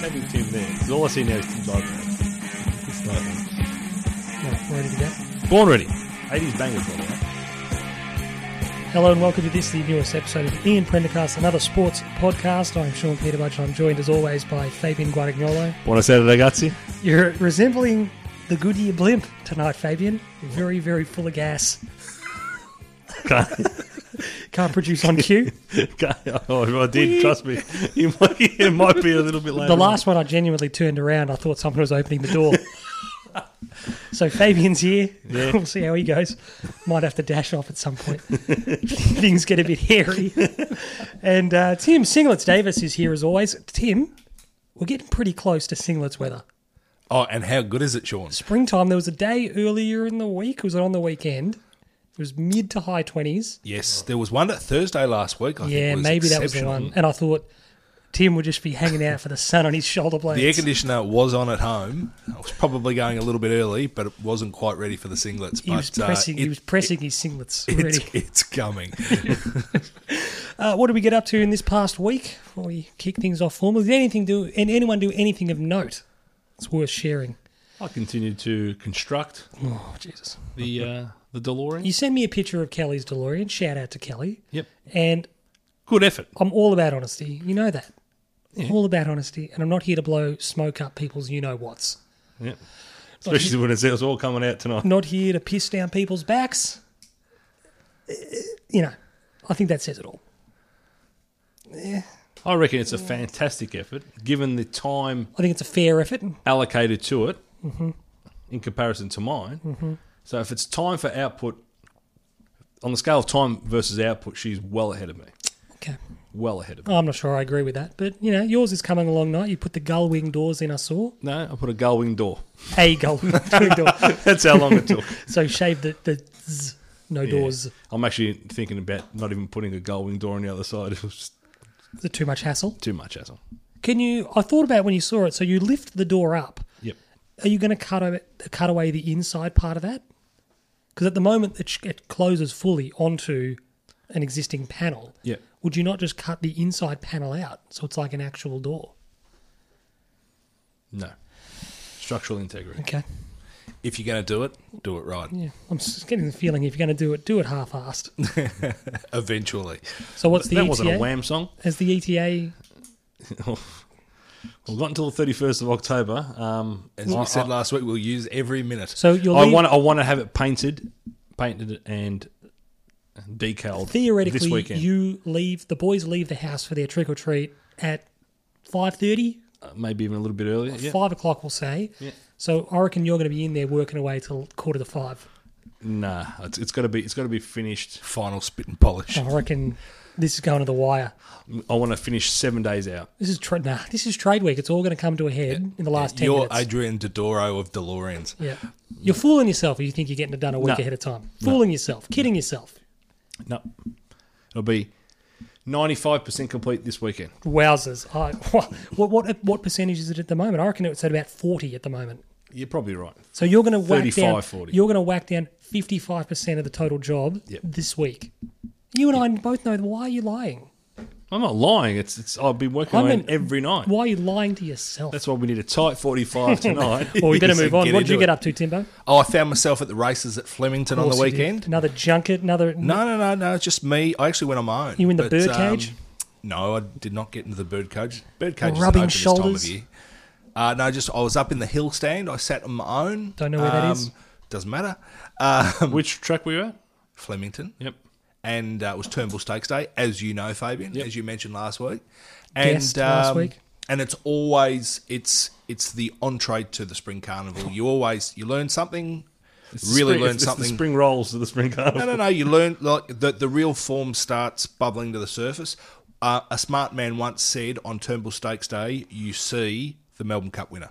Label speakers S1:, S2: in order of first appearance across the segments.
S1: maybe 10 minutes. All I see now is Tim Dykman. It's like,
S2: No, ready to go.
S1: Born ready. 80s bangers, by the way.
S2: Hello and welcome to this, the newest episode of Ian Prendercast, another sports podcast. I'm Sean Peterbudge and I'm joined as always by Fabian Guadagnolo.
S1: Buona sera, ragazzi.
S2: You're resembling the Goodyear blimp tonight, Fabian. You're very, very full of gas.
S1: Can't,
S2: Can't produce on cue.
S1: can't, oh, I did, trust me. It might, it might be a little bit later.
S2: The last one I genuinely turned around. I thought someone was opening the door. so Fabian's here.
S1: Yeah.
S2: We'll see how he goes. Might have to dash off at some point. Things get a bit hairy. and uh, Tim Singlets Davis is here as always. Tim, we're getting pretty close to Singlets weather.
S3: Oh, and how good is it, Sean?
S2: Springtime, there was a day earlier in the week, was it on the weekend? It was mid to high 20s.
S3: Yes, there was one at Thursday last week. I
S2: yeah,
S3: think was
S2: maybe that was the
S3: exceptional.
S2: one. And I thought Tim would just be hanging out for the sun on his shoulder blades.
S3: The air conditioner was on at home. I was probably going a little bit early, but it wasn't quite ready for the singlets.
S2: He
S3: but
S2: was pressing.
S3: uh,
S2: he
S3: it-
S2: was pressing his singlets
S3: It's,
S2: already.
S3: it's coming.
S2: Uh, what did we get up to in this past week before we kick things off? Formally, did anything do? And anyone do anything of note? It's worth sharing.
S1: I continued to construct
S2: Oh Jesus!
S1: the uh, the DeLorean.
S2: You send me a picture of Kelly's DeLorean. Shout out to Kelly.
S1: Yep.
S2: And
S1: Good effort.
S2: I'm all about honesty. You know that. All about honesty, and I'm not here to blow smoke up people's you know whats.
S1: Yep. Especially when it's, it's all coming out tonight.
S2: Not here to piss down people's backs. Uh, You know, I think that says it all.
S1: I reckon it's a fantastic effort, given the time
S2: I think it's a fair effort.
S1: allocated to it
S2: Mm-hmm.
S1: in comparison to mine. So if it's time for output, on the scale of time versus output, she's well ahead of me.
S2: Okay.
S1: Well ahead of me.
S2: I'm not sure I agree with that, but you know, yours is coming along night. You put the gull wing doors in, I saw.
S1: No, I put a gull wing door.
S2: A gull wing door.
S1: That's how long it took.
S2: So shave the, the z, no
S1: Yeah.
S2: doors.
S1: I'm actually thinking about not even putting a gull wing door on the other side. It was just
S2: Is it too much hassle?
S1: too much hassle.
S2: Can you, I thought about when you saw it. So you lift the door up.
S1: Yep.
S2: Are you going to cut, o- cut away the inside part of that? Because at the moment it, sh- it closes fully onto an existing panel.
S1: Yeah.
S2: Would you not just cut the inside panel out so it's like an actual door?
S1: No. Structural integrity.
S2: Okay.
S3: if you're going to do it, do it right.
S2: Yeah. I'm just getting the feeling if you're going to do it, do it half-assed.
S3: Eventually,
S2: So what's the E
S1: that
S2: ETA?
S1: wasn't a wham song.
S2: Has the E ETA?
S1: well, we've got until the 31st of October. Um,
S3: as we said last week, we'll use every minute.
S2: So you're
S1: I
S2: leaving-
S1: want I want to have it painted, painted and decaled.
S2: theoretically
S1: this weekend.
S2: you leave the boys leave the house for their trick or treat at five thirty,
S1: Uh, maybe even a little bit earlier. Yeah.
S2: five o'clock, we'll say. So I reckon you're going to be in there working away till quarter to five.
S1: Nah, it's, it's got to be it's got to be finished.
S3: Final spit and polish.
S2: I reckon this is going to the wire.
S1: I want to finish seven days out.
S2: This is tra- nah. This is trade week. It's all going to come to a head in the last ten
S3: You're
S2: minutes.
S3: Adrian Dodoro of DeLoreans.
S2: yeah, you're fooling yourself if you think you're getting it done a week
S1: No.
S2: ahead of time. Fooling yourself, kidding yourself.
S1: No, it'll be ninety five percent complete this weekend.
S2: Wowzers! I, what what what percentage is it at the moment? I reckon it's at about forty at the moment.
S1: You're probably right.
S2: So you're going to whack
S1: 35,
S2: down.
S1: 40.
S2: You're going to whack down fifty five percent of the total job
S1: Yep.
S2: this week. You and I both know. Why are you lying?
S1: I'm not lying. It's it's I've been working
S2: I'm
S1: on it
S2: an-
S1: every night.
S2: Why are you lying to yourself?
S1: That's why we need a tight forty five tonight.
S2: well, we better
S3: so
S2: move on.
S3: get
S2: What did you
S3: into
S2: get
S3: it.
S2: up to, Timbo?
S3: Oh, I found myself at the races at Flemington on the
S2: Of course you did.
S3: weekend.
S2: Another junket. Another.
S3: No, no, no, no. It's just me. I actually went on my own.
S2: You in the
S3: But,
S2: bird
S3: um,
S2: cage?
S3: no, I did not get into the bird cage. Bird cage
S2: Rubbing
S3: Rubbing is open
S2: shoulders?
S3: this time of year. Uh, no, just I was up in the hill stand. I sat on my own.
S2: Don't know where that is.
S3: Doesn't matter. Um,
S1: Which track were you at?
S3: Flemington,
S1: Yep.
S3: and uh, it was Turnbull Stakes Day, as you know, Fabian, as you mentioned last week. And um,
S2: Guest last week.
S3: and it's always it's it's the entree to the spring carnival. You always you learn something, really
S1: Spring-
S3: learn
S1: it's- it's
S3: something
S1: The spring rolls of the spring carnival.
S3: no, no, no. You learn like the the real form starts bubbling to the surface. Uh, a smart man once said on Turnbull Stakes Day, "You see the Melbourne Cup winner.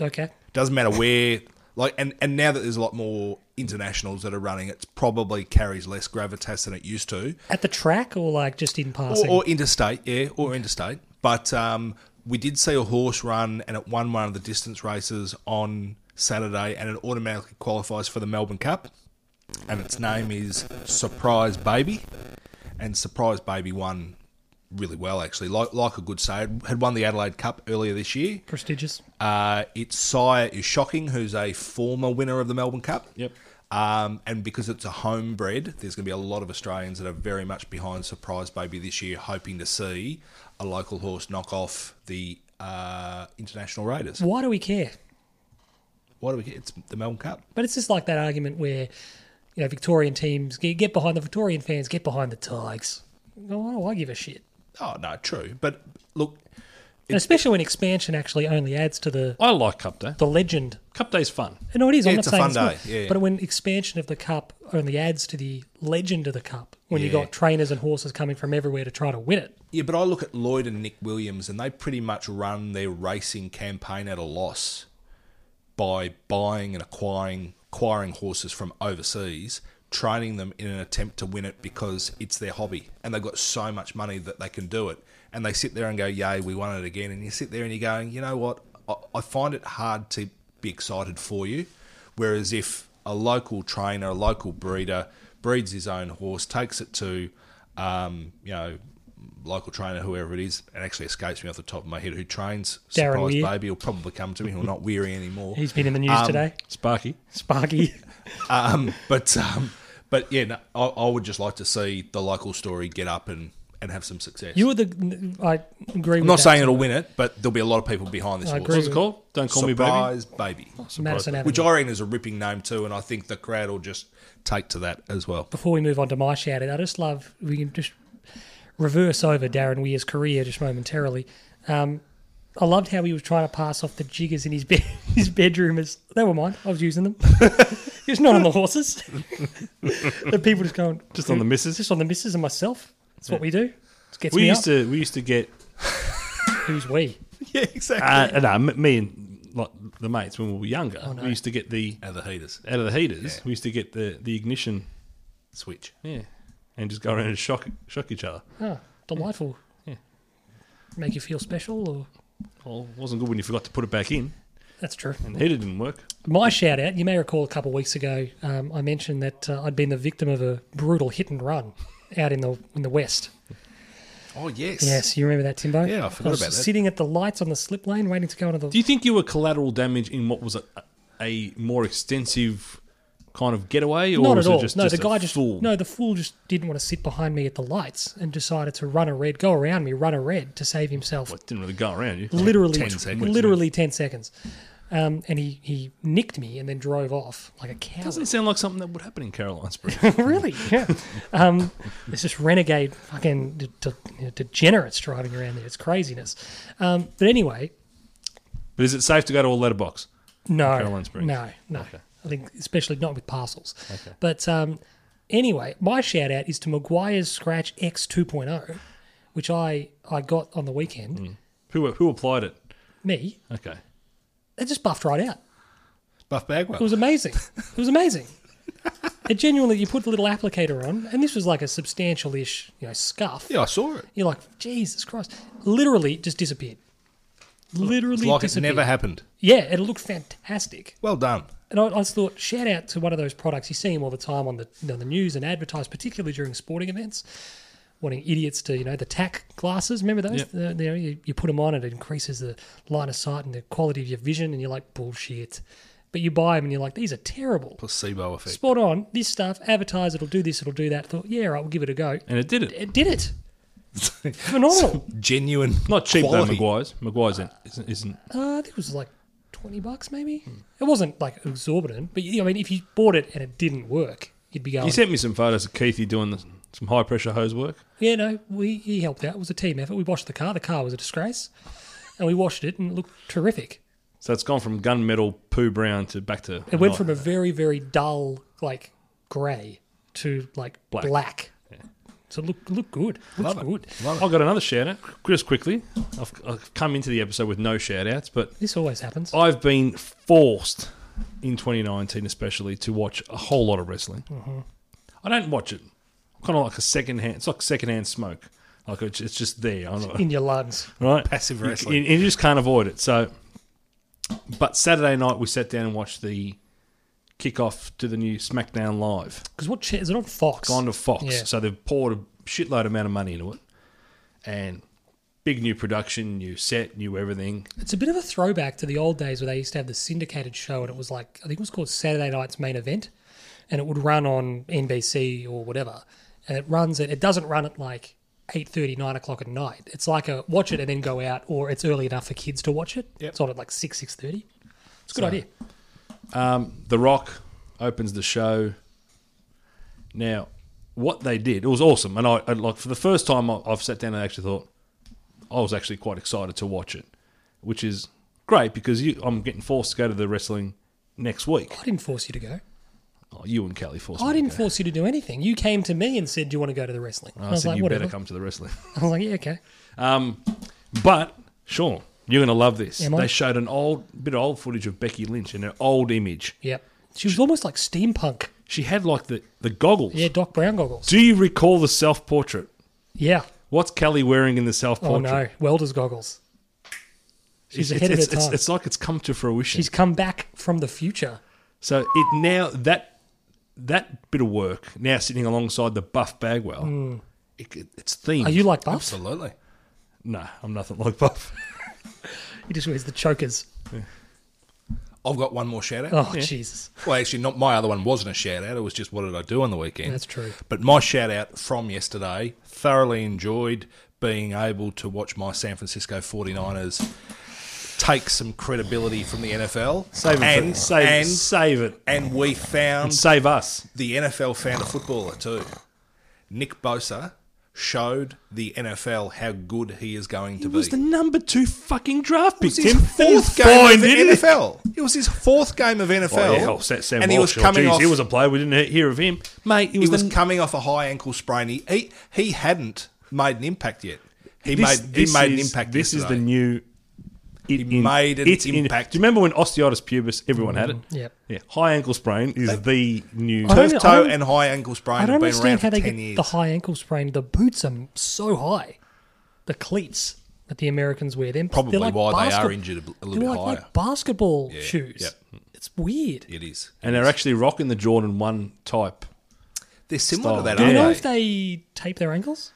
S2: Okay.
S3: Doesn't matter where." Like and, and now that there's a lot more internationals that are running, it probably carries less gravitas than it used to,
S2: At the track or like just in
S3: or,
S2: passing?
S3: or interstate, yeah, or interstate. But um, we did see a horse run, and it won one of the distance races on Saturday, and it automatically qualifies for the Melbourne Cup, and its name is Surprise Baby and Surprise Baby won really well, actually. Like, like a good say, had won the Adelaide Cup earlier this year.
S2: Prestigious.
S3: Uh, its sire is Shocking, who's a former winner of the Melbourne Cup.
S1: Yep.
S3: Um, and because it's a homebred, there's going to be a lot of Australians that are very much behind Surprise Baby this year, hoping to see a local horse knock off the uh, international Raiders.
S2: Why do we care?
S3: Why do we get? It's the Melbourne Cup.
S2: But it's just like that argument where, you know, Victorian teams get, get behind the Victorian fans, get behind the Tigers. Well, why do I give a shit?
S3: Oh no, true. But look,
S2: And especially when expansion actually only adds to the
S1: I like Cup Day.
S2: the legend.
S1: Cup Day's fun.
S2: And no, it is.
S3: Yeah,
S2: I'm not
S3: it's a
S2: saying
S3: fun
S2: it's not,
S3: day. Yeah.
S2: But when expansion of the cup only adds to the legend of the cup, when you
S3: Yeah.
S2: got trainers and horses coming from everywhere to try to win it,
S3: yeah, but I look at Lloyd and Nick Williams, and they pretty much run their racing campaign at a loss by buying and acquiring acquiring horses from overseas, training them in an attempt to win it because it's their hobby, and they've got so much money that they can do it. And they sit there and go, "Yay, we won it again!" And you sit there and you're going, "You know what? I, I find it hard to be excited for you." Whereas if a local trainer, a local breeder, breeds his own horse, takes it to, um, you know, local trainer, whoever it is, and actually escapes me off the top of my head, who trains
S2: Darren
S3: Surprise
S2: Weir.
S3: Baby, will probably come to me. He'll not weary anymore.
S2: he's been in the news today.
S1: Sparky.
S2: Sparky.
S3: um, but um, but yeah, no, I, I would just like to see the local story get up and, and have some success.
S2: You were the. I agree
S3: I'm
S2: with
S3: not
S2: that.
S3: saying it'll win it, but there'll be a lot of people behind this
S2: I
S3: horse.
S2: agree.
S1: What's it called? Don't call me
S3: Surprise baby,
S2: Madison Avenue.
S3: which I reckon is a ripping name too, and I think the crowd will just take to that as well.
S2: before we move on to my shout out, I just love we can just reverse over Darren Weir's career just momentarily. Um, I loved how he was trying to pass off the jiggers in his bed, his bedroom as they were mine. I was using them. he was not on the horses. the people just going
S1: Just on the missus?
S2: just on the misses and myself. That's what we do. It gets
S1: baby. We
S2: me
S1: used
S2: up.
S1: to we used to get
S2: Who's we?
S3: Yeah, exactly.
S1: uh, no, m- me and like the mates when we were younger. We used to get the
S3: and the heaters
S1: out of the heaters.
S3: Yeah.
S1: We used to get the the ignition.
S3: switch.
S1: Yeah, and just go around and shock shock each other.
S2: Oh, delightful.
S1: Yeah.
S2: Make you feel special, or
S1: Well, it wasn't good when you forgot to put it back in,
S2: that's true.
S1: and the heater didn't work.
S2: My shout out, you may recall a couple of weeks ago, um, I mentioned that uh, I'd been the victim of a brutal hit and run out in the in the west.
S3: Oh yes,
S2: Yes, you remember that, Timbo?
S3: Yeah, I forgot
S2: was
S3: about that.
S2: Sitting at the lights on the slip lane, waiting to go into the.
S1: Do you think you were collateral damage in what was a, a more extensive kind of getaway, or
S2: Not
S1: was
S2: at all.
S1: it just
S2: no,
S1: just
S2: the guy
S1: a
S2: just
S1: fool?
S2: no, the fool just didn't want to sit behind me at the lights and decided to run a red, go around me, run a red to save himself.
S1: Well, it didn't really go around you.
S2: Literally,
S3: 10 seconds.
S2: literally ten seconds, um, and he he nicked me and then drove off like a cow.
S1: Doesn't sound like something that would happen in Caroline Springs.
S2: really? Yeah. Um, it's just renegade fucking de- de- you know, degenerates driving around there. It's craziness. Um, but anyway,
S1: but is it safe to go to a letterbox?
S2: no,
S1: Caroline Springs.
S2: no, no. I think especially not with parcels. But um, anyway, my shout out is to Maguire's Scratch X 2.0, which I I got on the weekend.
S1: Mm. Who who applied it?
S2: Me,
S1: Okay,
S2: it just buffed right out.
S3: Buff Bagwell.
S2: It was amazing. It was amazing. it genuinely, you put the little applicator on, and this was like a substantial-ish, you know, scuff.
S3: yeah, I saw it.
S2: You're like, Jesus Christ. Literally just disappeared.
S3: It's
S2: Literally
S3: like it
S2: disappeared.
S3: never happened.
S2: yeah, it looked fantastic.
S3: Well done.
S2: And I, I just thought, shout out to one of those products. You see them all the time on the, you know, the news and advertised, particularly during sporting events, wanting idiots to, you know, the tack glasses. Remember those?
S1: Yep.
S2: The- the- you, know, you, you put them on and it increases the line of sight and the quality of your vision, and you're like, bullshit. But you buy them and you're like, these are terrible.
S3: Placebo effect.
S2: Spot on. This stuff, advertise, it'll do this, it'll do that. Thought, yeah, right, we'll give it a go.
S1: and it did it.
S2: It did it. Phenomenal.
S3: Genuine.
S1: Not cheap
S3: quality.
S1: though, Maguire's. Maguire's in- isn't, isn't
S2: Uh, I think it was like twenty bucks, maybe. It wasn't like exorbitant, but you- I mean, if you bought it and it didn't work, you'd be going,
S1: You sent me some photos of Keithy doing the, some high pressure hose work.
S2: "Yeah, no, we he helped out. It was a team effort. We washed the car. The car was a disgrace, and we washed it, and it looked terrific.
S1: So it's gone from gunmetal poo brown to back to.
S2: It went from a very, very dull like grey to like black. So it looked looked good. Looks
S3: Love it.
S2: good.
S1: I've got another shout out, just quickly. I've, I've come into the episode with no shout outs, but
S2: This always happens.
S1: I've been forced in 2019, especially, to watch a whole lot of wrestling. I don't watch it. Kind of like a second hand. It's like second hand smoke. Like it's, it's just there. I'm not,
S2: in your lungs.
S1: right?
S3: Passive
S1: You-
S3: wrestling.
S1: You, you just can't avoid it. So, but Saturday night we sat down and watched the kickoff to the new SmackDown Live
S2: Because what cha- is it on Fox?
S1: gone to Fox.
S2: Yeah.
S1: So they've poured a shitload amount of money into it. and big new production, new set, new everything.
S2: It's a bit of a throwback to the old days where they used to have the syndicated show, and it was like I think it was called Saturday Night's Main Event, and it would run on NBC or whatever, and it runs it. It doesn't run at like 8.30, 9 o'clock at night. It's like a watch it and then go out, or it's early enough for kids to watch it.
S3: Yep.
S2: It's on at like six six thirty. It's a good idea.
S1: The Rock opens the show. Now, what they did, it was awesome, and I, I like for the first time I- I've sat down and actually thought I was actually quite excited to watch it, which is great because you, I'm getting forced to go to the wrestling next week.
S2: I didn't force you to go.
S1: Oh, you and Kelly forced me.
S2: I
S1: to
S2: didn't
S1: go.
S2: force you to do anything. You came to me and said, "Do you want to go to the wrestling?" And
S1: I,
S2: I, was
S1: said
S2: like,
S1: Oh, you
S2: "Whatever."
S1: better come to the wrestling.
S2: I was like, "Yeah, okay."
S1: But Sean, you're going to love this.
S2: Am I?
S1: they showed an old bit of old footage of Becky Lynch in her old image.
S2: Yep. She was almost like steampunk.
S1: She had like the the goggles.
S2: Yeah, Doc Brown goggles.
S1: Do you recall the self portrait?
S2: Yeah.
S1: What's Kelly wearing in the self
S2: Oh
S1: portrait?
S2: no, welder's goggles. She's
S1: It's-
S2: ahead of
S1: it's,
S2: her time.
S1: It's, it's like it's come to fruition.
S2: She's come back from the future.
S1: so it now that that bit of work now sitting alongside the Buff Bagwell, it, it's themed.
S2: Hmm. Are you like Buff?
S3: Absolutely.
S1: no, I'm nothing like Buff.
S2: He just wears the chokers.
S3: I've got one more shout out.
S2: Oh Jesus,
S3: Well, actually, not my other one wasn't a shout out. It was just what did I do on the weekend?
S2: that's true.
S3: But my shout out from yesterday, thoroughly enjoyed being able to watch my San Francisco 49ers take some credibility from the NFL.
S1: Save it.
S3: and,
S1: for, save,
S3: and,
S1: save it.
S3: and we found
S1: Save us.
S3: the NFL found a footballer too. Nick Bosa showed the NFL how good he is going to
S1: It
S3: be.
S1: was the number two fucking draft pick.
S3: It was
S1: Tim.
S3: his fourth
S1: Fourth
S3: game of
S1: find, didn't it?
S3: NFL. It was his fourth game of NFL.
S1: Oh, yeah, oh, Sa- Sam
S3: and he was
S1: Walsh. Oh,
S3: coming
S1: geez,
S3: off.
S1: He was a player we didn't hear of him, mate. He
S3: he
S1: was,
S3: was
S1: the-
S3: coming off a high ankle sprain. He he, he hadn't made an impact yet. He
S1: this-
S3: made
S1: this
S3: he made
S1: is-
S3: an impact.
S1: This is the
S3: yesterday.
S1: new. It
S3: He made an
S1: it's
S3: impact.
S1: do you remember when osteitis pubis? Everyone had it.
S2: Yep.
S1: Yeah. High ankle sprain is the new.
S2: I don't-
S3: turf
S2: I
S3: toe
S2: don't-
S3: and high ankle sprain
S2: I
S3: have
S2: don't
S3: been around
S2: understand how
S3: for
S2: they
S3: ten
S2: get
S3: years.
S2: the high ankle sprain. The boots are so high. The cleats that the Americans wear. Them
S3: Probably
S2: they're like
S3: why they
S2: basket-
S3: are injured a, a
S2: They're
S3: little bit
S2: like,
S3: higher.
S2: like basketball shoes.
S3: yep.
S2: It's weird.
S3: it is.
S1: and they're actually rocking the Jordan one type.
S3: They're similar
S1: Style.
S3: to that,
S1: Do
S2: Do you
S1: Yeah.
S2: know
S3: aren't
S2: if
S3: they?
S2: they tape their ankles?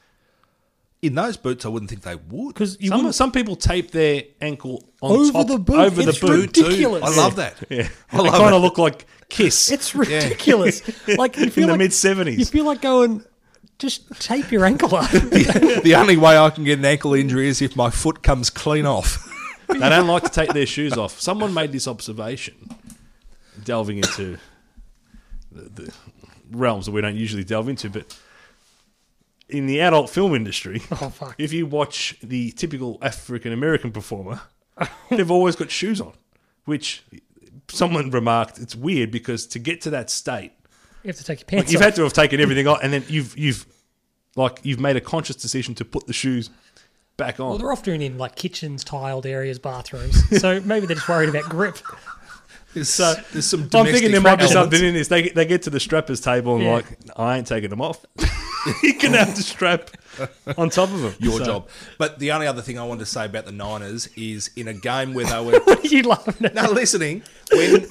S3: In those boots, I wouldn't think they would.
S2: Because you
S1: Some,
S2: wouldn't.
S1: some people tape their ankle on
S2: Over
S1: top-
S2: the boot.
S1: Over the
S2: It's
S1: boot.
S3: Too.
S2: ridiculous.
S3: I love that.
S1: Yeah.
S3: I love
S1: they kind
S3: it.
S1: of look like Kiss
S2: It's ridiculous. like you feel
S1: in the
S2: like,
S1: mid
S2: You
S1: seventies.
S2: feel like going. Just tape your ankle up.
S3: the only way I can get an ankle injury is if my foot comes clean off.
S1: They don't like to take their shoes off. Someone made this observation, delving into the, the realms that we don't usually delve into, but in the adult film industry,
S2: Oh, fuck.
S1: if you watch the typical African American performer, they've always got shoes on, which someone remarked it's weird because to get to that state,
S2: You have to take your pants
S1: you've
S2: off.
S1: had to have taken everything off, and then you've you've like you've made a conscious decision to put the shoes back
S2: well,
S1: on.
S2: they're often in like kitchens, tiled areas, bathrooms. So maybe they're just worried about grip.
S3: There's, so, there's some
S1: I'm thinking there might be
S3: domestic
S1: something in this. They get, they get to the strappers table and
S2: Yeah.
S1: like, I ain't taking them off. you can have the strap on top of them.
S3: your
S1: So,
S3: job. But the only other thing I wanted to say about the Niners is in a game where they were
S2: you laughing at?
S3: now listening when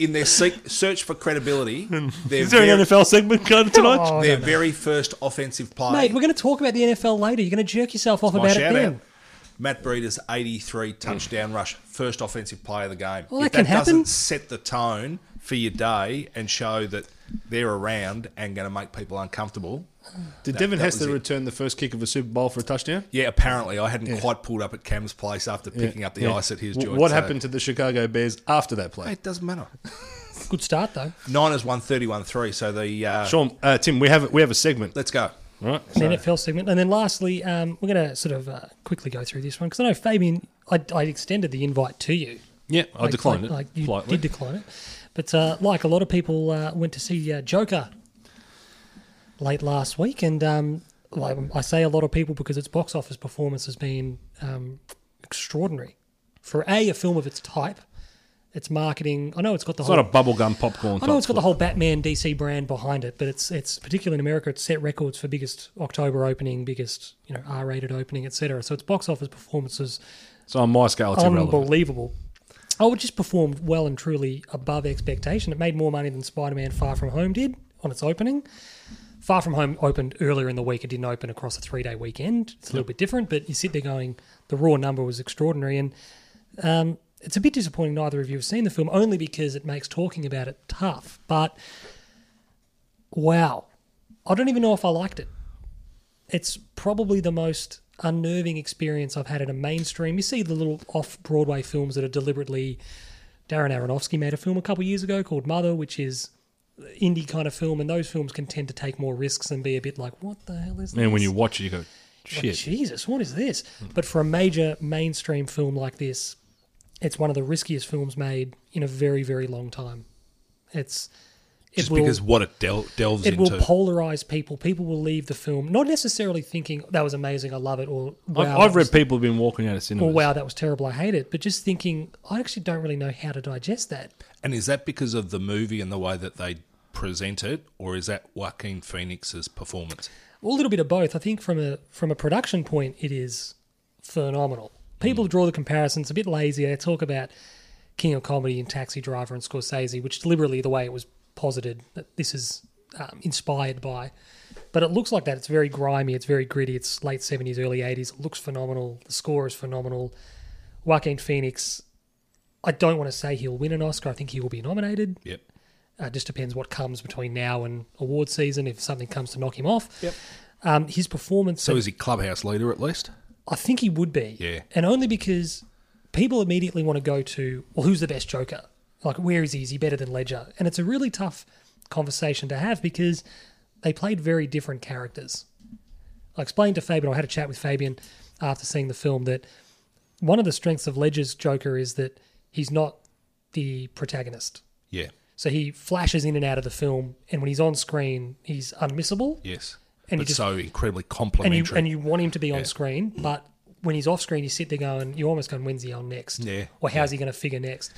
S3: in their seek, search for credibility, their
S1: Is there
S3: very,
S1: an NFL segment going tonight?
S2: Oh,
S3: their very first offensive play.
S2: mate, we're going to talk about the NFL later. You're going to jerk yourself off
S3: my
S2: about it
S3: shout
S2: then.
S3: out. Matt Breeder's 83 touchdown rush, first offensive play of the game.
S2: Well,
S3: if
S2: that can happen.
S3: doesn't set the tone for your day and show that they're around and going to make people uncomfortable,
S1: Did Devin
S3: that was
S1: Hester
S3: it.
S1: return the first kick of a Super Bowl for a touchdown?
S3: Yeah, apparently I hadn't quite pulled up at Cam's place after picking up the
S1: Yeah.
S3: ice at his
S1: W-
S3: joint.
S1: What
S3: so-
S1: happened to the Chicago Bears after that play?
S3: It doesn't matter.
S2: Good start though.
S3: Niners won 31 3, so the. Uh,
S1: Sean, uh, Tim, we have we have a segment,
S3: Let's go.
S1: right?
S2: An NFL segment, and then lastly, um, we're going to sort of uh, quickly go through this one because I know Fabian. I, I extended the invite to you.
S1: Yeah, I
S2: Like-
S1: declined
S2: like,
S1: Oh, it
S2: Like you
S1: politely.
S2: did decline it, but uh, like a lot of people uh, went to see uh, Joker late last week, and um, like, I say a lot of people because its box office performance has been um, extraordinary for a a film of its type. Its marketing, I know it's got the
S1: it's
S2: whole.
S1: not a bubblegum popcorn.
S2: I know it's got the whole Batman DC brand behind it, but it's it's particularly in America. It's set records for biggest October opening, biggest you know R-rated opening, etc. So its box office performances
S1: So on my scale, it's irrelevant.
S2: unbelievable. Oh, it just performed well and truly above expectation. It made more money than Spider Man Far From Home did on its opening. Far From Home opened earlier in the week. It didn't open across a three day weekend. It's a little bit different, but you sit there going, the raw number was extraordinary. And um, it's a bit disappointing neither of you have seen the film, only because it makes talking about it tough. But wow, I don't even know if I liked it. It's probably the most unnerving experience I've had in a mainstream. You see the little off Broadway films that are deliberately. Darren Aronofsky made a film a couple of years ago called Mother, which is indie kind of film, and those films can tend to take more risks and be a bit like, what the hell is this?
S1: And when you watch it, you go,
S2: Like,
S1: shit.
S2: Jesus, what is this? But for a major mainstream film like this, it's one of the riskiest films made in a very, very long time. It's it
S3: Just
S2: will
S3: because what it del- delves
S2: it will
S3: into.
S2: polarize people. People will leave the film not necessarily thinking that was amazing, I love it, or wow,
S1: I've,
S2: that
S1: I've
S2: was
S1: read people have been walking out of
S2: or
S1: cinemas.
S2: wow, that was terrible, I hate it. But just thinking, I actually don't really know how to digest that.
S3: and is that because of the movie and the way that they present it, or is that Joaquin Phoenix's performance?
S2: Well, a little bit of both. I think from a from a production point, it is phenomenal. People draw the comparisons a bit lazy. They talk about King of Comedy and Taxi Driver and Scorsese, which deliberately the way it was posited that this is um, inspired by. But it looks like that. It's very grimy. It's very gritty. It's late seventies, early eighties. It looks phenomenal. The score is phenomenal. Joaquin Phoenix. I don't want to say he'll win an Oscar. I think he will be nominated.
S3: Yep.
S2: Uh, just depends what comes between now and award season. If something comes to knock him off, yep. Um, his performance,
S3: So is he clubhouse leader at least?
S2: I think he would be,
S3: Yeah.
S2: and only because people immediately want to go to, well, who's the best Joker? Like, where is he? Is he better than Ledger? And it's a really tough conversation to have because they played very different characters. I explained to Fabian, I had a chat with Fabian after seeing the film that one of the strengths of Ledger's Joker is that he's not the protagonist.
S3: Yeah.
S2: So he flashes in and out of the film, and when he's on screen, he's unmissable,
S3: Yes.
S2: And
S3: but
S2: he just-
S3: so incredibly
S2: and you
S3: complimentary.
S2: and you want him to be on screen. But when he's off screen, you sit there going, "You're almost going, when's he on next?
S3: Yeah.
S2: or how's he going to figure next?"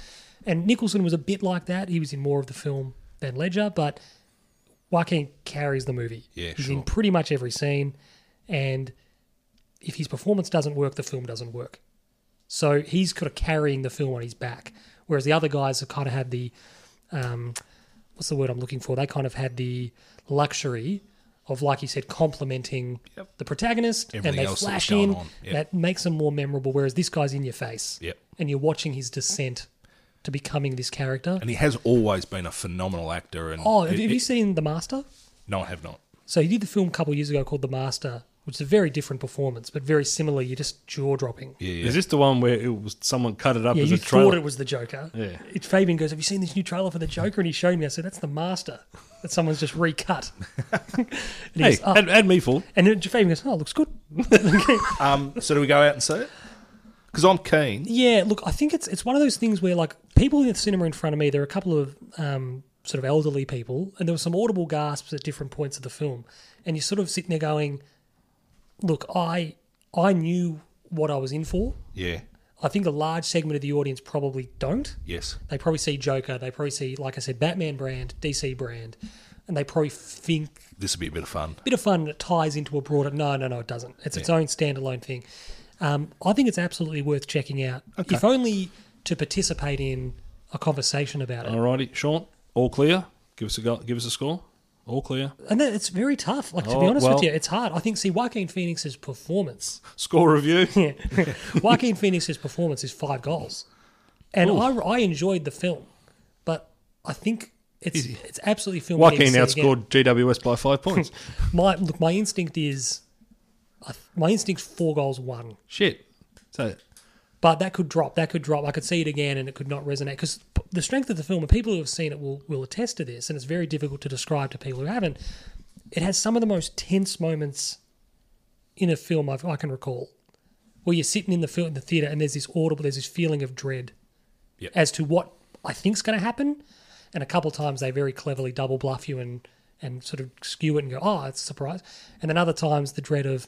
S2: And Nicholson was a bit like that. He was in more of the film than Ledger, but Joaquin carries the movie.
S3: Yeah,
S2: he's in
S3: sure.
S2: pretty much every scene, and if his performance doesn't work, the film doesn't work. So he's kind of carrying the film on his back, whereas the other guys have kind of had the, um, what's the word I'm looking for? They kind of had the luxury of, like you said, complimenting the protagonist, and
S3: Everything
S2: they
S3: else that was
S2: flash
S3: going
S2: in.
S3: on, yep.
S2: That makes them more memorable. Whereas this guy's in your face,
S3: Yep.
S2: and you're watching his descent to becoming this character.
S3: and he has always been a phenomenal actor. And
S2: oh,
S3: it-
S2: have, have
S3: it-
S2: you seen The Master?
S3: No, I have not.
S2: So he did the film a couple of years ago called The Master, which is a very different performance, but very similar. You're just jaw dropping.
S3: Yeah, yeah.
S1: Is this the one where it was someone cut it up
S2: Yeah,
S1: as
S2: you
S1: a trailer?
S2: thought it was the Joker.
S1: Yeah.
S2: It, Fabian goes, "Have you seen this new trailer for the Joker?" And he showed me. I said, "That's the Master. That someone's just recut." and he
S1: hey,
S2: goes, "Oh."
S1: add, add me full.
S2: and then Fabian goes, "Oh, it looks good."
S3: Um, so do we go out and see it? Because I'm keen.
S2: Yeah, look, I think it's it's one of those things where like people in the cinema in front of me, there are a couple of um, sort of elderly people, and there were some audible gasps at different points of the film, and you're sort of sitting there going, "Look, I I knew what I was in for."
S3: Yeah.
S2: I think a large segment of the audience probably don't.
S3: Yes.
S2: They probably see Joker. They probably see, like I said, Batman brand, DC brand, and they probably think
S3: This would be a bit of fun.
S2: bit of fun that ties into a broader. No, no, no, it doesn't. It's its own standalone thing. Um, I think it's absolutely worth checking out, if only to participate in a conversation about it.
S1: Alrighty, Sean, all clear. Give us a go, give us a score. All clear.
S2: And that, it's very tough. Like to be
S1: Oh,
S2: honest with
S1: well-
S2: you, it's hard. I think see Joaquin Phoenix's performance.
S1: Score review.
S2: Joaquin Phoenix's performance is five goals, and I, I enjoyed the film, but I think it's it's absolutely film. we need to
S1: Joaquin
S2: see again.
S1: outscored GWS by five points.
S2: My look, my instinct is, I th- my instinct's four goals one,
S1: Shit. So
S2: but that could drop. That could drop. I could see it again, and it could not resonate because the strength of the film, and people who have seen it will will attest to this, and it's very difficult to describe to people who haven't. It has some of the most tense moments in a film I've, I can recall, where you're sitting in the film in the theater, and there's this audible, there's this feeling of dread
S3: Yep.
S2: as to what I think's going to happen, and a couple of times they very cleverly double bluff you and and sort of skew it and go, oh, it's a surprise, and then other times the dread of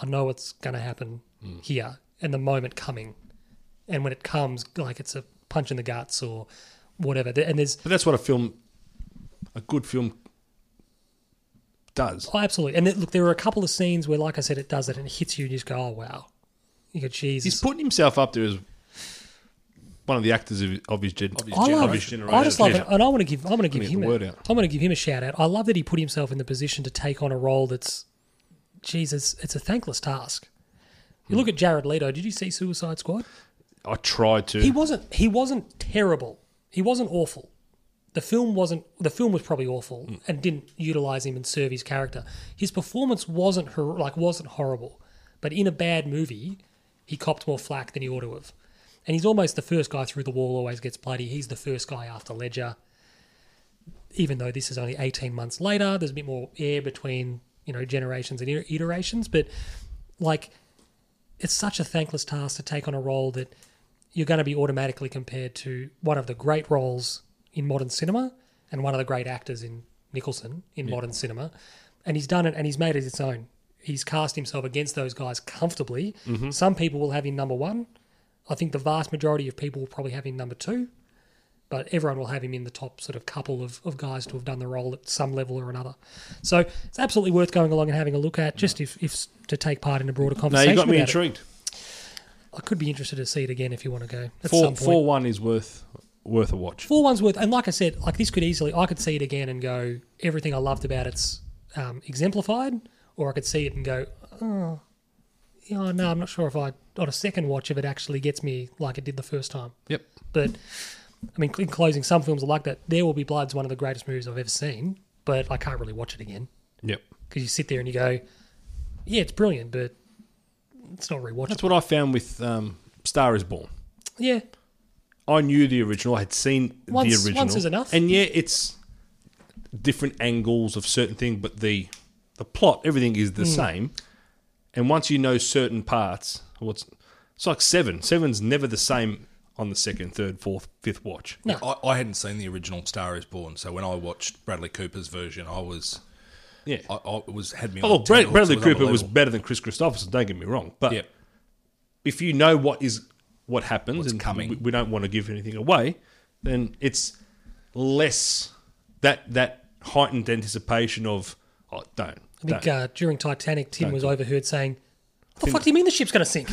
S2: I know what's going to happen here and the moment coming. And when it comes, like it's a punch in the guts or whatever. Th- And there's,
S1: but that's what a film a good film does.
S2: oh, absolutely. And th- look, there are a couple of scenes where, like I said, it does it and it hits you and you just go, oh, wow. You go,
S1: He's
S2: Jesus.
S1: putting himself up there as one of the actors of, of his, gen- of his,
S2: I
S1: gen-
S2: love
S1: of his
S2: it.
S1: generation.
S2: I just love it, and I want to give. I'm going to give
S1: get
S2: him.
S1: the
S2: A,
S1: word out.
S2: I'm going to give him a shout out. I love that he put himself in the position to take on a role that's, Jesus, it's a thankless task. You look at Jared Leto. Did you see Suicide Squad?
S1: I tried to.
S2: He wasn't. He wasn't terrible. He wasn't awful. The film wasn't. The film was probably awful and didn't utilize him and serve his character. His performance wasn't hor- like wasn't horrible, but in a bad movie, he copped more flack than he ought to have. And he's almost the first guy through the wall. Always gets bloody. He's the first guy after Ledger. Even though this is only eighteen months later, there's a bit more air between you know generations and iter- iterations. But like it's such a thankless task to take on a role that you're going to be automatically compared to one of the great roles in modern cinema and one of the great actors in Nicholson in modern cinema. And he's done it and he's made it its own. He's cast himself against those guys comfortably.
S1: Mm-hmm.
S2: Some people will have him number one. I think the vast majority of people will probably have him number two, but everyone will have him in the top sort of couple of, of guys to have done the role at some level or another. So it's absolutely worth going along and having a look at just if, if to take part in a broader
S1: no,
S2: conversation.
S1: you got me
S2: about it.
S1: intrigued.
S2: I could be interested to see it again if you want to go at some
S1: Four,
S2: point.
S1: four one is worth worth a watch.
S2: Four one's worth, and like I said, like this could easily, I could see it again and go, everything I loved about it's um, exemplified, or I could see it and go, oh, yeah, no, I'm not sure if I on a second watch if it actually gets me like it did the first time.
S1: Yep.
S2: But I mean, in closing, some films are like that. There Will Be Blood's one of the greatest movies I've ever seen, but I can't really watch it again
S1: Yep.
S2: because you sit there and you go, yeah, it's brilliant, but it's not rewatchable.
S1: That's what I found with um, Star is Born.
S2: yeah,
S1: I knew the original. I had seen
S2: Once-
S1: the original.
S2: once is enough.
S1: And yeah, it's different angles of certain thing, but the the plot, everything is the
S2: Hmm.
S1: same. And once you know certain parts, what's it's like seven. Seven's never the same on the second, third, fourth, fifth watch.
S2: No.
S3: I, I hadn't seen the original Star Is Born, so when I watched Bradley Cooper's version, I was
S1: Yeah.
S3: I, I was had me.
S1: oh,
S3: on
S1: look, Brad,
S3: tenterhooks.
S1: Bradley Cooper was
S3: unbelievable.
S1: better than Chris Christopherson. Don't get me wrong, but
S3: Yep.
S1: if you know what is what happens and
S3: coming.
S1: We, we don't want to give anything away, then it's less that that heightened anticipation of oh don't.
S2: I think
S1: don't.
S2: uh, during Titanic, Tim was overheard saying, "What the fuck do you mean the ship's going to sink?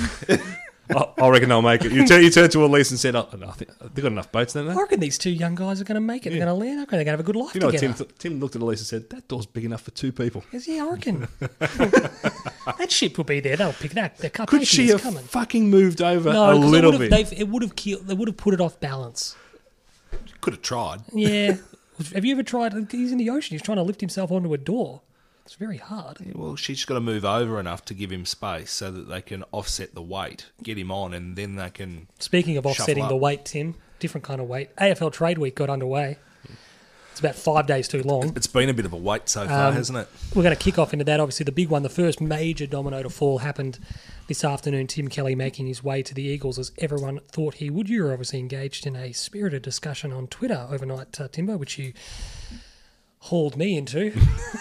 S2: I
S1: I, I reckon they'll make it. You, turn you turned to Elise and said, oh, no, I think, they've got enough boats, don't they?
S2: reckon these two young guys are going to make it. They're going to land. I reckon they're going to have a good life
S1: You know, what
S2: together."
S1: Tim, th- Tim looked at Elise and said, that door's big enough for two people.
S2: He goes, yeah, I reckon that ship will be there. They'll pick it up. They're cut.
S1: Could she have
S2: coming.
S1: fucking moved over
S2: No,
S1: a
S2: 'cause it
S1: little
S2: would've-
S1: bit?
S2: they've- It would have killed. They would have put it off balance.
S3: could have tried.
S2: Yeah. have you ever tried? He's in the ocean. He's trying to lift himself onto a door. It's very hard.
S3: Yeah, Well, she's got to move over enough to give him space so that they can offset the weight, get him on, and then they can.
S2: Speaking of
S3: Shuffle
S2: offsetting
S3: up.
S2: the weight, Tim, different kind of weight. AFL Trade Week got underway. It's about five days too long.
S3: It's been a bit of a wait so far,
S1: Um,
S3: hasn't it?
S2: We're going to kick off into that. Obviously, the big one, the first major domino to fall happened this afternoon. Tim Kelly making his way to the Eagles as everyone thought he would. You were obviously engaged in a spirited discussion on Twitter overnight, uh, Timbo, which you hauled me into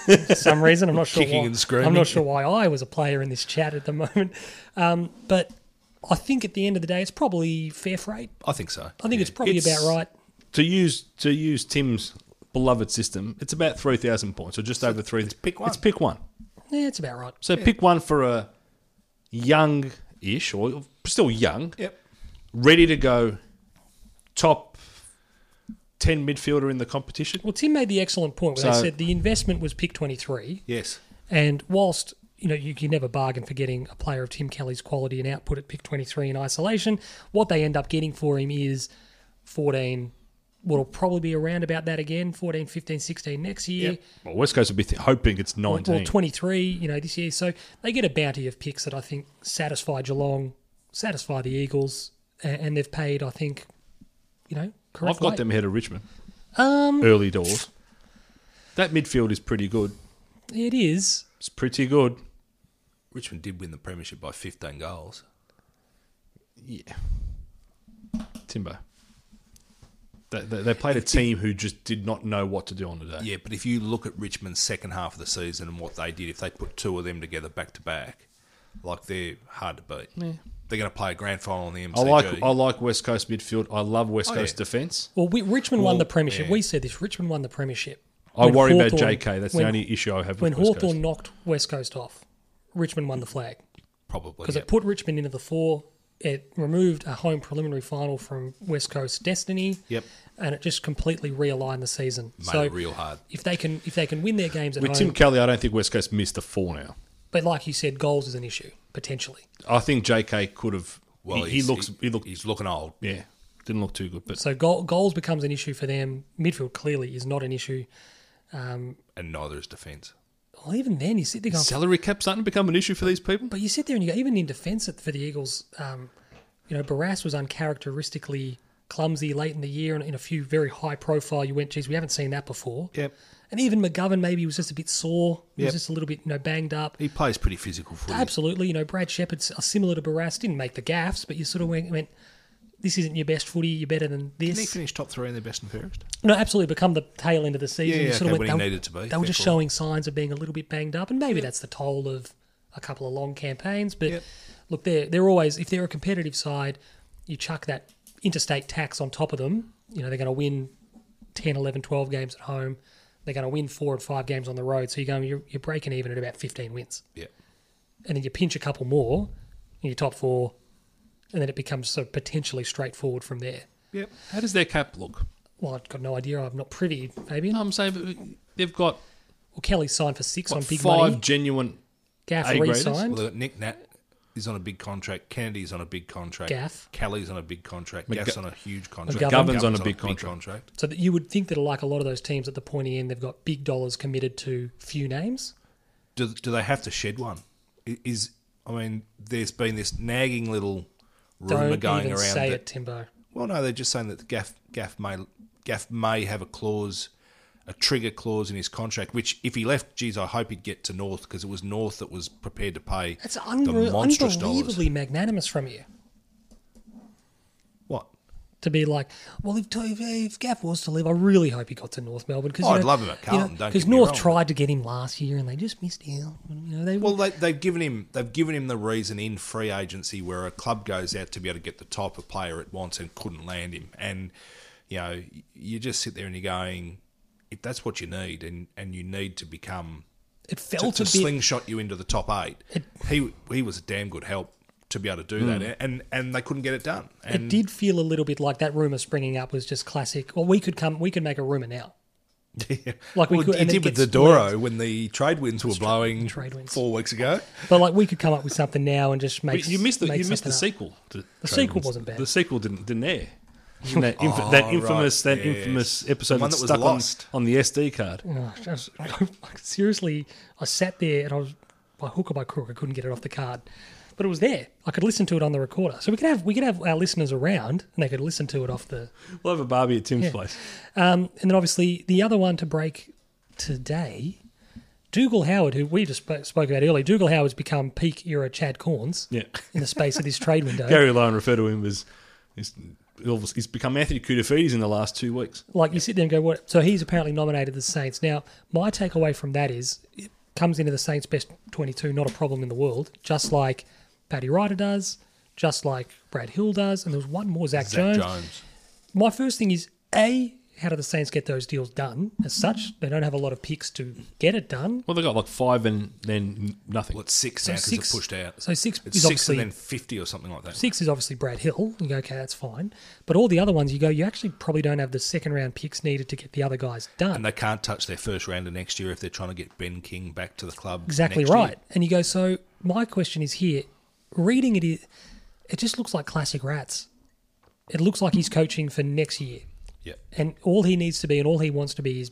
S2: for some reason. I'm not sure
S3: Kicking
S2: why.
S3: and screaming.
S2: I'm not sure why I was a player in this chat at the moment. Um, but I think at the end of the day, it's probably fair freight.
S3: I think so.
S2: I think it's probably
S1: It's-
S2: about right.
S1: to use to use Tim's beloved system, it's about three thousand points, or just over three. It's
S3: pick one.
S1: It's pick one.
S2: Yeah, it's about right.
S1: So pick one for a young-ish or still young,
S3: Yep.
S1: ready to go, top ten midfielder in the competition.
S2: Well, Tim made the excellent point where
S1: So-
S2: they said the investment was pick 23.
S3: Yes.
S2: And whilst you know you can never bargain for getting a player of Tim Kelly's quality and output at pick 23 in isolation, what they end up getting for him is 14. What'll probably be around about that again, 14, 15, 16 next year,
S1: Well, West Coast would be th- hoping it's
S2: or, or
S1: nineteen.
S2: 23, you know, this year. So they get a bounty of picks that I think satisfy Geelong, satisfy the Eagles, a- and they've paid, I think, you know, correct.
S1: I've got
S2: weight.
S1: them ahead of Richmond
S2: Um,
S1: early doors. That midfield is pretty good.
S2: it is.
S1: It's pretty good.
S3: Richmond did win the premiership by 15 goals.
S1: Yeah. Timbo. They, they, they played a team who just did not know what to do on the day.
S3: Yeah, but if you look at Richmond's second half of the season and what they did, if they put two of them together back to back, like they're hard to beat. They're going to play a grand final on the MCG.
S1: I like I like West Coast midfield. I love West
S3: Oh,
S1: Coast
S3: yeah.
S1: defence.
S2: Well, we, Richmond won
S3: Well,
S2: the premiership.
S3: yeah.
S2: We said this. Richmond won the premiership.
S1: I
S2: When
S1: worry about
S2: Hawthorn-
S1: JK. That's
S2: when-
S1: the only issue I have
S2: when
S1: with West
S2: Hawthorn
S1: Coast.
S2: knocked West Coast off, Richmond won the flag
S3: probably.
S2: because
S3: yeah.
S2: it put Richmond into the four it removed a home preliminary final from West Coast Destiny.
S3: Yep.
S2: And it just completely realigned the season.
S3: Made
S2: so
S3: it real hard.
S2: if they can if they can win their games at
S1: With
S2: home,
S1: Tim Kelly, I don't think West Coast missed a four now.
S2: but like you said, goals is an issue potentially.
S1: I think JK could have. Well, he,
S3: he's-
S1: looks. He, looked.
S3: He's looking old.
S1: yeah, didn't look too good. But
S2: So goal, goals becomes an issue for them. Midfield clearly is not an issue.
S3: and neither is defence.
S2: Well, even then, you sit there going,
S1: salary cap starting to become an issue for these people.
S2: but you sit there and you go, even in defence at- for the Eagles, um, you know, Barras was uncharacteristically clumsy late in the year and in a few very high profile. You went, geez, we haven't seen that before.
S3: Yep.
S2: And even McGovern maybe was just a bit sore. He
S3: Yep.
S2: was just a little bit, you know, banged up.
S3: He plays pretty physical footy.
S2: Absolutely. You know, Brad Shepard's are similar to Barras. Didn't make the gaffes, but you sort of went, went this isn't your best footy. You're better than
S3: Didn't he
S2: this.
S3: finish top three in the best and fairest?
S2: No, absolutely. Become the tail end of the season.
S3: Yeah,
S2: you
S3: yeah,
S2: sort of
S3: okay,
S2: went,
S3: when he
S2: they-
S3: needed to be.
S2: They were
S3: Fair
S2: just
S3: call.
S2: showing signs of being a little bit banged up, and maybe that's the toll of a couple of long campaigns. But
S3: Yep.
S2: look, they're they're always if they're a competitive side, you chuck that interstate tax on top of them. You know they're going to win 10, 11, 12 games at home. They're going to win four and five games on the road. So you're going you're, you're breaking even at about fifteen wins,
S3: Yeah.
S2: and then you pinch a couple more, and you're top four, and then it becomes so potentially straightforward from there.
S3: Yep.
S1: How does their cap look?
S2: Well, I've got no idea. I'm not privy, Fabian.
S1: No, I'm saying but they've got
S2: Well, Kelly signed for six on
S1: what,
S2: big
S1: five
S2: money.
S1: genuine.
S2: Gaff
S1: A-graders?
S2: re-signed.
S3: Well, they've got Nick Nat is on a big contract. Kennedy's on a big contract.
S2: Gaff.
S3: Kelly's on a big contract.
S1: McGo-
S3: Gaff's on a huge contract.
S2: McGovern's on a
S1: big contract.
S2: so that you would think that like a lot of those teams at the pointy end, they've got big dollars committed to few names.
S3: Do, do they have to shed one? I- Is I mean, there's been this nagging little rumor
S2: Don't
S3: going
S2: even
S3: around
S2: say
S3: that
S2: it, Timbo.
S3: Well, no, they're just saying that Gaff Gaff may Gaff may have a clause, a trigger clause in his contract. Which, if he left, geez, I hope he'd get to North because it was North that was prepared to pay
S2: That's
S3: the
S2: unre-
S3: monstrous dollars.
S2: unbelievably magnanimous from you
S3: What?
S2: to be like, well, if, if, if Gaff was to leave, I really hope he got to North Melbourne because
S3: Oh, I'd love him at Carlton, don't
S2: Because
S3: get me
S2: North
S3: wrong.
S2: tried to get him last year and they just missed out. You know, they
S3: Well, they, they've given him they've given him the reason in free agency where a club goes out to be able to get the type of player it wants and couldn't land him, and you know you just sit there and you're going, if that's what you need, and and you need to become
S2: it
S3: to,
S2: felt
S3: to
S2: a bit.
S3: slingshot you into the top eight. he he was a damn good help to be able to do that, and and they couldn't get it done.
S2: Mm. it
S3: And
S2: did feel a little bit like that rumor springing up was just classic. Well, we could come, we could make a rumor now. Like we
S3: Well,
S2: could,
S3: he
S2: and it
S3: did with
S2: gets
S3: Dodoro when the trade winds were blowing
S2: trade winds.
S3: four weeks ago.
S2: But like we could come up with something now and just make
S1: But you missed the
S2: make
S1: you missed the
S2: something up.
S1: sequel. To
S2: The
S1: Trade
S2: sequel
S1: Winds.
S2: wasn't bad.
S1: The sequel didn't didn't air. that, inf- that
S3: right.
S1: infamous that
S3: Yes.
S1: infamous
S3: The
S1: episode
S3: one
S1: that's
S3: that was
S1: stuck
S3: lost.
S1: on on the SD card.
S2: Oh, I was- like, seriously, I sat there and I was by hook or by crook, I couldn't get it off the card, but it was there. I could listen to it on the recorder, so we could have we could have our listeners around and they could listen to it off the.
S1: We'll have a barbie at Tim's place.
S2: Um, and then obviously the other one to break today, Dougal Howard, who we just spoke, spoke about earlier. Dougal Howard's become peak era Chad Corns
S1: Yeah,
S2: in the space of this trade window.
S1: Gary Lyon referred to him as he's, he's become Anthony Koutafidis in the last two weeks.
S2: like you sit there and go, "What?" So he's apparently nominated the Saints. Now, my takeaway from that is, it comes into the Saints' best twenty-two, not a problem in the world, just like Paddy Ryder does, just like Brad Hill does, and there was one more, Zach,
S3: Zach
S2: Jones.
S3: Jones.
S2: My first thing is, a, how do the Saints get those deals done? As such, they don't have a lot of picks to get it done.
S1: Well, they got like five and then nothing.
S3: Well, it's six now because it
S2: six-
S3: pushed out.
S2: so six
S3: it's
S2: is
S3: six
S2: obviously-
S3: and then 50 or something like that.
S2: Six is obviously Brad Hill. You go, okay, that's fine. But all the other ones, you go, you actually probably don't have the second round picks needed to get the other guys done.
S3: And they can't touch their first rounder next year if they're trying to get Ben King back to the club.
S2: Exactly
S3: next year.
S2: right. And you go, so my question is here, reading it, i- it just looks like classic rats. It looks like he's coaching for next year.
S3: Yeah.
S2: And all he needs to be and all he wants to be is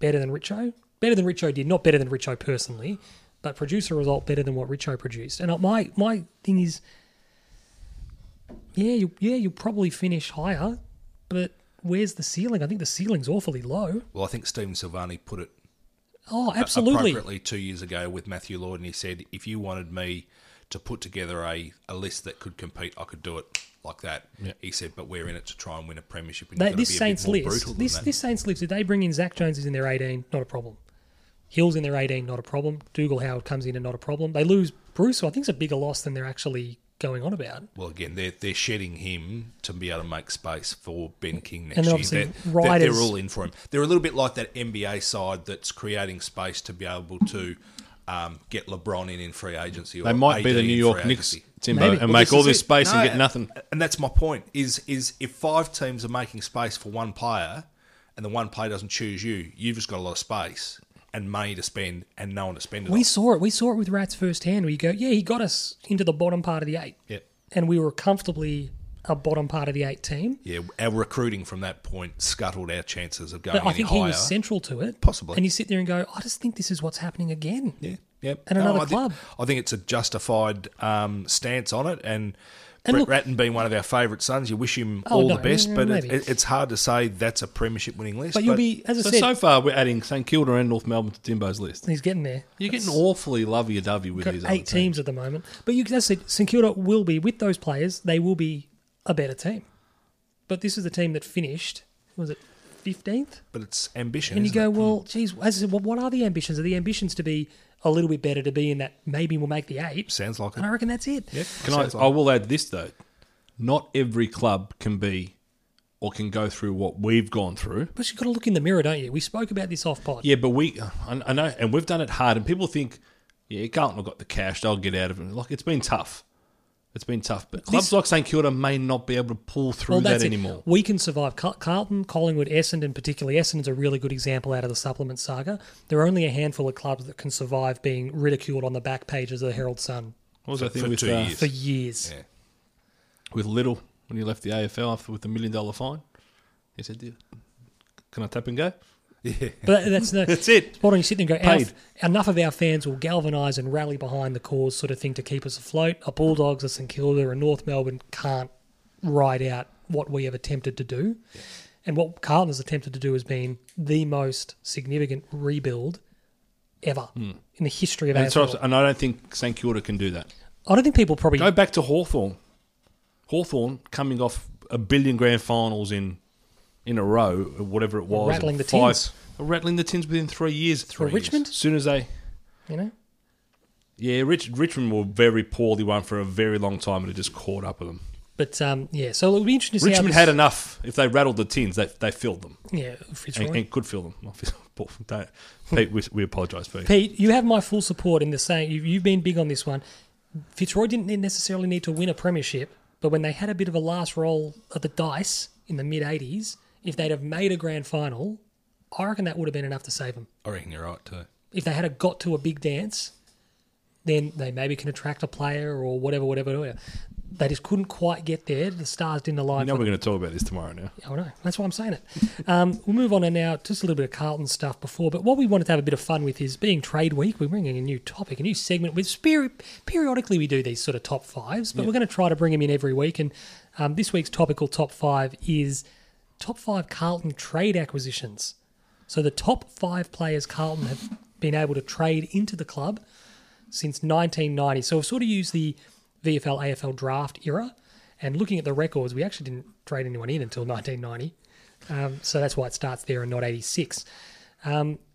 S2: better than Richo. Better than Richo did, not better than Richo personally, but produce a result better than what Richo produced. And my my thing is, yeah, you, yeah, you'll probably finish higher, but where's the ceiling? I think the ceiling's awfully low.
S3: Well, I think Stephen Silvani put it
S2: Oh, absolutely.
S3: appropriately two years ago with Matthew Lloyd, and he said, "If you wanted me to put together a, a list that could compete, I could do it like that." He said, "But we're in it to try and win a premiership." And
S2: They,
S3: you've got to
S2: this
S3: be a
S2: Saints
S3: bit more brutal
S2: list,
S3: than
S2: this
S3: that."
S2: this Saints list, if they bring in Zach Jones is in their eighteen, not a problem. Hill's in their eighteen, not a problem. Dougal Howard comes in and not a problem. They lose Bruce, who I think is a bigger loss than they're actually going on about.
S3: Well, again, they're they're shedding him to be able to make space for Ben King next
S2: And then
S3: year.
S2: obviously
S3: They're, they're- they're
S2: Riders-
S3: all in for him. They're a little bit like that NBA side that's creating space to be able to um, get LeBron in in free agency. Or
S1: They might be
S3: AD
S1: the
S3: in
S1: New
S3: free
S1: York Knicks,
S3: agency.
S1: Timbo,
S2: Maybe.
S1: and
S2: Well,
S1: make
S2: this
S1: all
S2: is
S1: this
S2: it.
S1: space
S3: No,
S1: and get nothing.
S3: And that's my point. Is is if five teams are making space for one player, and the one player doesn't choose you, you've just got a lot of space and money to spend, and no one to spend it.
S2: We
S3: on.
S2: saw it. We saw it with Rats firsthand. Where you go, yeah, he got us into the bottom part of the eight,
S3: Yep.
S2: and we were comfortably a bottom part of the eight team.
S3: Yeah, our recruiting from that point scuttled our chances of going
S2: But I
S3: any
S2: think
S3: higher.
S2: he was central to it,
S3: Possibly.
S2: And you sit there and go, I just think this is what's happening again.
S3: yeah, yep.
S2: And another
S3: I thi-
S2: club.
S3: I think it's a justified um, stance on it, and.
S2: And
S3: Brett
S2: look-
S3: Ratton being one of our favourite sons, you wish him
S2: Oh,
S3: all
S2: no,
S3: the best,
S2: yeah,
S3: but it,
S2: maybe.
S3: it, it's hard to say that's a premiership winning list.
S2: But you'll be, as I
S1: So,
S2: said,
S1: so far, we're adding St Kilda and North Melbourne to Timbo's list.
S2: he's getting there.
S1: You're getting awfully lovey dovey with
S2: Got
S1: these
S2: eight teams at the moment, but you as I said, St Kilda will be with those players. They will be a better team. But this is the team that finished. Was it fifteenth?
S3: but it's ambition.
S2: And you
S3: isn't
S2: go,
S3: it?
S2: well, geez, as I said, well, what are the ambitions? Are the ambitions to be a little bit better, to be in that maybe we'll make the eight?
S3: sounds like it.
S2: And I reckon that's it.
S3: Yep,
S1: Can I?
S3: sounds like
S1: I
S3: it.
S1: will add this though. Not every club can be, or can go through what we've gone through.
S2: But you've got to look in the mirror, don't you? We spoke about this off pod.
S1: Yeah, but we, I, I know, and we've done it hard. And people think, yeah, Carlton have got the cash; they'll get out of it. Like it's been tough. It's been tough, but clubs like St Kilda may not be able to pull through that
S2: it.
S1: anymore.
S2: We can survive. Car- Carlton, Collingwood, Essendon, particularly Essendon's a really good example out of the supplement saga. There are only a handful of clubs that can survive being ridiculed on the back pages of the Herald Sun
S1: What was that thing
S3: for
S1: with
S3: two
S1: uh,
S3: years.
S2: for years.
S3: Yeah.
S1: with Little when he left the AFL after with the million dollar fine? He said, "Yeah, "Can I tap and go?"
S2: But that- that's the,
S1: That's it.
S2: Spot on. You sit there and go, our,
S1: Paid.
S2: enough of our fans will galvanise and rally behind the cause, sort of thing, to keep us afloat. A Bulldogs, a St Kilda, a North Melbourne can't ride out what we have attempted to do. And what Carlton has attempted to do has been the most significant rebuild ever in the history of
S1: Hmm. And, so,
S2: AFL.
S1: and I don't think St Kilda can do that.
S2: I don't think people probably.
S1: Go back to Hawthorn. Hawthorn coming off a billion grand finals in in a row, or whatever it was.
S2: Rattling
S1: and
S2: the tins.
S1: Rattling the tins within three years. Three
S2: Richmond?
S1: As soon as they.
S2: you know,
S1: Yeah, Rich, Richmond were very poorly one for a very long time and it just caught up with them.
S2: but um, yeah. So it'll be interesting. To see
S1: Richmond
S2: how
S1: had
S2: this,
S1: enough. If they rattled the tins, they, they filled them
S2: yeah.
S1: and,
S2: Fitzroy.
S1: and could fill them. Poor- don't- Pete, we, we apologise, Pete.
S2: Pete, you have my full support in the saying you- you've been big on this one. Fitzroy didn't need- necessarily need to win a premiership, but when they had a bit of a last roll of the dice in the mid 80s, if they'd have made a grand final, I reckon that would have been enough to save them.
S3: I reckon you're right too.
S2: If they had a got to a big dance, then they maybe can attract a player or whatever, whatever. whatever. They just couldn't quite get there. The stars didn't align.
S1: You know
S2: for
S1: we're going to talk about this tomorrow now.
S2: I know. That's why I'm saying it. Um, we'll move on to now just a little bit of Carlton stuff before. But what we wanted to have a bit of fun with is being trade week. We're bringing a new topic, a new segment. With speri- periodically we do these sort of top fives, but we're going to try to bring them in every week. And um, this week's topical top five is top five Carlton trade acquisitions. So the top five players Carlton have been able to trade into the club since 1990. So we've sort of used the VFL AFL draft era, and looking at the records, we actually didn't trade anyone in until 1990. Um, so that's why it starts there and not 86.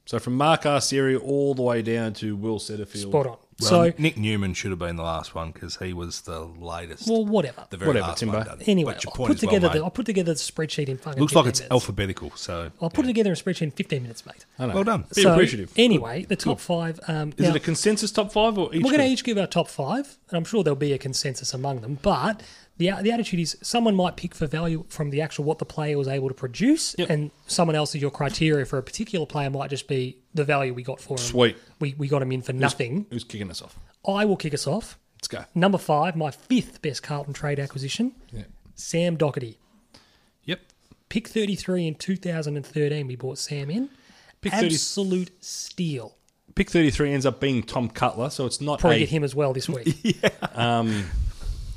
S1: So from Mark Arceri all the way down to Will Setterfield.
S2: Spot on.
S3: Well, um,
S2: so,
S3: Nick Newman should have been the last one because he was the latest.
S2: well, whatever.
S3: the very
S1: whatever,
S3: last
S1: Timbo.
S3: one done.
S2: Anyway,
S3: but your
S2: I'll
S3: point
S2: put
S3: is well
S2: together
S3: made.
S2: the, I'll put together the spreadsheet in fucking
S3: Looks like
S2: 15
S3: it's
S2: minutes.
S3: alphabetical, so
S2: I'll put together a spreadsheet in 15 minutes, mate.
S1: I know.
S3: well done.
S1: Be
S2: so,
S1: appreciative.
S2: Anyway, the top five. Um,
S1: Is
S2: now-
S1: it a consensus top five or each?
S2: We're going
S1: group?
S2: to each give our top five, and I'm sure there'll be a consensus among them. But the the attitude is someone might pick for value from the actual what the player was able to produce,
S1: Yep.
S2: and someone else's your criteria for a particular player might just be the value we got for him.
S1: Sweet.
S2: we we got him in for nothing. Hmm.
S1: Who's kicking us off?
S2: I will kick us off.
S1: Let's go.
S2: Number five, my fifth best Carlton trade acquisition, Sam Doherty.
S1: Yep.
S2: Pick 33 in 2013, we bought Sam in.
S1: Pick 30
S2: Absolute steal.
S1: Pick 33 ends up being Tom Cutler, so it's not
S2: Probably
S1: a,
S2: get him as well this week.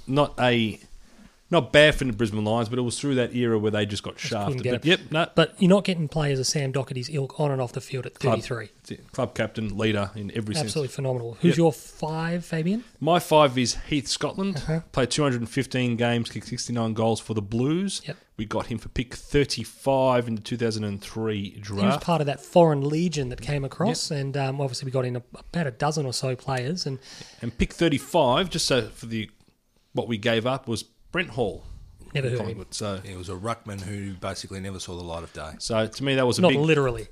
S1: not a not bad for the Brisbane Lions, but it was through that era where they just got shafted.
S2: couldn't get
S1: But
S2: it.
S1: yep, no.
S2: But you're not getting players of Sam Doherty's ilk on and off the field at 33.
S1: That's it. Club captain, leader in every
S2: Absolutely
S1: sense.
S2: phenomenal. Who's
S1: Yep.
S2: your five, Fabian?
S1: My five is Heath Scotland.
S2: Uh-huh.
S1: Played 215 games, kicked 69 goals for the Blues.
S2: Yep.
S1: We got him for pick 35 in the 2003
S2: He was
S1: draft.
S2: part of that foreign legion that came across, and um, obviously we got in a, about a dozen or so players. And
S1: and pick 35, just so for the what we gave up, was Brent Hall.
S2: Never heard of him.
S1: Collingwood. So,
S3: it was a ruckman who basically never saw the light of day.
S1: so to me, that was a
S2: not
S1: big
S2: literally,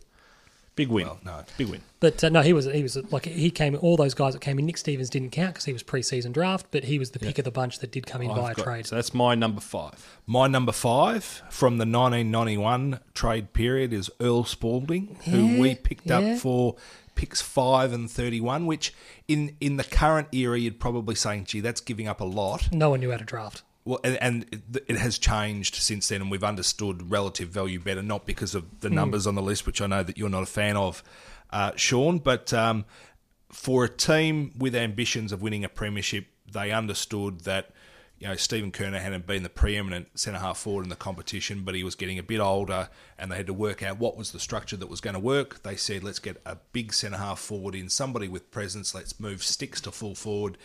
S1: Big win.
S3: Well, no.
S1: Big win.
S2: But uh, no, he was he was like he came. All those guys that came in, Nick Stevens didn't count because he was pre-season draft, but he was the pick of the bunch that did come in via
S1: Oh, I've got- uh,
S2: trade.
S1: So that's my number five.
S3: My number five from the 1991 trade period is Earl Spaulding, who we picked
S2: yeah.
S3: up for picks five and 31, which in, in the current era, you'd probably saying, gee, that's giving up a lot.
S2: No one knew how to draft.
S3: Well, and, and it- it has changed since then, and we've understood relative value better, not because of the numbers on the list, which I know that you're not a fan of, uh, Sean, but um, for a team with ambitions of winning a premiership, they understood that. You know, Stephen Kernahan had been the preeminent centre half forward in the competition, but he was getting a bit older, and they had to work out what was the structure that was going to work. They said, "Let's get a big centre half forward in, somebody with presence. Let's move sticks to full forward."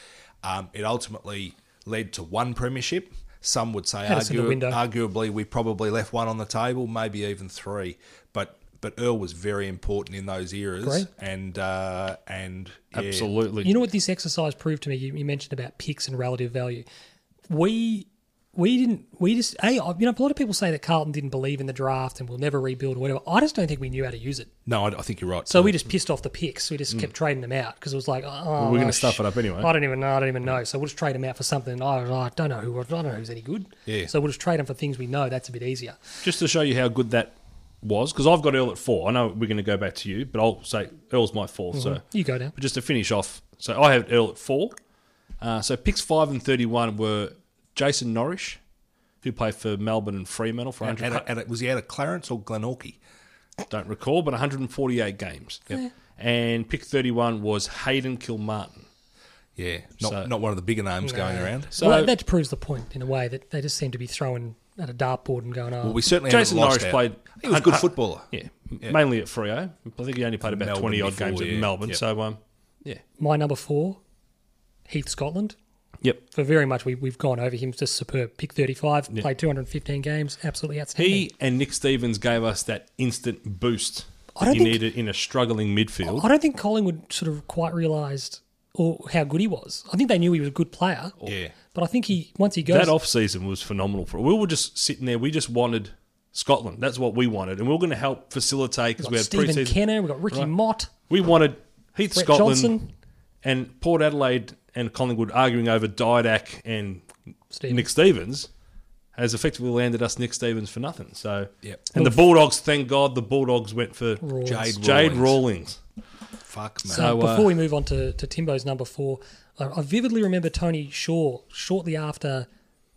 S3: Um, it ultimately led to one premiership. Some would say
S2: Had us in the
S3: argu-
S2: window.
S3: arguably we probably left one on the table, maybe even three. But but Earl was very important in those eras,
S2: Great.
S3: and uh, and yeah.
S1: Absolutely.
S2: You know what this exercise proved to me? You, you mentioned about picks and relative value. We we didn't we just a you know a lot of people say that Carlton didn't believe in the draft and will never rebuild or whatever. I just don't think we knew how to use it.
S3: No, I, I think you're right.
S2: So we just pissed off the picks. We just kept trading them out because it was like, oh,
S1: Mm. we're gonna
S2: oh,
S1: stuff
S2: sh-
S1: it up anyway.
S2: I don't even know. I don't even know. So we'll just trade them out for something. I, I don't know who. I don't know who's any good.
S3: Yeah.
S2: So we'll just trade them for things we know. That's a bit easier.
S1: Just to show you how good that was, because I've got Earl at four. I know we're going to go back to you, but I'll say Earl's my 4th So
S3: Mm-hmm.
S2: You go down.
S1: But just to finish off, so I have Earl at four. Uh, so picks five and thirty-one were Jason Norrish, who played for Melbourne and Fremantle for
S3: And
S1: 100.
S3: out of- out of- was he out of Clarence or Glenorchy?
S1: don't recall, but 148 games. And pick 31 was Hayden Kilmartin.
S3: Yeah, not
S1: So-
S3: not one of the bigger names going around.
S1: So
S2: well, that, that proves the point in a way that they just seem to be throwing at a dartboard and going, oh,
S3: Well, we certainly
S1: Jason
S3: haven't lost
S1: Norris
S3: out.
S1: played.
S3: He was a good footballer.
S1: Yeah, mainly at Frio. I think he only played about
S3: Melbourne
S1: 20 odd
S3: before,
S1: games
S3: yeah.
S1: at Melbourne.
S3: Yep.
S1: So, um, yeah.
S2: my number four, Heath Scotland.
S1: Yep.
S2: For very much, we, we've gone over him. Just superb. Pick 35, played 215 games. Absolutely outstanding.
S1: He and Nick Stevens gave us that instant boost
S2: I don't
S1: you
S2: think-
S1: needed in a struggling midfield.
S2: I don't think Collingwood sort of quite realised or how good he was. I think they knew he was a good player.
S3: Yeah.
S2: But I think he once he goes
S1: That off season was phenomenal for. We were just sitting there. We just wanted Scotland. That's what we wanted, and we were going to help facilitate because we
S2: got
S1: had
S2: Stephen
S1: preseason.
S2: Kenner, we got Ricky Mott,
S1: We wanted Heath
S2: Brett
S1: Scotland
S2: Johnson.
S1: and Port Adelaide and Collingwood arguing over Didak and
S2: Stephen.
S1: Nick Stevens has effectively landed us Nick Stevens for nothing. So
S3: Yep.
S1: and the Bulldogs, thank God, the Bulldogs went for
S2: Rawlings.
S3: Jade
S1: Jade
S3: Rawlings.
S1: Rawlings.
S3: Fuck man.
S2: So before we move on to, to Timbo's number four, I, I vividly remember Tony Shaw shortly after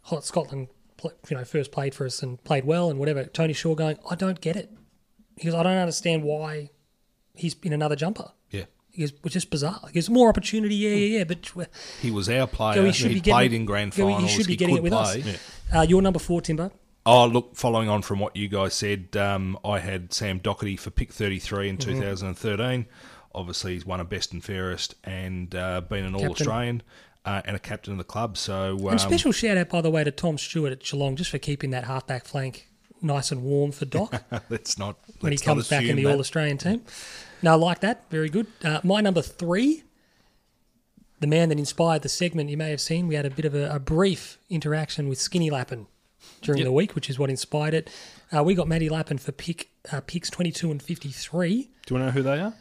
S2: Hot Scotland, pl- you know, first played for us and played well and whatever. Tony Shaw going, I don't get it. He goes, I don't understand why he's in another jumper.
S3: yeah,
S2: He goes, which is bizarre. He goes, more opportunity, yeah, yeah, yeah, but we-
S3: he was our player.
S2: go, he
S3: Hmm. Oh, he
S2: should be getting
S3: played in grand
S2: go,
S3: finals.
S2: He should be getting
S3: could
S2: it with
S3: play.
S2: us. Uh, your number four, Timbo.
S3: Oh, look, following on from what you guys said, um, I had Sam Doherty for pick 33 in
S2: Mm-hmm.
S3: 2013. Obviously, he's won a best and fairest and uh, been an All Australian uh, and a captain of the club. So, um,
S2: And special shout out, by the way, to Tom Stewart at Geelong just for keeping that halfback flank nice and warm for Doc.
S3: let's not. Let's
S2: when he
S3: not
S2: comes back in
S3: assume
S2: the
S3: that.
S2: All Australian team. No, I like that. Very good. Uh, my number three, the man that inspired the segment you may have seen, we had a bit of a, a brief interaction with Skinny Lappin during the week, which is what inspired it. Uh, we got Matty Lappin for pick uh, picks 22 and 53.
S1: Do you know who they are?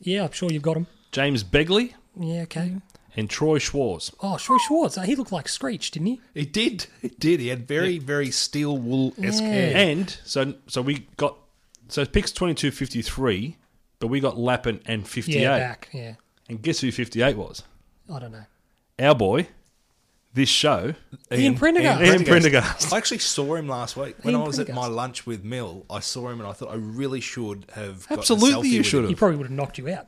S2: Yeah, I'm sure you've got him.
S1: James Begley
S2: Yeah, okay.
S1: and Troy Schwartz.
S2: Oh, Troy Schwartz. Uh, he looked like Screech, didn't he?
S3: He did. He did. He had very, very steel wool esque hair.
S1: And so so we got so picks twenty two fifty three, but we got Lappin and fifty eight.
S2: Yeah, back. Yeah.
S1: And guess who fifty eight was?
S2: I don't know.
S1: Our boy, this show.
S2: Ian, Prendergast.
S1: Ian Prendergast.
S3: I actually saw him last week when
S2: Ian
S3: I was at
S2: Prendergast.
S3: my lunch with Mill. I saw him and I thought I really should have. gotten a
S1: Absolutely
S3: selfie
S1: you
S3: with
S1: should
S3: him.
S2: He
S1: have.
S2: probably would have knocked you out.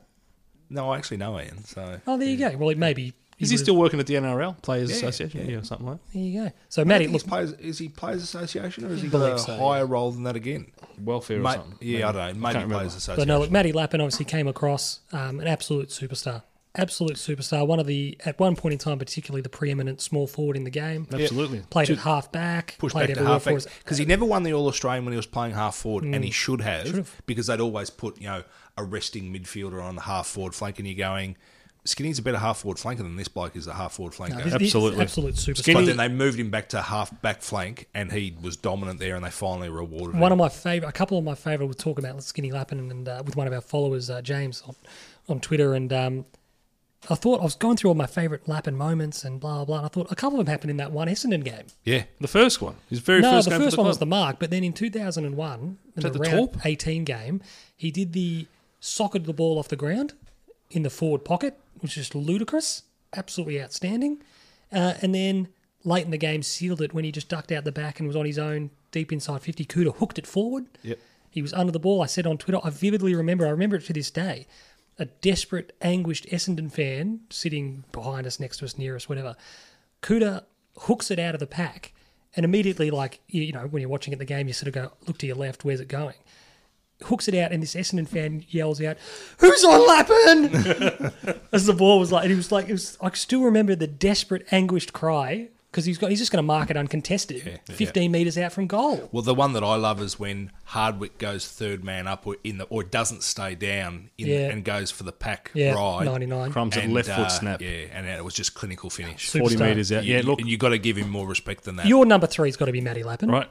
S3: No, I actually know Ian. So
S2: Oh, there you go. Well, it may be.
S1: Is he still working at the NRL Players
S3: Yeah,
S1: Association? Yeah. or something like that.
S2: There you go. So, Matty,
S3: He's
S2: look,
S3: players, is he Players Association or has he
S2: believe
S3: got a
S2: so, yeah.
S3: higher role than that again?
S1: Welfare or
S3: Ma-
S1: something.
S3: yeah, I don't know. Maybe
S1: can't remember.
S3: Players
S2: But
S3: Association.
S2: no, look, Matty Lappin obviously came across um, an absolute superstar. Absolute superstar. One of the, at one point in time, particularly the preeminent small forward in the game.
S1: Absolutely.
S2: Played at half back.
S3: Push
S2: played
S3: back to
S2: everywhere
S3: half
S2: for us.
S3: because he never won the All Australian when he was playing half forward, and he
S2: Hmm.
S3: should have, because they'd always put you know a resting midfielder on the half forward flank, and you're going, Skinny's a better half forward flanker than this bloke is a half forward
S2: No,
S3: flanker.
S2: this- this is
S1: Absolutely.
S2: absolute super.
S1: Skinny-
S3: but then they moved him back to half back flank, and he was dominant there, and they finally rewarded
S2: One
S3: him.
S2: of my favorite, a couple of my favorite, we'll talk about Skinny Lappin and uh, with one of our followers, uh, James, on, on Twitter. And um, I thought I was going through all my favorite Lappin moments and blah, blah, blah. And I thought a couple of them happened in that one Essendon game.
S3: yeah,
S1: The first one. His very
S2: no,
S1: first
S2: the
S1: game for
S2: first one was the
S1: club.
S2: mark, but then in 2001, in the,
S1: that the
S2: round
S1: Torp?
S2: 18 game, he did the socketed the ball off the ground in the forward pocket, which is ludicrous, absolutely outstanding. Uh, and then late in the game, sealed it when he just ducked out the back and was on his own deep inside 50. Kuda hooked it forward.
S3: Yep.
S2: He was under the ball. I said on Twitter, I vividly remember, I remember it to this day. A desperate, anguished Essendon fan sitting behind us, next to us, near us, whatever. Kuda hooks it out of the pack, and immediately, like, you, you know, when you're watching at the game, you sort of go, look to your left, where's it going? Hooks it out, and this Essendon fan yells out, Who's on Lappin? As the ball was like, and he was like, it was, I still remember the desperate, anguished cry because he's got, he's just going to mark it uncontested,
S3: yeah.
S2: 15 metres out from goal.
S3: Well, the one that I love is when Hardwick goes third man up or in the or doesn't stay down in
S2: Yeah.
S3: and goes for the pack
S2: Yeah,
S3: ride.
S2: 99.
S1: Crumbs at
S3: And,
S1: left
S3: uh,
S1: foot snap.
S3: Yeah, and it was just clinical finish.
S2: Super-
S1: 40
S2: Superstar.
S1: metres out. Yeah,
S3: You-
S1: look.
S3: you got to give him more respect than that.
S2: Your number three's got to be Matty Lappin.
S1: Right.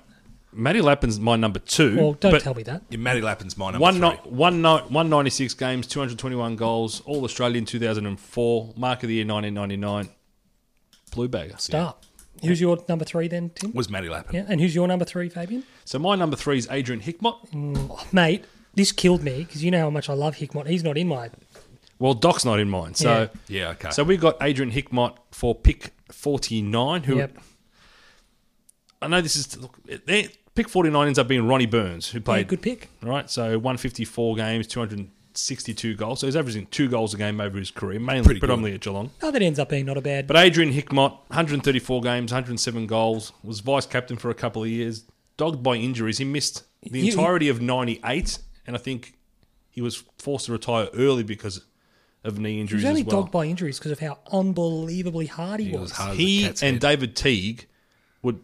S1: Matty Lappin's my number two.
S2: Well, don't
S1: but
S2: tell me that.
S3: Yeah, Matty Lappin's my number
S1: One,
S3: three.
S1: ni- one ni- 196 games, 221 goals, All Australian 2004, Mark of the Year 1999. Blue bagger.
S2: Start. Who's your number three then, Tim?
S3: was Matty Lappin.
S2: Yeah, and who's your number three, Fabian?
S1: So my number three is Adrian Hickmott.
S2: Oh, mate, this killed me because you know how much I love Hickmont. He's not in my.
S1: Well, Doc's not in mine. So
S2: Yeah.
S3: Yeah, okay.
S1: so we got Adrian Hickmott for pick 49, who
S2: Yep.
S1: I know this is look, eh, pick 49 ends up being Ronnie Burns, who
S2: Yeah,
S1: played
S2: good pick.
S1: right? So 154 games, 262 goals. So he's averaging two goals a game over his career, mainly
S3: Pretty good.
S1: predominantly at Geelong.
S2: No, that ends up being not a bad.
S1: But Adrian Hickmott, 134 games, 107 goals, was vice captain for a couple of years. Dogged by injuries, he missed the
S2: You-
S1: entirety of 98, and I think he was forced to retire early because of knee
S2: he
S1: injuries
S2: was only
S1: as well.
S2: dogged by injuries because of how unbelievably hard he,
S3: It
S2: was.
S3: was hard as a
S1: he and
S3: cat's head.
S1: David Teague would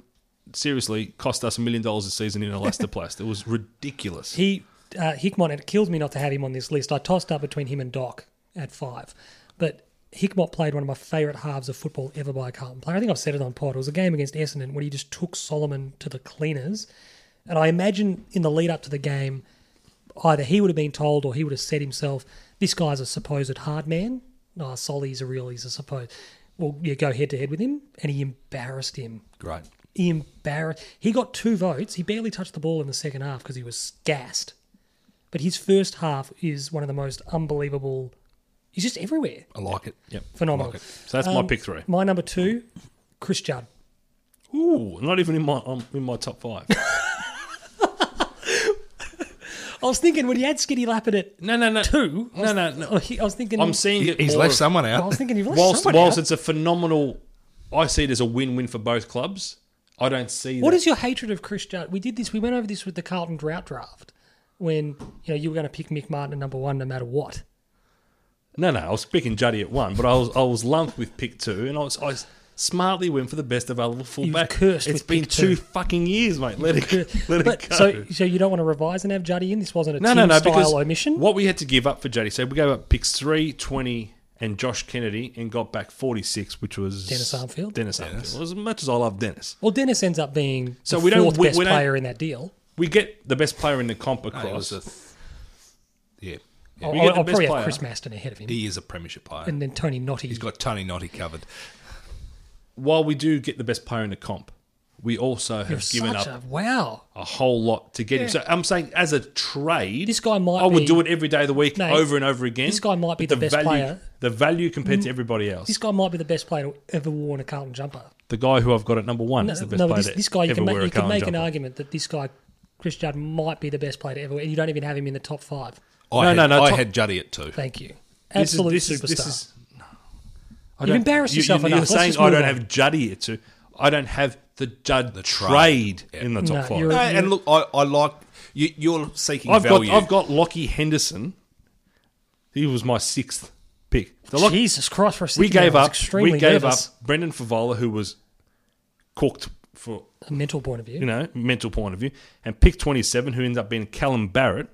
S1: seriously cost us a million dollars a season in elastoplast. it was ridiculous.
S2: He uh, Hickmont, and it kills me not to have him on this list. I tossed up between him and Doc at five, but Hickmont played one of my favourite halves of football ever by a Carlton player. I think I've said it on pod. It was a game against Essendon when he just took Solomon to the cleaners, and I imagine in the lead up to the game, either he would have been told or he would have said himself, "This guy's a supposed hard man. No, Solly's a real. He's a supposed." Well, yeah, go head to head with him, and he embarrassed him
S3: Great.
S2: embarrassed. He got two votes. He barely touched the ball in the second half because he was gassed. But his first half is one of the most unbelievable. He's just everywhere.
S3: I like it.
S1: Yep.
S2: Phenomenal. Um,
S3: Like it.
S1: So that's my pick three.
S2: My number two, Chris Judd.
S1: Ooh, not even in my um, in my top five.
S2: I was thinking when you had Skinny Lappin at
S1: No, no, no.
S2: two. I
S1: No,
S2: was- oh,
S1: no, no.
S2: I was thinking.
S1: I'm seeing
S3: He-
S1: it.
S3: He's
S1: more
S3: left
S1: of-
S3: someone
S2: I was
S3: out.
S2: thinking you've lost
S1: Whilst
S2: someone
S1: whilst
S2: out.
S1: it's a phenomenal, I see it as a win-win for both clubs. I don't see
S2: What
S1: that.
S2: is your hatred of Chris Judd? We did this. We went over this with the Carlton drought draft when you know you were going to pick Mick Martin at number one no matter what.
S1: no, no. I was picking Juddy at one, but I was I was lumped with pick two, and I was I smartly went for the best available fullback.
S2: cursed
S1: It's
S2: with
S1: been
S2: pick
S1: two
S2: two.
S1: fucking years, mate. Let it let
S2: but
S1: it go.
S2: so so you don't want to revise and have Juddy in. This wasn't a
S1: no,
S2: team
S1: no, no. Because
S2: style omission.
S1: what we had to give up for Juddy, so we gave up picks three, twenty, and Josh Kennedy, and got back forty-six, which was
S2: Dennis Armfield.
S1: Dennis Armfield. As much as I love Dennis,
S2: Well, Dennis ends up being
S1: So
S2: the
S1: we don't-
S2: fourth
S1: we-
S2: best
S1: we don't-
S2: player in that deal.
S1: we get the best player in the comp
S3: No, he
S1: across.
S3: was a th- yeah. yeah.
S2: I'll,
S1: we get the
S2: I'll
S1: best
S2: probably
S1: player.
S2: have Chris Maston ahead of him,
S3: He is a premiership player.
S2: and then Tony Notty.
S3: He's got Tony Notty covered.
S1: While we do get the best player in the comp, we also have
S2: You're
S1: given
S2: such
S1: up
S2: a wow.
S1: a whole lot to get him. So I'm saying, as a trade,
S2: This guy might
S1: I would
S2: be-
S1: do it every day of the week,
S2: No,
S1: over and over again.
S2: this guy might be
S1: But
S2: the best
S1: value,
S2: player. Mm.
S1: The value compared to everybody else.
S2: This guy might be the best player to ever worn a Carlton jumper.
S1: the guy who I've got at number one is the best
S2: no,
S1: player.
S2: this,
S1: that
S2: this guy you
S1: ever
S2: can make,
S1: wore a
S2: you can
S1: Carlton
S2: make an
S1: jumper.
S2: argument that this guy, Chris Judd, might be the best player to ever wear, and you don't even have him in the top five.
S3: I
S1: No,
S3: had,
S1: no, no,
S3: I
S1: top-
S3: had Juddy at two.
S2: Thank you,
S1: This is-
S2: absolute
S1: this is-
S2: superstar.
S1: this is- I
S2: You've
S1: don't-
S2: embarrassed
S1: you-
S2: yourself
S1: you,
S2: enough.
S1: You're
S2: Let's
S1: saying
S2: just
S1: I
S2: move
S1: don't
S2: on.
S1: have Juddy at two. I don't have the Judd trade,
S3: trade.
S1: in the top
S2: No,
S1: 5
S2: you're
S3: No, and look, I, I like you, you're seeking
S1: I've
S3: value.
S1: got I've got Lockie Henderson. He was my sixth pick. The Lockie,
S2: Jesus Christ! For a second,
S1: we gave
S2: I was
S1: up.
S2: Extremely
S1: We gave
S2: nervous,
S1: up Brendan Favola, who was cooked for
S2: A mental point of view.
S1: you know mental point of view, and pick twenty seven, who ended up being Callum Barrett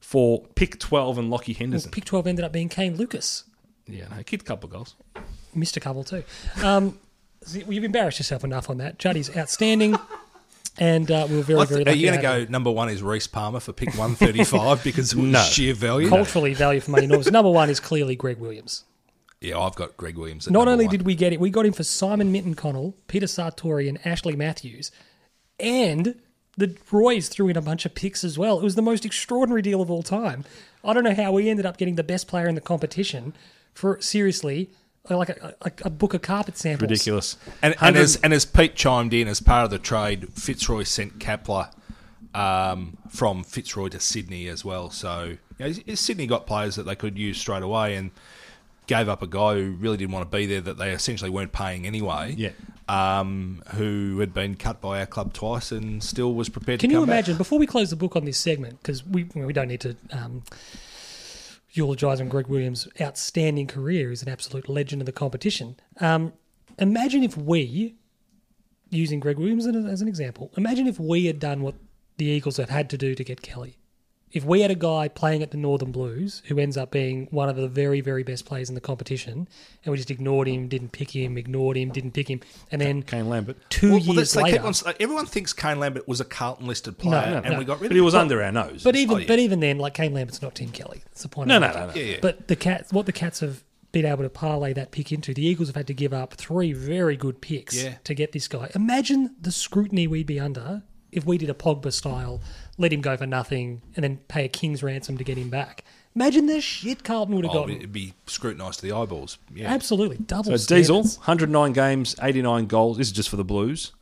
S1: for pick twelve and Lockie Henderson.
S2: Pick twelve ended up being Kane Lucas.
S1: Yeah, no, kicked a couple of goals.
S2: missed a couple too. Um, so you've embarrassed yourself enough on that. Juddy's outstanding, and uh, we were very,
S3: I
S2: very
S3: th-
S2: lucky.
S3: are you going
S2: to
S3: to
S2: have
S3: go
S2: him.
S3: number one is Reese Palmer for pick 135 because of his
S1: No.
S3: sheer value?
S2: culturally value for money? Enormous. Number one is clearly Greg Williams.
S3: Yeah, I've got Greg Williams. At
S2: Not only did we get it, we got him for Simon Minton Connell, Peter Sartori, and Ashley Matthews, and the Roy's threw in a bunch of picks as well. It was the most extraordinary deal of all time. I don't know how we ended up getting the best player in the competition for seriously like a, a, a book of carpet samples.
S1: Ridiculous.
S3: And, and, as, and as Pete chimed in, as part of the trade, Fitzroy sent Kapler um, from Fitzroy to Sydney as well. So you know, S- Sydney got players that they could use straight away and gave up a guy who really didn't want to be there that they essentially weren't paying anyway.
S1: Yeah.
S3: Um, who had been cut by our club twice and still was prepared
S2: Can
S3: to
S2: you
S3: come back.
S2: imagine before we close the book on this segment because we we don't need to um, eulogise on Greg Williams' outstanding career. He's an absolute legend of the competition. Um, imagine if we, using Greg Williams as an- as an example, imagine if we had done what the Eagles had had to do to get Kelly. If we had a guy playing at the Northern Blues who ends up being one of the very, very best players in the competition, and we just ignored him, didn't pick him, ignored him, didn't pick him, and then
S1: Kane Lambert.
S2: two years
S3: that's- they
S2: later,
S3: kept on s- everyone thinks Kane Lambert was a Carlton listed player,
S2: no,
S3: and
S2: no.
S3: we got rid
S1: But
S3: of
S1: he was
S3: him.
S1: under our nose.
S2: But even
S3: Oh, yeah.
S2: but even then, like Kane Lambert's not Tim Kelly. That's the point.
S1: No,
S2: I'm
S1: no,
S2: making.
S1: no, no.
S3: Yeah, yeah.
S2: But the cats, what the cats have been able to parlay that pick into, the Eagles have had to give up three very good picks
S3: Yeah.
S2: to get this guy. Imagine the scrutiny we'd be under if we did a Pogba style, let him go for nothing, and then pay a king's ransom to get him back. Imagine the shit Carlton would have
S3: Oh,
S2: gotten.
S3: it'd be scrutinised to the eyeballs. Yeah.
S2: Absolutely double.
S1: So Diesel,
S2: standards.
S1: 109 games, 89 goals. This is just for the Blues.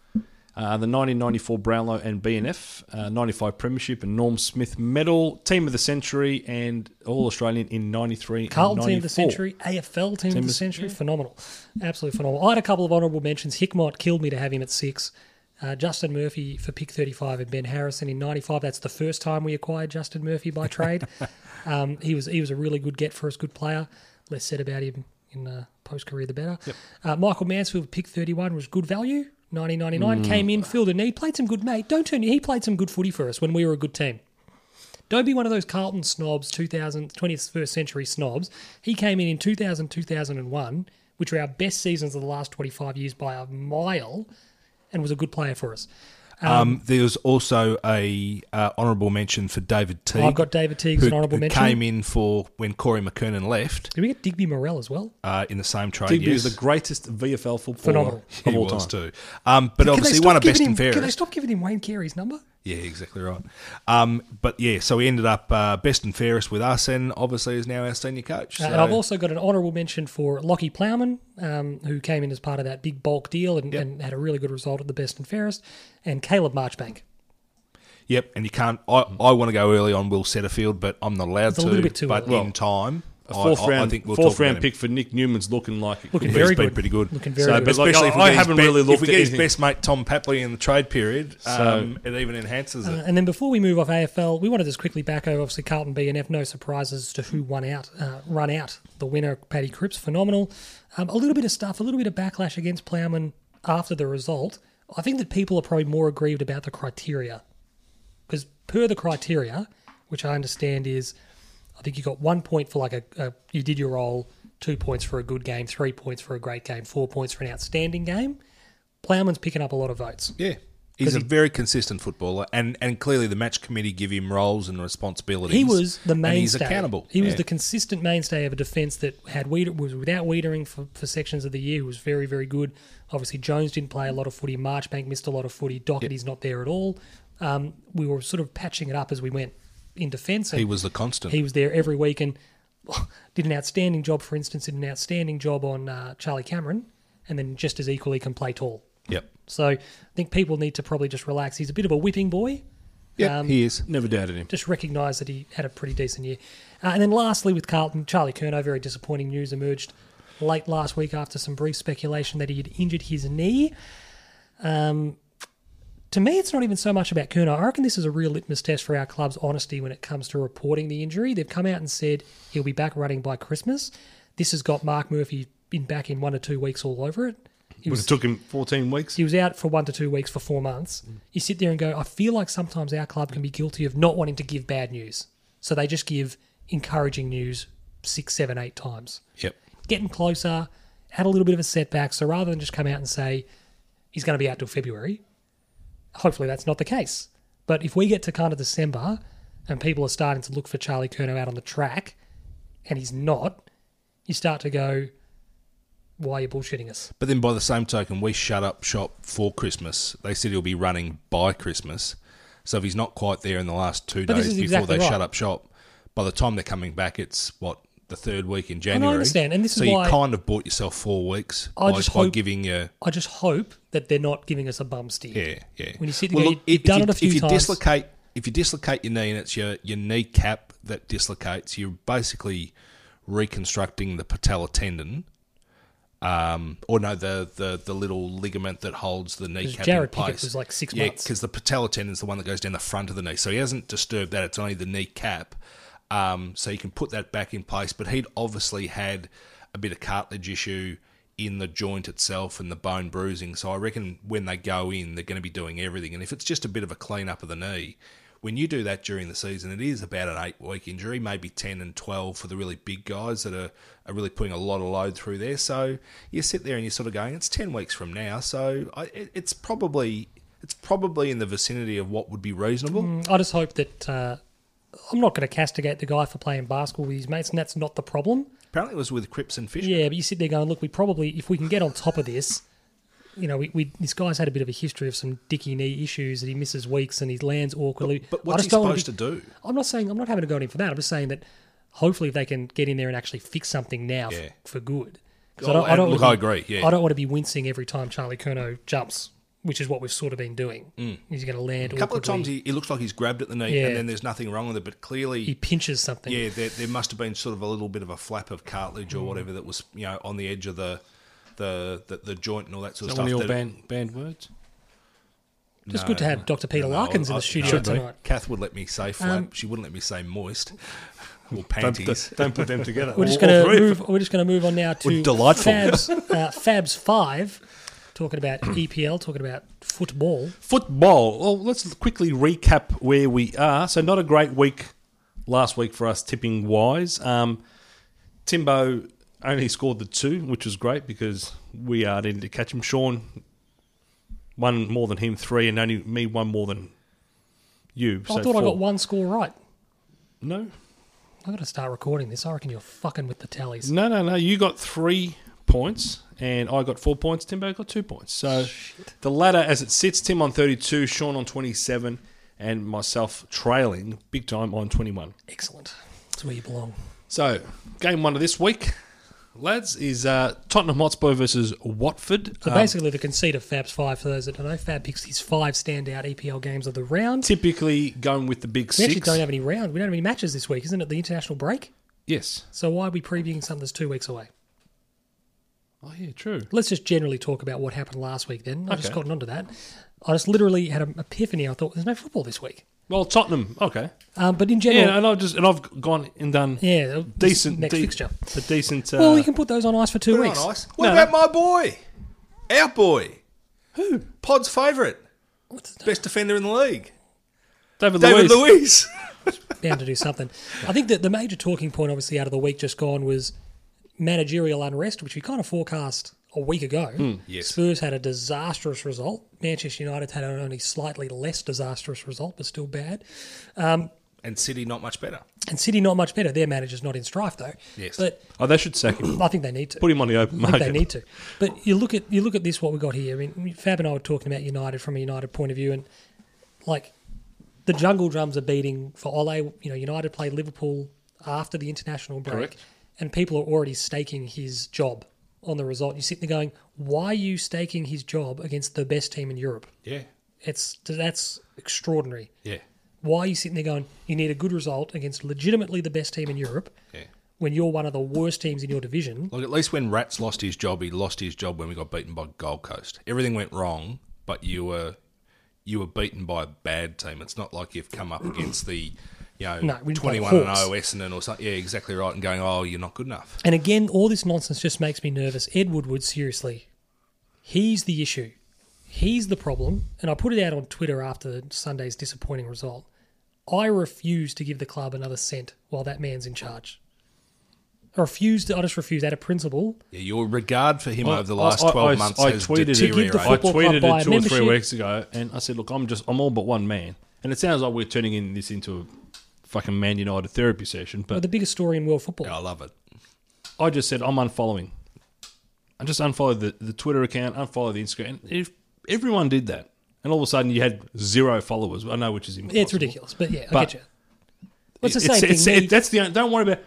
S1: Uh, the 1994 Brownlow and BNF, uh, 95 Premiership and Norm Smith Medal, Team of the Century and All Australian in 93 and
S2: Carlton team of the
S1: 94.
S2: century, AFL team, of the century, phenomenal, absolutely phenomenal. I had a couple of honourable mentions. Hickmott killed me to have him at six. Uh, Justin Murphy for pick 35 and Ben Harrison in 95. That's the first time we acquired Justin Murphy by trade. um, he was he was a really good get for us, good player. Less said about him in uh, post career, the better. Uh, Michael Mansfield pick 31 was good value. 1999 came in, filled a need, played some good mate. Don't turn he played some good footy for us when we were a good team. Don't be one of those Carlton snobs, 2000, 21st century snobs. He came in in 2000, 2001, which were our best seasons of the last 25 years by a mile, and was a good player for us.
S3: Um, there was also a uh, honourable mention for David Teague.
S2: I've got David Teague as an honourable
S3: who
S2: mention.
S3: Came in for when Corey McKernan left
S2: Did we get Digby Morell as well?
S3: uh, in the same trade.
S1: Digby
S3: yes.
S1: is the greatest VFL footballer
S2: Phenomenal.
S1: of
S3: he
S1: all
S3: was
S1: time.
S3: too. Um, but
S2: Can they
S3: obviously,
S2: stop
S3: one of best
S2: giving
S3: and
S2: him- Can they
S3: fairest.
S2: stop giving him Wayne Carey's number?
S3: Yeah, exactly right. Um, but yeah, so he ended up uh, best and fairest with us, and obviously is now our senior coach.
S2: Uh,
S3: So,
S2: and I've also got an honourable mention for Lockie Plowman, um, who came in as part of that big bulk deal and, and had a really good result at the best and fairest, and Caleb Marchbank.
S3: yep, and you can't. I, I want to go early on Will Setterfield, but I'm not allowed
S2: a
S3: to.
S2: little bit too
S3: but
S2: early.
S3: in time,
S1: A fourth
S3: I, I,
S1: round,
S3: I think we'll
S1: fourth
S3: talk
S1: round
S3: about him.
S1: pick for Nick Newman's looking like it
S2: Looking
S1: could be.
S3: He's
S2: very
S3: been
S2: good.
S3: pretty good.
S2: Looking very
S1: So,
S2: good.
S1: but like,
S3: Especially if we
S1: I
S3: get his
S1: haven't
S3: be-
S1: really
S3: if
S1: looked
S3: we
S1: at
S3: get his
S1: anything.
S3: best mate Tom Papley in the trade period, um, it even enhances it.
S2: Uh, and then before we move off AFL, we want to just quickly back over. Obviously, Carlton B and F. No surprises as to who won out, uh, run out. The winner, Paddy Cripps, phenomenal. Um, a little bit of stuff, a little bit of backlash against Plowman after the result. I think that people are probably more aggrieved about the criteria because per the criteria, which I understand is, I think you got one point for like a, a you did your role, two points for a good game, three points for a great game, four points for an outstanding game. Plowman's picking up a lot of votes.
S3: Yeah. He's a very consistent footballer, and, and clearly the match committee give him roles and responsibilities.
S2: He was the
S3: and
S2: mainstay.
S3: he's accountable.
S2: He was
S3: Yeah.
S2: the consistent mainstay of a defence that had Weeder, was without Wiedering for, for sections of the year. He was very, very good. Obviously, Jones didn't play a lot of footy. Marchbank missed a lot of footy. Doherty's not there at all. Um, we were sort of patching it up as we went in defence. and
S3: he was the constant.
S2: he was there every week and did an outstanding job, for instance, did an outstanding job on uh, Charlie Cameron, and then just as equally can play tall.
S3: yep.
S2: So I think people need to probably just relax. He's a bit of a whipping boy.
S3: Yep, he is.
S1: Never doubted him.
S2: just recognise that he had a pretty decent year. Uh, and then lastly, with Carlton, Charlie Curnow, very disappointing news emerged late last week after some brief speculation that he had injured his knee. Um, to me, it's not even so much about Curnow. I reckon this is a real litmus test for our club's honesty when it comes to reporting the injury. They've come out and said he'll be back running by Christmas. This has got Mark Murphy in back in one or two weeks all over it. He
S1: It took him 14 weeks.
S2: he was out for one to two weeks for four months. You sit there and go, I feel like sometimes our club can be guilty of not wanting to give bad news. So they just give encouraging news six, seven, eight times.
S3: Yep.
S2: getting closer, had a little bit of a setback. So rather than just come out and say he's going to be out till February, hopefully that's not the case. But if we get to kind of December and people are starting to look for Charlie Kerno out on the track and he's not, you start to go, why are you bullshitting us?
S3: But then by the same token, we shut up shop for Christmas. They said he'll be running by Christmas. So if he's not quite there in the last two
S2: But this
S3: days
S2: is
S3: before
S2: exactly
S3: they
S2: right.
S3: shut up shop, by the time they're coming back, it's what the third week in
S2: I
S3: January.
S2: understand, and this is
S3: so
S2: why-
S3: you kind of bought yourself four weeks
S2: I
S3: by,
S2: just
S3: by
S2: hope-
S3: giving you
S2: I just hope that they're not giving us a bum steer.
S3: yeah yeah.
S2: When you sit there, you- you've
S3: if
S2: done
S3: you-
S2: it a few
S3: If you
S2: times.
S3: dislocate, if you dislocate your knee and it's your your kneecap that dislocates, you're basically reconstructing the patella tendon. Um, or no, the, the the little ligament that holds the kneecap
S2: Jared
S3: in
S2: Pickett
S3: place.
S2: was like six
S3: yeah,
S2: months.
S3: because the patella tendon is the one that goes down the front of the knee, so he hasn't disturbed that. It's only the kneecap, um, so you can put that back in place. But he'd obviously had a bit of cartilage issue in the joint itself and the bone bruising. So I reckon when they go in, they're going to be doing everything. And if it's just a bit of a clean up of the knee, when you do that during the season, it is about an eight week injury, maybe 10 and 12 for the really big guys that are, are really putting a lot of load through there. So you sit there and you're sort of going, it's 10 weeks from now. So I, it, it's probably. It's probably in the vicinity of what would be reasonable.
S2: I just hope that uh, I'm not going to castigate the guy for playing basketball with his mates, and that's not the problem.
S3: Apparently, it was with Crips and Fish.
S2: Yeah, but you sit there going, look, we probably, if we can get on top of this, you know, we, we this guy's had a bit of a history of some dicky knee issues that he misses weeks and he lands awkwardly.
S3: But
S2: I
S3: what's
S2: just
S3: he
S2: don't wanna
S3: supposed to
S2: be-
S3: do?
S2: I'm not saying I'm not having to go at him for that. I'm just saying that hopefully if they can get in there and actually fix something now f-
S3: Yeah.
S2: for, good. 'Cause
S3: Oh, and look,
S2: wanna
S3: I agree, yeah.
S2: I don't want to be wincing every time Charlie Kerno jumps, which is what we've sort of been doing.
S3: Mm.
S2: He's going to land
S3: A couple of times
S2: he,
S3: he, he looks like he's grabbed at the knee,
S2: Yeah.
S3: and then there's nothing wrong with it. But clearly,
S2: pinches something.
S3: Yeah, there, there must have been sort of a little bit of a flap of cartilage
S2: Mm.
S3: or whatever that was, you know, on the edge of the the the, the joint and all that sort
S1: Is
S3: of
S1: that one of
S3: stuff.
S1: your band,
S3: that-
S1: band words?
S2: Just good to have Dr. Peter
S3: No,
S2: Larkins
S3: I-
S2: in
S3: I-
S2: the studio
S3: should be.
S2: tonight. Um,
S3: Kath would let me say flap. she wouldn't let me say moist or panties.
S1: don't put them together.
S2: We're just going to move. We're just going to move on now to
S3: We're delightful.
S2: Fabs, uh, Fabs Five, talking about EPL, talking about football.
S1: Football. Well, let's quickly recap where we are. So, not a great week last week for us tipping wise. Um, Timbo only scored the two, which was great because we are needing to catch him. Sean, one more than him, three, and only me, one more than you.
S2: Oh, I thought I got one score right.
S1: No,
S2: I've got to start recording this. I reckon you're fucking with the tallies.
S1: no, no, no. You got three points, and I got four points. Timbo got two points. So, the ladder as it sits, Tim on 32, Sean on 27, and myself trailing big time on 21.
S2: Excellent. That's where you belong.
S1: So, game one of this week, lads, is uh, Tottenham Hotspur versus Watford.
S2: So
S1: Um,
S2: basically, the conceit of Fabs Five for those that don't know, Fab picks his five standout EPL games of the round.
S1: typically going with the big
S2: We
S1: six.
S2: actually don't have any round. We don't have any matches this week, isn't it? The international break.
S1: yes.
S2: So why are we previewing something that's two weeks away?
S1: Oh, yeah, true.
S2: Let's just generally talk about what happened last week. Then I've just
S1: Okay.
S2: gotten onto that. I just literally had an epiphany. I thought there's no football this week.
S1: Well, Tottenham, okay.
S2: Um, but in
S1: Yeah,
S2: general,
S1: and I've just and I've gone and done
S2: yeah, this
S1: decent
S2: next
S1: de-
S2: fixture.
S1: A decent. Uh,
S2: Well, you can put those on ice for two
S3: Put it
S2: weeks.
S3: on ice. What
S1: No,
S3: about my boy? Our boy. Who? Pod's favourite.
S2: What's the-
S3: Best defender in the league.
S1: David,
S3: David
S1: Luiz.
S3: Luiz.
S2: bound to do something. I think that the major talking point, obviously, out of the week just gone was managerial unrest, which we kind of forecast a week ago.
S3: Hmm, yes.
S2: Spurs had a disastrous result. Manchester United had an only slightly less disastrous result, but still bad.
S3: and City not much better.
S2: And City, not much better. Their manager's not in strife, though.
S3: Yes.
S2: But
S1: Oh, they should sack him.
S2: I think they need to.
S1: Put him on the open
S2: I
S1: market.
S2: think they need to. But you look at you look at this what we got here. I mean, Fab and I were talking about United from a United point of view, and like the jungle drums are beating for Ole. You know, United play Liverpool after the international break,
S1: Correct.
S2: and people are already staking his job on the result. You're sitting there going, "Why are you staking his job against the best team in Europe?
S3: Yeah.
S2: It's that's extraordinary.
S3: Yeah.
S2: Why are you sitting there going, you need a good result against legitimately the best team in Europe?"
S3: Yeah.
S2: When you're one of the worst teams in your division,
S3: Look, at least when Rats lost his job, he lost his job when we got beaten by Gold Coast. Everything went wrong, but you were you were beaten by a bad team. It's not like you've come up against the you know
S2: No, we didn't play
S3: twenty
S2: the
S3: one and
S2: Hawks.
S3: O Essendon or something. Yeah, exactly right. And going, oh, you're not good enough.
S2: And again, all this nonsense just makes me nervous. Ed Woodward, seriously, he's the issue. He's the problem. And I put it out on Twitter after Sunday's disappointing result. I refuse to give the club another cent while that man's in charge. I refused. I just refused out of principle.
S3: Yeah, your regard for him
S1: I-
S3: over the last
S1: I- I-
S3: 12
S1: I-
S3: months
S1: I
S3: has
S1: tweeted it.
S2: To give
S3: deteriorated.
S2: the
S1: I
S2: football club
S1: tweeted
S2: buy
S1: it two or three
S2: membership.
S1: weeks ago, and I said, "Look, I'm just I'm all but one man." And it sounds like we're turning in this into a fucking Man United therapy session,
S2: But
S1: but
S2: the biggest story in world football.
S3: I love it.
S1: I just said I'm unfollowing. I just unfollowed the, the Twitter account, unfollowed the Instagram. And if everyone did that, and all of a sudden you had zero followers, I know which is impossible.
S2: Yeah, it's ridiculous, but yeah, I
S1: But-
S2: get you. What's the
S1: It's-
S2: same
S1: it's-
S2: thing?
S1: it-
S2: me,
S1: that's the don't worry about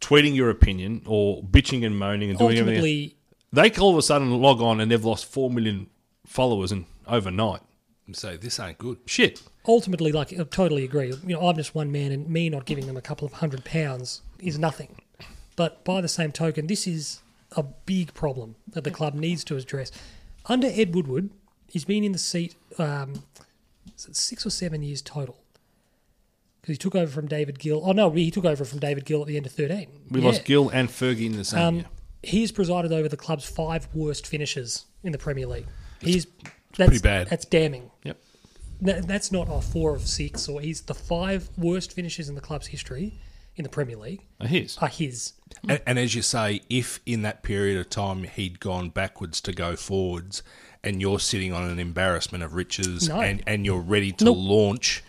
S1: tweeting your opinion or bitching and moaning and doing everything.
S2: ultimately,
S1: They all of a sudden log on and they've lost four million followers in overnight.
S3: So this ain't good.
S1: Shit.
S2: ultimately, like I totally agree. You know, I'm just one man, and me not giving them a couple of hundred pounds is nothing. But by the same token, this is a big problem that the club needs to address. Under Ed Woodward, he's been in the seat um, is it six or seven years total because he took over from David Gill. Oh no, he took over from David Gill at the end of thirteen.
S1: We
S2: Yeah.
S1: lost Gill and Fergie in the same
S2: Um,
S1: year.
S2: He's presided over the club's five worst finishes in the Premier League. He's that's,
S3: pretty bad.
S2: That's damning.
S1: Yep.
S2: No, that's not a four of six, or he's the five worst finishes in the club's history in the Premier League
S1: Uh, Here's.
S2: are his.
S3: And, and as you say, if in that period of time he'd gone backwards to go forwards, and you're sitting on an embarrassment of riches,
S2: No.
S3: and, and you're ready to
S2: Nope.
S3: launch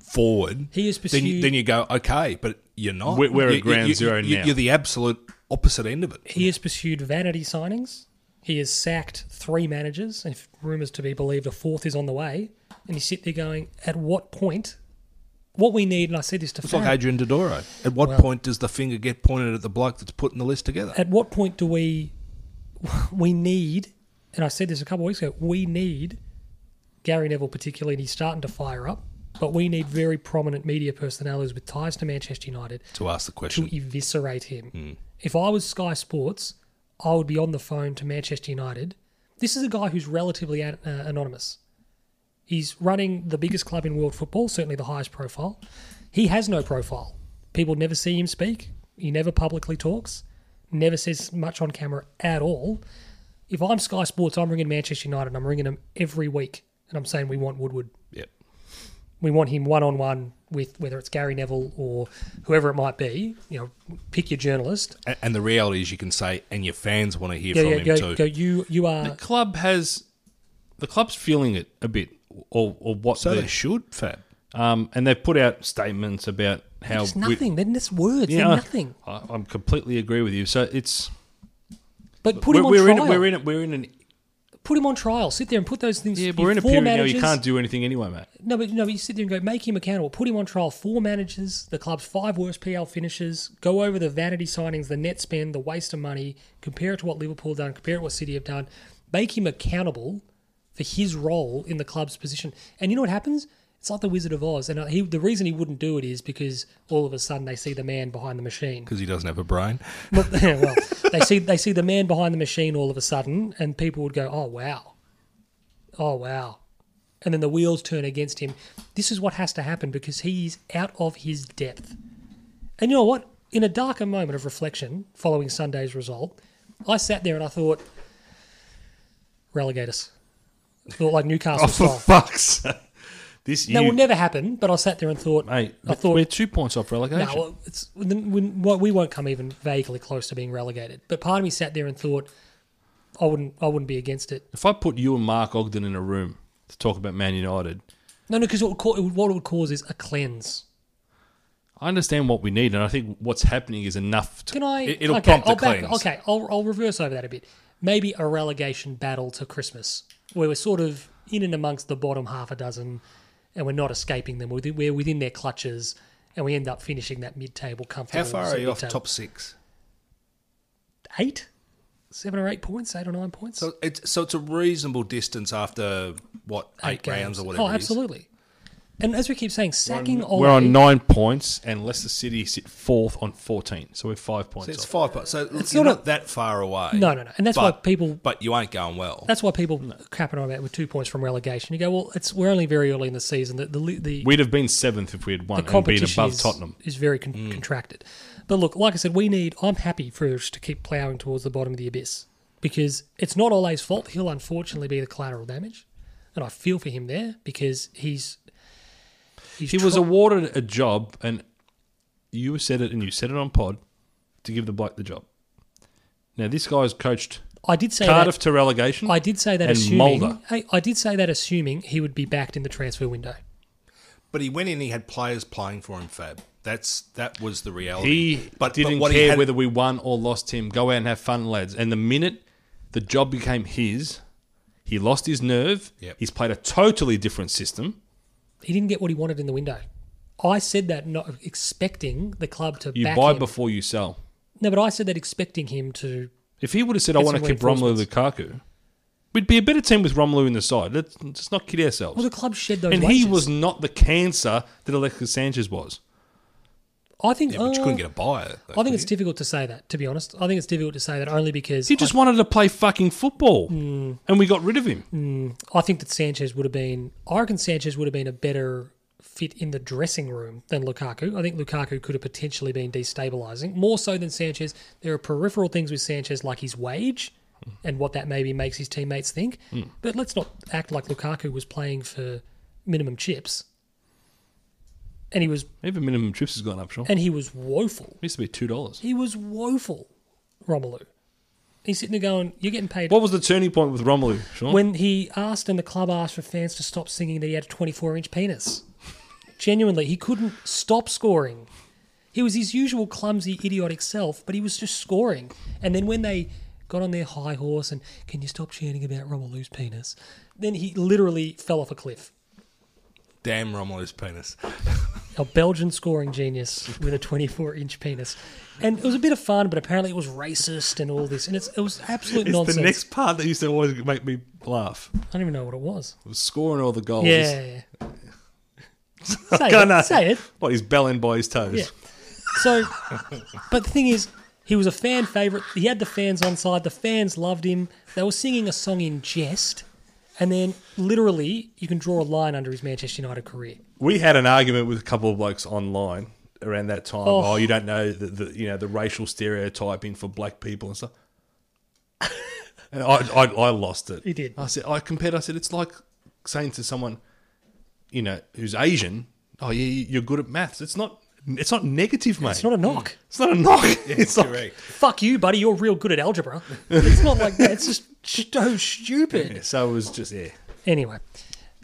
S3: forward,
S2: He is
S3: then, you,
S2: pursued-
S3: then you go, okay, but you're not.
S1: We're- we're at
S3: You- you-
S1: ground
S3: you-
S1: zero
S3: you-
S1: now.
S3: You're the absolute opposite end of it.
S2: He has pursued vanity signings. He has sacked three managers, and if rumours to be believed, a fourth is on the way. And you sit there going, at what point? What we need, and I said this to
S3: It's like
S2: Farah,
S3: Adrian Dodoro. At what point does the finger get pointed at the bloke that's putting the list together?
S2: at what point do we we need and I said this a couple of weeks ago, we need Gary Neville particularly and he's starting to fire up, but we need very prominent media personalities with ties to Manchester United
S3: to ask the
S2: to
S3: question.
S2: eviscerate him. If I was Sky Sports, I would be on the phone to Manchester United. This is a guy who's relatively an- uh, anonymous. He's running the biggest club in world football, certainly the highest profile. He has no profile. People never see him speak. He never publicly talks, never says much on camera at all. If I'm Sky Sports, I'm ringing Manchester United. and I'm ringing them every week, and I'm saying we want Woodward
S3: Yep.
S2: we want him one on one with whether it's Gary Neville or whoever it might be. You know, pick your journalist.
S3: And, and the reality is, you can say, and your fans want to hear
S2: Go,
S3: from
S2: yeah,
S3: him
S2: go,
S3: too.
S2: go. You, you are.
S1: the club has the club's feeling it a bit, or or what
S3: So
S1: they
S3: they should, Fab.
S1: um, and they've put out statements about how
S2: It's
S1: we-
S2: nothing. Then it's words.
S1: Yeah,
S2: They're nothing.
S1: I, I'm completely agree with you. So it's
S2: But put
S1: we're,
S2: him on
S1: we're in
S2: trial.
S1: we're in it we're in an
S2: Put him on trial. Sit there and put those things.
S1: yeah
S2: you-
S1: we're in a
S2: four
S1: period now.
S2: managers,
S1: You can't do anything anyway, mate.
S2: No, but no. But you sit there and go. Make him accountable. Put him on trial. Four managers. The club's five worst PL finishes. Go over the vanity signings, the net spend, the waste of money. Compare it to what Liverpool done. Compare it to what City have done. Make him accountable for his role in the club's position. And you know what happens? It's like the Wizard of Oz. And uh, he, the reason he wouldn't do it is because all of a sudden they see the man behind the machine.
S3: Because he doesn't have a brain.
S2: Well, well, they see they see the man behind the machine all of a sudden, and people would go, "Oh wow, oh wow," and then the wheels turn against him. This is what has to happen because he's out of his depth. And you know what? In a darker moment of reflection following Sunday's result, I sat there and I thought, "Relegate us." I thought like Newcastle style.
S1: Oh, fuck's sake. this
S2: That
S1: you-
S2: will never happen. But I sat there and thought,
S1: mate.
S2: I thought
S1: we're two points off relegation.
S2: no, well, it's then when, well, we won't come even vaguely close to being relegated. But part of me sat there and thought, I wouldn't, I wouldn't be against it.
S1: if I put you and Mark Ogden in a room to talk about Man United,
S2: No, no, because it would cau- it would- what it would cause is a cleanse.
S1: I understand what we need, and I think what's happening is enough. To,
S2: Can I?
S3: It- it'll
S2: okay,
S3: prompt a
S2: I'll back-
S3: cleanse.
S2: Okay, I'll, I'll reverse over that a bit. Maybe a relegation battle to Christmas, where we're sort of in and amongst the bottom half a dozen, and we're not escaping them. We're within, we're within their clutches, and we end up finishing that mid-table
S3: How
S2: comfortably.
S3: far
S2: So
S3: are you off
S2: mid-table-
S3: top six?
S2: Eight, seven or eight points, eight or nine points.
S3: So it's so it's a reasonable distance after what eight, rounds or whatever.
S2: Oh,
S3: it is.
S2: absolutely. And as we keep saying, sacking Ole.
S1: we're on nine points, and Leicester City sit fourth on fourteen, so we're five points.
S3: So it's
S1: off.
S3: five. po- So you're
S2: not
S3: not, that far away.
S2: No, no, no. And that's why
S3: but,
S2: people-
S3: But you ain't going well.
S2: That's why people crap on about with two points from relegation. You go, well, it's we're only very early in the season. The the the,
S1: We'd have been seventh if we had
S2: the
S1: won and been
S2: competition
S1: above
S2: is,
S1: Tottenham.
S2: is very con-
S3: Mm.
S2: contracted. But look, like I said, we need. I'm happy for us to keep ploughing towards the bottom of the abyss because it's not Ole's fault. He'll unfortunately be the collateral damage, and I feel for him there because he's. he's
S1: He was
S2: try-
S1: awarded a job, and you said it, and you said it on pod. to give the bloke the job. Now this guy's coached
S2: I did say
S1: Cardiff to relegation.
S2: that. I did say that
S1: and
S2: assuming.
S1: Mulder.
S2: I, I did say that assuming he would be backed in the transfer window.
S3: But he went in. He had players playing for him. Fab. That's that was the reality.
S1: He
S3: but
S1: didn't
S3: but what
S1: care
S3: he had,
S1: whether we won or lost him. Go out and have fun, lads. And the minute the job became his, he lost his nerve.
S3: Yep.
S1: He's played a totally different system.
S2: He didn't get what he wanted in the window. I said that not expecting the club to
S1: You
S2: back
S1: buy
S2: him.
S1: before you sell.
S2: no, but I said that expecting him to.
S1: If he would have said, "I
S2: Get
S1: want to
S2: some
S1: keep Romelu Lukaku," we'd be a better team with Romelu in the side. Let's just not kid ourselves.
S2: Well, the club shed those.
S1: and he
S2: wages.
S1: was not the cancer that Alexis Sanchez was.
S2: I think.
S3: yeah, but you
S2: uh,
S3: couldn't get a buyer. though,
S2: I
S3: could
S2: think it's
S3: you?
S2: difficult to say that. To be honest, I think it's difficult to say that only because
S1: He just wanted to play fucking football,
S2: Hmm.
S1: and we got rid of him.
S2: I think that Sanchez would have been. I reckon Sanchez would have been a better fit in the dressing room than Lukaku. I think Lukaku could have potentially been destabilising more so than Sanchez. There are peripheral things with Sanchez like his wage and what that maybe makes his teammates think. But let's not act like Lukaku was playing for minimum chips. And he was
S1: Even minimum trips has gone up, Sean. It
S2: and he was woeful.
S1: used to be two dollars.
S2: He was woeful, Romelu. He's sitting there going, "You're getting paid
S1: What was the turning point with Romelu, Sean?
S2: when he asked and the club asked for fans to stop singing that he had a 24 inch penis. Genuinely, he couldn't stop scoring. He was his usual clumsy, idiotic self, but he was just scoring. And then when they got on their high horse and, can you stop chanting about Romelu's penis? Then he literally fell off a cliff.
S3: damn Romelu's penis.
S2: A Belgian scoring genius with a 24 inch penis. And it was a bit of fun, but apparently it was racist and all this. And it's, it was absolute
S1: It's
S2: nonsense.
S1: the next part that used to always make me laugh.
S2: I don't even know what it was.
S1: It was scoring all the goals.
S2: Yeah. say,
S1: Gonna-
S2: it, say it.
S1: What, he's belling by his toes.
S2: Yeah. So, but the thing is, he was a fan favorite. He had the fans on side. The fans loved him. They were singing a song in jest, and then literally, you can draw a line under his Manchester United career.
S1: We had an argument with a couple of blokes online around that time. Oh, you don't know the, the you know the racial stereotyping for black people and stuff. and I, I I lost it.
S2: You did.
S1: I said I compared. I said it's like saying to someone, you know, who's Asian, oh yeah, you- you're good at maths. It's not. It's not negative, mate.
S2: It's not a knock.
S1: It's not a knock. it's like,
S3: Correct.
S2: Fuck you, buddy. You're real good at algebra. It's not like that. It's just so stupid.
S1: So it was just yeah.
S2: Anyway,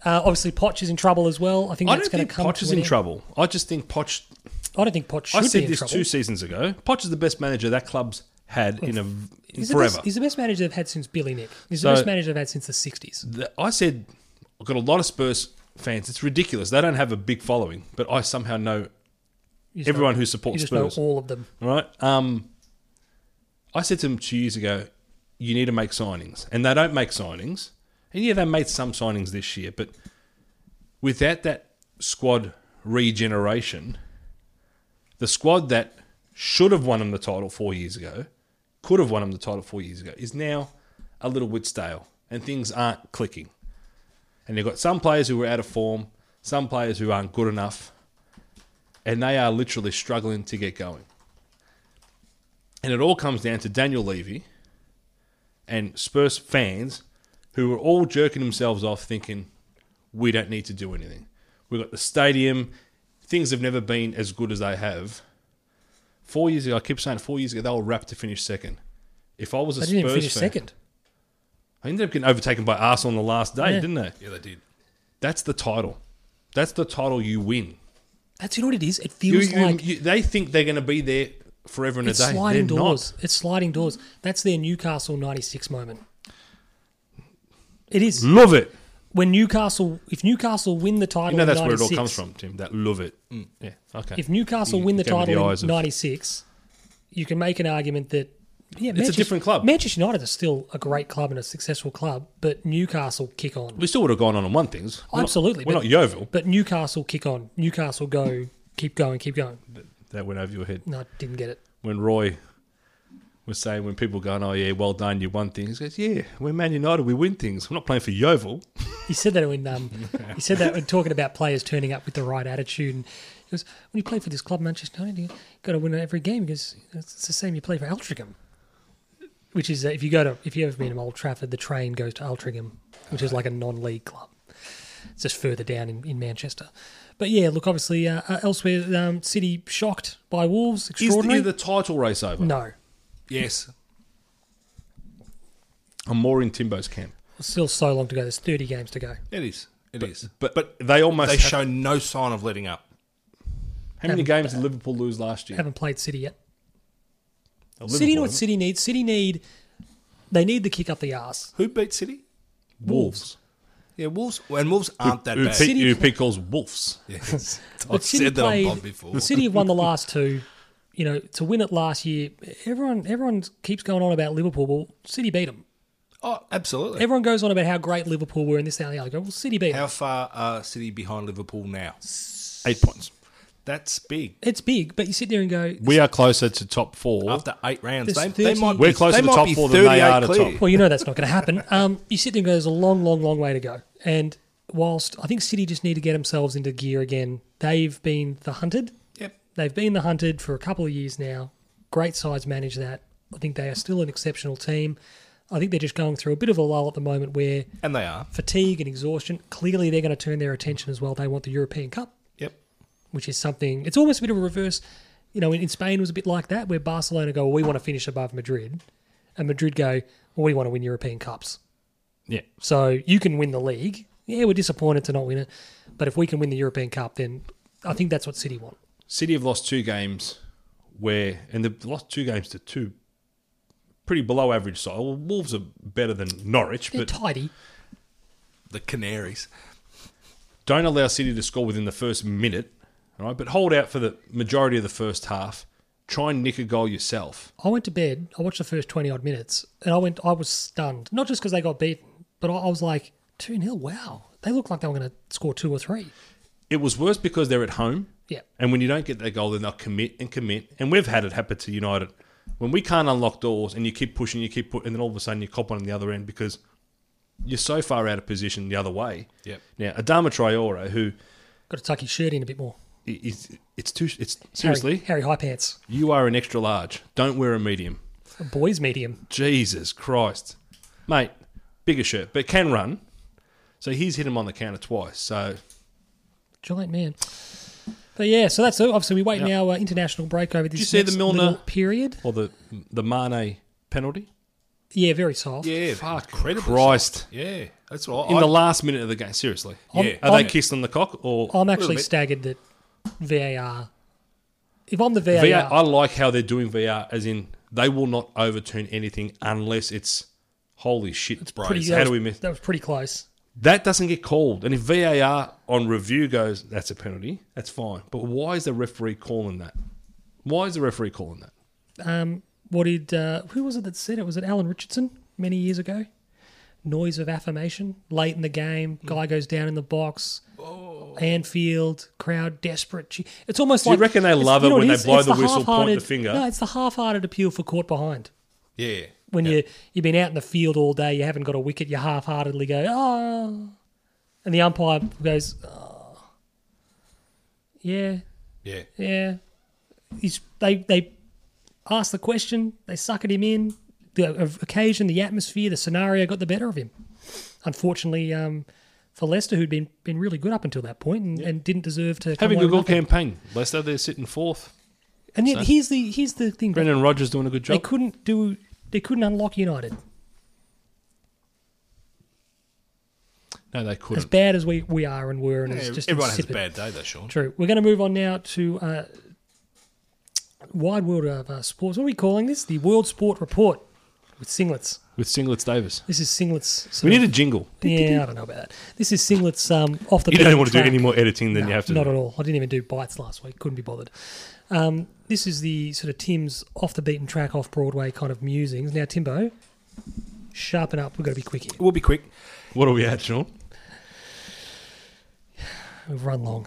S2: uh, obviously, Poch is in trouble as well. I think
S1: I
S2: that's
S1: don't
S2: going
S1: think
S2: to come.
S1: Poch
S2: to
S1: is
S2: an
S1: in
S2: end.
S1: trouble. I just think Poch
S2: I don't think Poch should
S1: I said
S2: be in
S1: this
S2: trouble.
S1: two seasons ago. Poch is the best manager that club's had in a in
S2: He's the,
S1: forever.
S2: best, he's the best manager they've had since Billy Nick. He's
S1: So-
S2: the best manager they've had since the 60s.
S1: The- I said I've got a lot of Spurs fans. It's ridiculous. They don't have a big following, but I somehow know
S2: You just
S1: everyone
S2: know-
S1: who
S2: You
S1: supports
S2: just know
S1: Spurs.
S2: all of them.
S1: All right. Um, I said to them two years ago, you need to make signings, and they don't make signings. And yeah, they made some signings this year, but without that squad regeneration, the squad that should have won them the title four years ago, could have won them the title four years ago, is now a little bit stale, and things aren't clicking. And you've got some players who are out of form, some players who aren't good enough, and they are literally struggling to get going. And it all comes down to Daniel Levy and Spurs fans who were all jerking themselves off thinking, we don't need to do anything. We've got the stadium. Things have never been as good as they have. Four years ago, I keep saying four years ago, they were wrapped to finish second. If I was a
S2: They didn't
S1: Spurs
S2: even finish
S1: fan,
S2: second.
S1: I ended up getting overtaken by Arsenal on the last day,
S2: Yeah.
S1: didn't they?
S3: Yeah, they did.
S1: That's the title. That's the title you win.
S2: That's you know what it is. It
S1: You,
S2: feels
S1: you-
S2: like
S1: you- they think they're going to be there forever and
S2: it's
S1: a day.
S2: sliding
S1: They're not.
S2: doors. It's sliding doors. That's their Newcastle '96 moment. It is
S1: Love it.
S2: when Newcastle. If Newcastle win the title,
S1: You know
S2: in
S1: that's where it
S2: 96,
S1: all comes from, Tim. That love it. Yeah. Okay.
S2: If Newcastle
S1: You
S2: win the
S1: gave me the
S2: title
S1: eyes
S2: in
S1: of-
S2: '96, you can make an argument that yeah,
S1: It's a different club.
S2: Manchester United is still a great club and a successful club, but Newcastle kick on.
S1: we still would have gone on and won things. We're not-
S2: Absolutely,
S1: we're
S2: but-
S1: not Yeovil.
S2: But Newcastle kick on. Newcastle go, keep going, keep going.
S1: That went over your head
S2: No, I didn't get it.
S1: when Roy was saying when people going, "Oh yeah, well done, you won things." He goes, "Yeah, we're Man United. We win things. We're not playing for Yeovil."
S2: He said that when um, he said that when talking about players turning up with the right attitude. And he goes, when you play for this club, Manchester United, you got to win every game because it's the same. You play for Altrincham, which is uh, if you go to if you ever been to Old Trafford, the train goes to Altrincham, which is like a non-league club. It's just further down in, in Manchester. But yeah, look, obviously, uh, uh, elsewhere, um, City shocked by Wolves.
S1: Is, the-
S2: Extraordinary.
S1: is the title race over?
S2: no.
S3: Yes.
S1: I'm more in Timbo's camp.
S2: Still so long to go. There's 30 games to go.
S3: It is. It is.
S1: But but they almost.
S3: They
S1: have-
S3: show no sign of letting up.
S1: how many games did Liverpool lose last year?
S2: Haven't played City yet.
S1: Liverpool,
S2: City know what
S1: haven't
S2: City needs. City need. They need the kick up the arse.
S3: Who beat City?
S1: they? Wolves.
S3: Yeah, Wolves. And Wolves aren't that
S1: Who
S3: bad.
S1: Pete,
S2: City-
S1: who Pete calls wolves.
S3: Yes.
S2: But
S3: I've
S2: City
S3: said that on
S2: played-
S3: Bob before.
S2: City have won the last two. You know, to win it last year, everyone everyone keeps going on about Liverpool. Well, City beat them.
S3: Oh, absolutely.
S2: Everyone goes on about how great Liverpool were in this that, and the other. I go, well, City beat them.
S3: How far are City behind Liverpool now?
S1: Eight points.
S3: That's big.
S2: It's big, but you sit there and go,
S1: We are closer to top four.
S3: After eight rounds,
S2: There's
S3: they, they
S2: 30
S3: might
S1: We're
S3: be-
S1: closer
S3: they
S1: to
S3: might
S1: top
S3: be
S1: four than they are
S3: 38
S1: to
S3: clear.
S1: top.
S2: well, you know that's not going to happen. Um, you sit there and go, there's a long, long, long way to go. And whilst I think City just need to get themselves into gear again, they've been the hunted.
S3: Yep.
S2: They've been the hunted for a couple of years now. Great sides manage that. I think they are still an exceptional team. I think they're just going through a bit of a lull at the moment where
S3: And they are.
S2: fatigue and exhaustion, clearly they're going to turn their attention as well. They want the European Cup,
S3: Yep.
S2: which is something, it's almost a bit of a reverse. You know, in, in Spain it was a bit like that where Barcelona go, well, we want to finish above Madrid. And Madrid go, well, we want to win European Cups.
S1: yeah.
S2: So you can win the league. Yeah, we're disappointed to not win it. But if we can win the European Cup, then I think that's what City want.
S1: City have lost two games where, and they've lost two games to two pretty below average side. Well, Wolves are better than Norwich,
S2: They're
S1: but
S2: tidy.
S3: The Canaries.
S1: don't allow City to score within the first minute. All right, but hold out for the majority of the first half. Try and nick a goal yourself.
S2: I went to bed. I watched the first twenty odd minutes, and I went. I was stunned, not just because they got beaten, but I, I was like two 0 Wow, they looked like they were going to score two or three.
S1: It was worse because they're at home.
S2: Yeah,
S1: And when you don't get that goal, then they'll commit and commit. And we've had it happen to United. When we can't unlock doors and you keep pushing, you keep putting, and then all of a sudden you cop one on the other end because you're so far out of position the other way.
S3: Yep.
S1: Now, Adama Traore, who
S2: got to tuck his shirt in a bit more.
S1: is, it's too, it's seriously,
S2: Harry, Harry high pants,
S1: you are an extra large. Don't wear a medium.
S2: a boys medium.
S1: Jesus Christ. Mate, bigger shirt, but can run. So he's hit him on the counter twice. So
S2: giant man. But yeah, so that's it. Obviously, we wait now uh, international break over this.
S1: you see the
S2: next
S1: Milner-
S2: little period?
S1: or the the Mane penalty.
S2: Yeah, very soft.
S3: Yeah.
S1: Fuck
S3: incredible
S1: Christ.
S3: shot. Yeah. That's what
S1: In
S3: I,
S1: the last minute of the game, seriously.
S2: I'm-
S3: Yeah.
S1: Are
S2: I'm-
S1: they kissed on the cock or
S2: I'm
S3: Little
S2: actually
S3: bit.
S2: staggered that VAR. If I'm the VAR,
S1: VR? I like how they're doing VR, as in they will not overturn anything unless it's holy shit. It's
S3: brave.
S2: pretty,
S1: How
S2: that
S1: do
S2: was-
S1: we miss
S2: That was pretty close.
S1: that? Doesn't get called, and if VAR on review goes, that's a penalty. That's fine. But why is the referee calling that? Why is the referee calling that?
S2: um, what did uh, who was it that said it? Was it Alan Richardson many years ago? Noise of affirmation late in the
S1: Hmm.
S2: game. Guy goes down in the box. Anfield crowd desperate. Gee, It's almost
S1: Oh. you
S2: like
S1: reckon they
S2: it's-
S1: love
S2: you
S1: it
S2: know what
S1: when they
S2: is?
S1: blow
S2: It's
S1: the whistle, point the
S2: half-hearted-
S1: finger?
S2: No, it's the half-hearted appeal for caught behind.
S3: yeah.
S2: When you you've been out in the field all day, you haven't got a wicket. You half-heartedly go oh, and the umpire goes oh, yeah,
S3: Yeah.
S2: yeah, he's they they asked the question, they suckered him in. The o- occasion, the atmosphere, the scenario got the better of him. Unfortunately, um, for Leicester, who'd been been really good up until that point and, and didn't deserve to come
S1: Having
S2: away
S1: a
S2: with
S1: good
S2: nothing.
S1: campaign, Leicester they're sitting fourth.
S2: And yet, here's the here's the thing: they
S1: Brendan Rodgers doing a good job.
S2: couldn't do they couldn't unlock United
S1: no, they
S2: as
S1: couldn't.
S2: bad as we, we are and were, and it's
S3: Yeah,
S2: just
S3: Everyone has a
S2: insipid.
S3: bad day, though, Sean.
S2: True. We're going to move on now to uh, wide world of uh, sports. What are we calling this? The World Sport Report with singlets.
S1: With singlets Davis,
S2: This is singlets.
S1: we
S2: sort
S1: need a
S2: of-
S1: jingle.
S2: Yeah, I don't know about that. This is singlets um, off the.
S1: You don't
S2: beaten
S1: want to do
S2: track.
S1: any more editing than
S2: No,
S1: you have to.
S2: Not
S1: do.
S2: at all. I didn't even do bites last week. Couldn't be bothered. Um, this is the sort of Tim's off the beaten track, off Broadway kind of musings. Now, Timbo, sharpen up. We've got to be quick here.
S3: We'll be quick.
S1: What are we at, Sean?
S2: We've run long.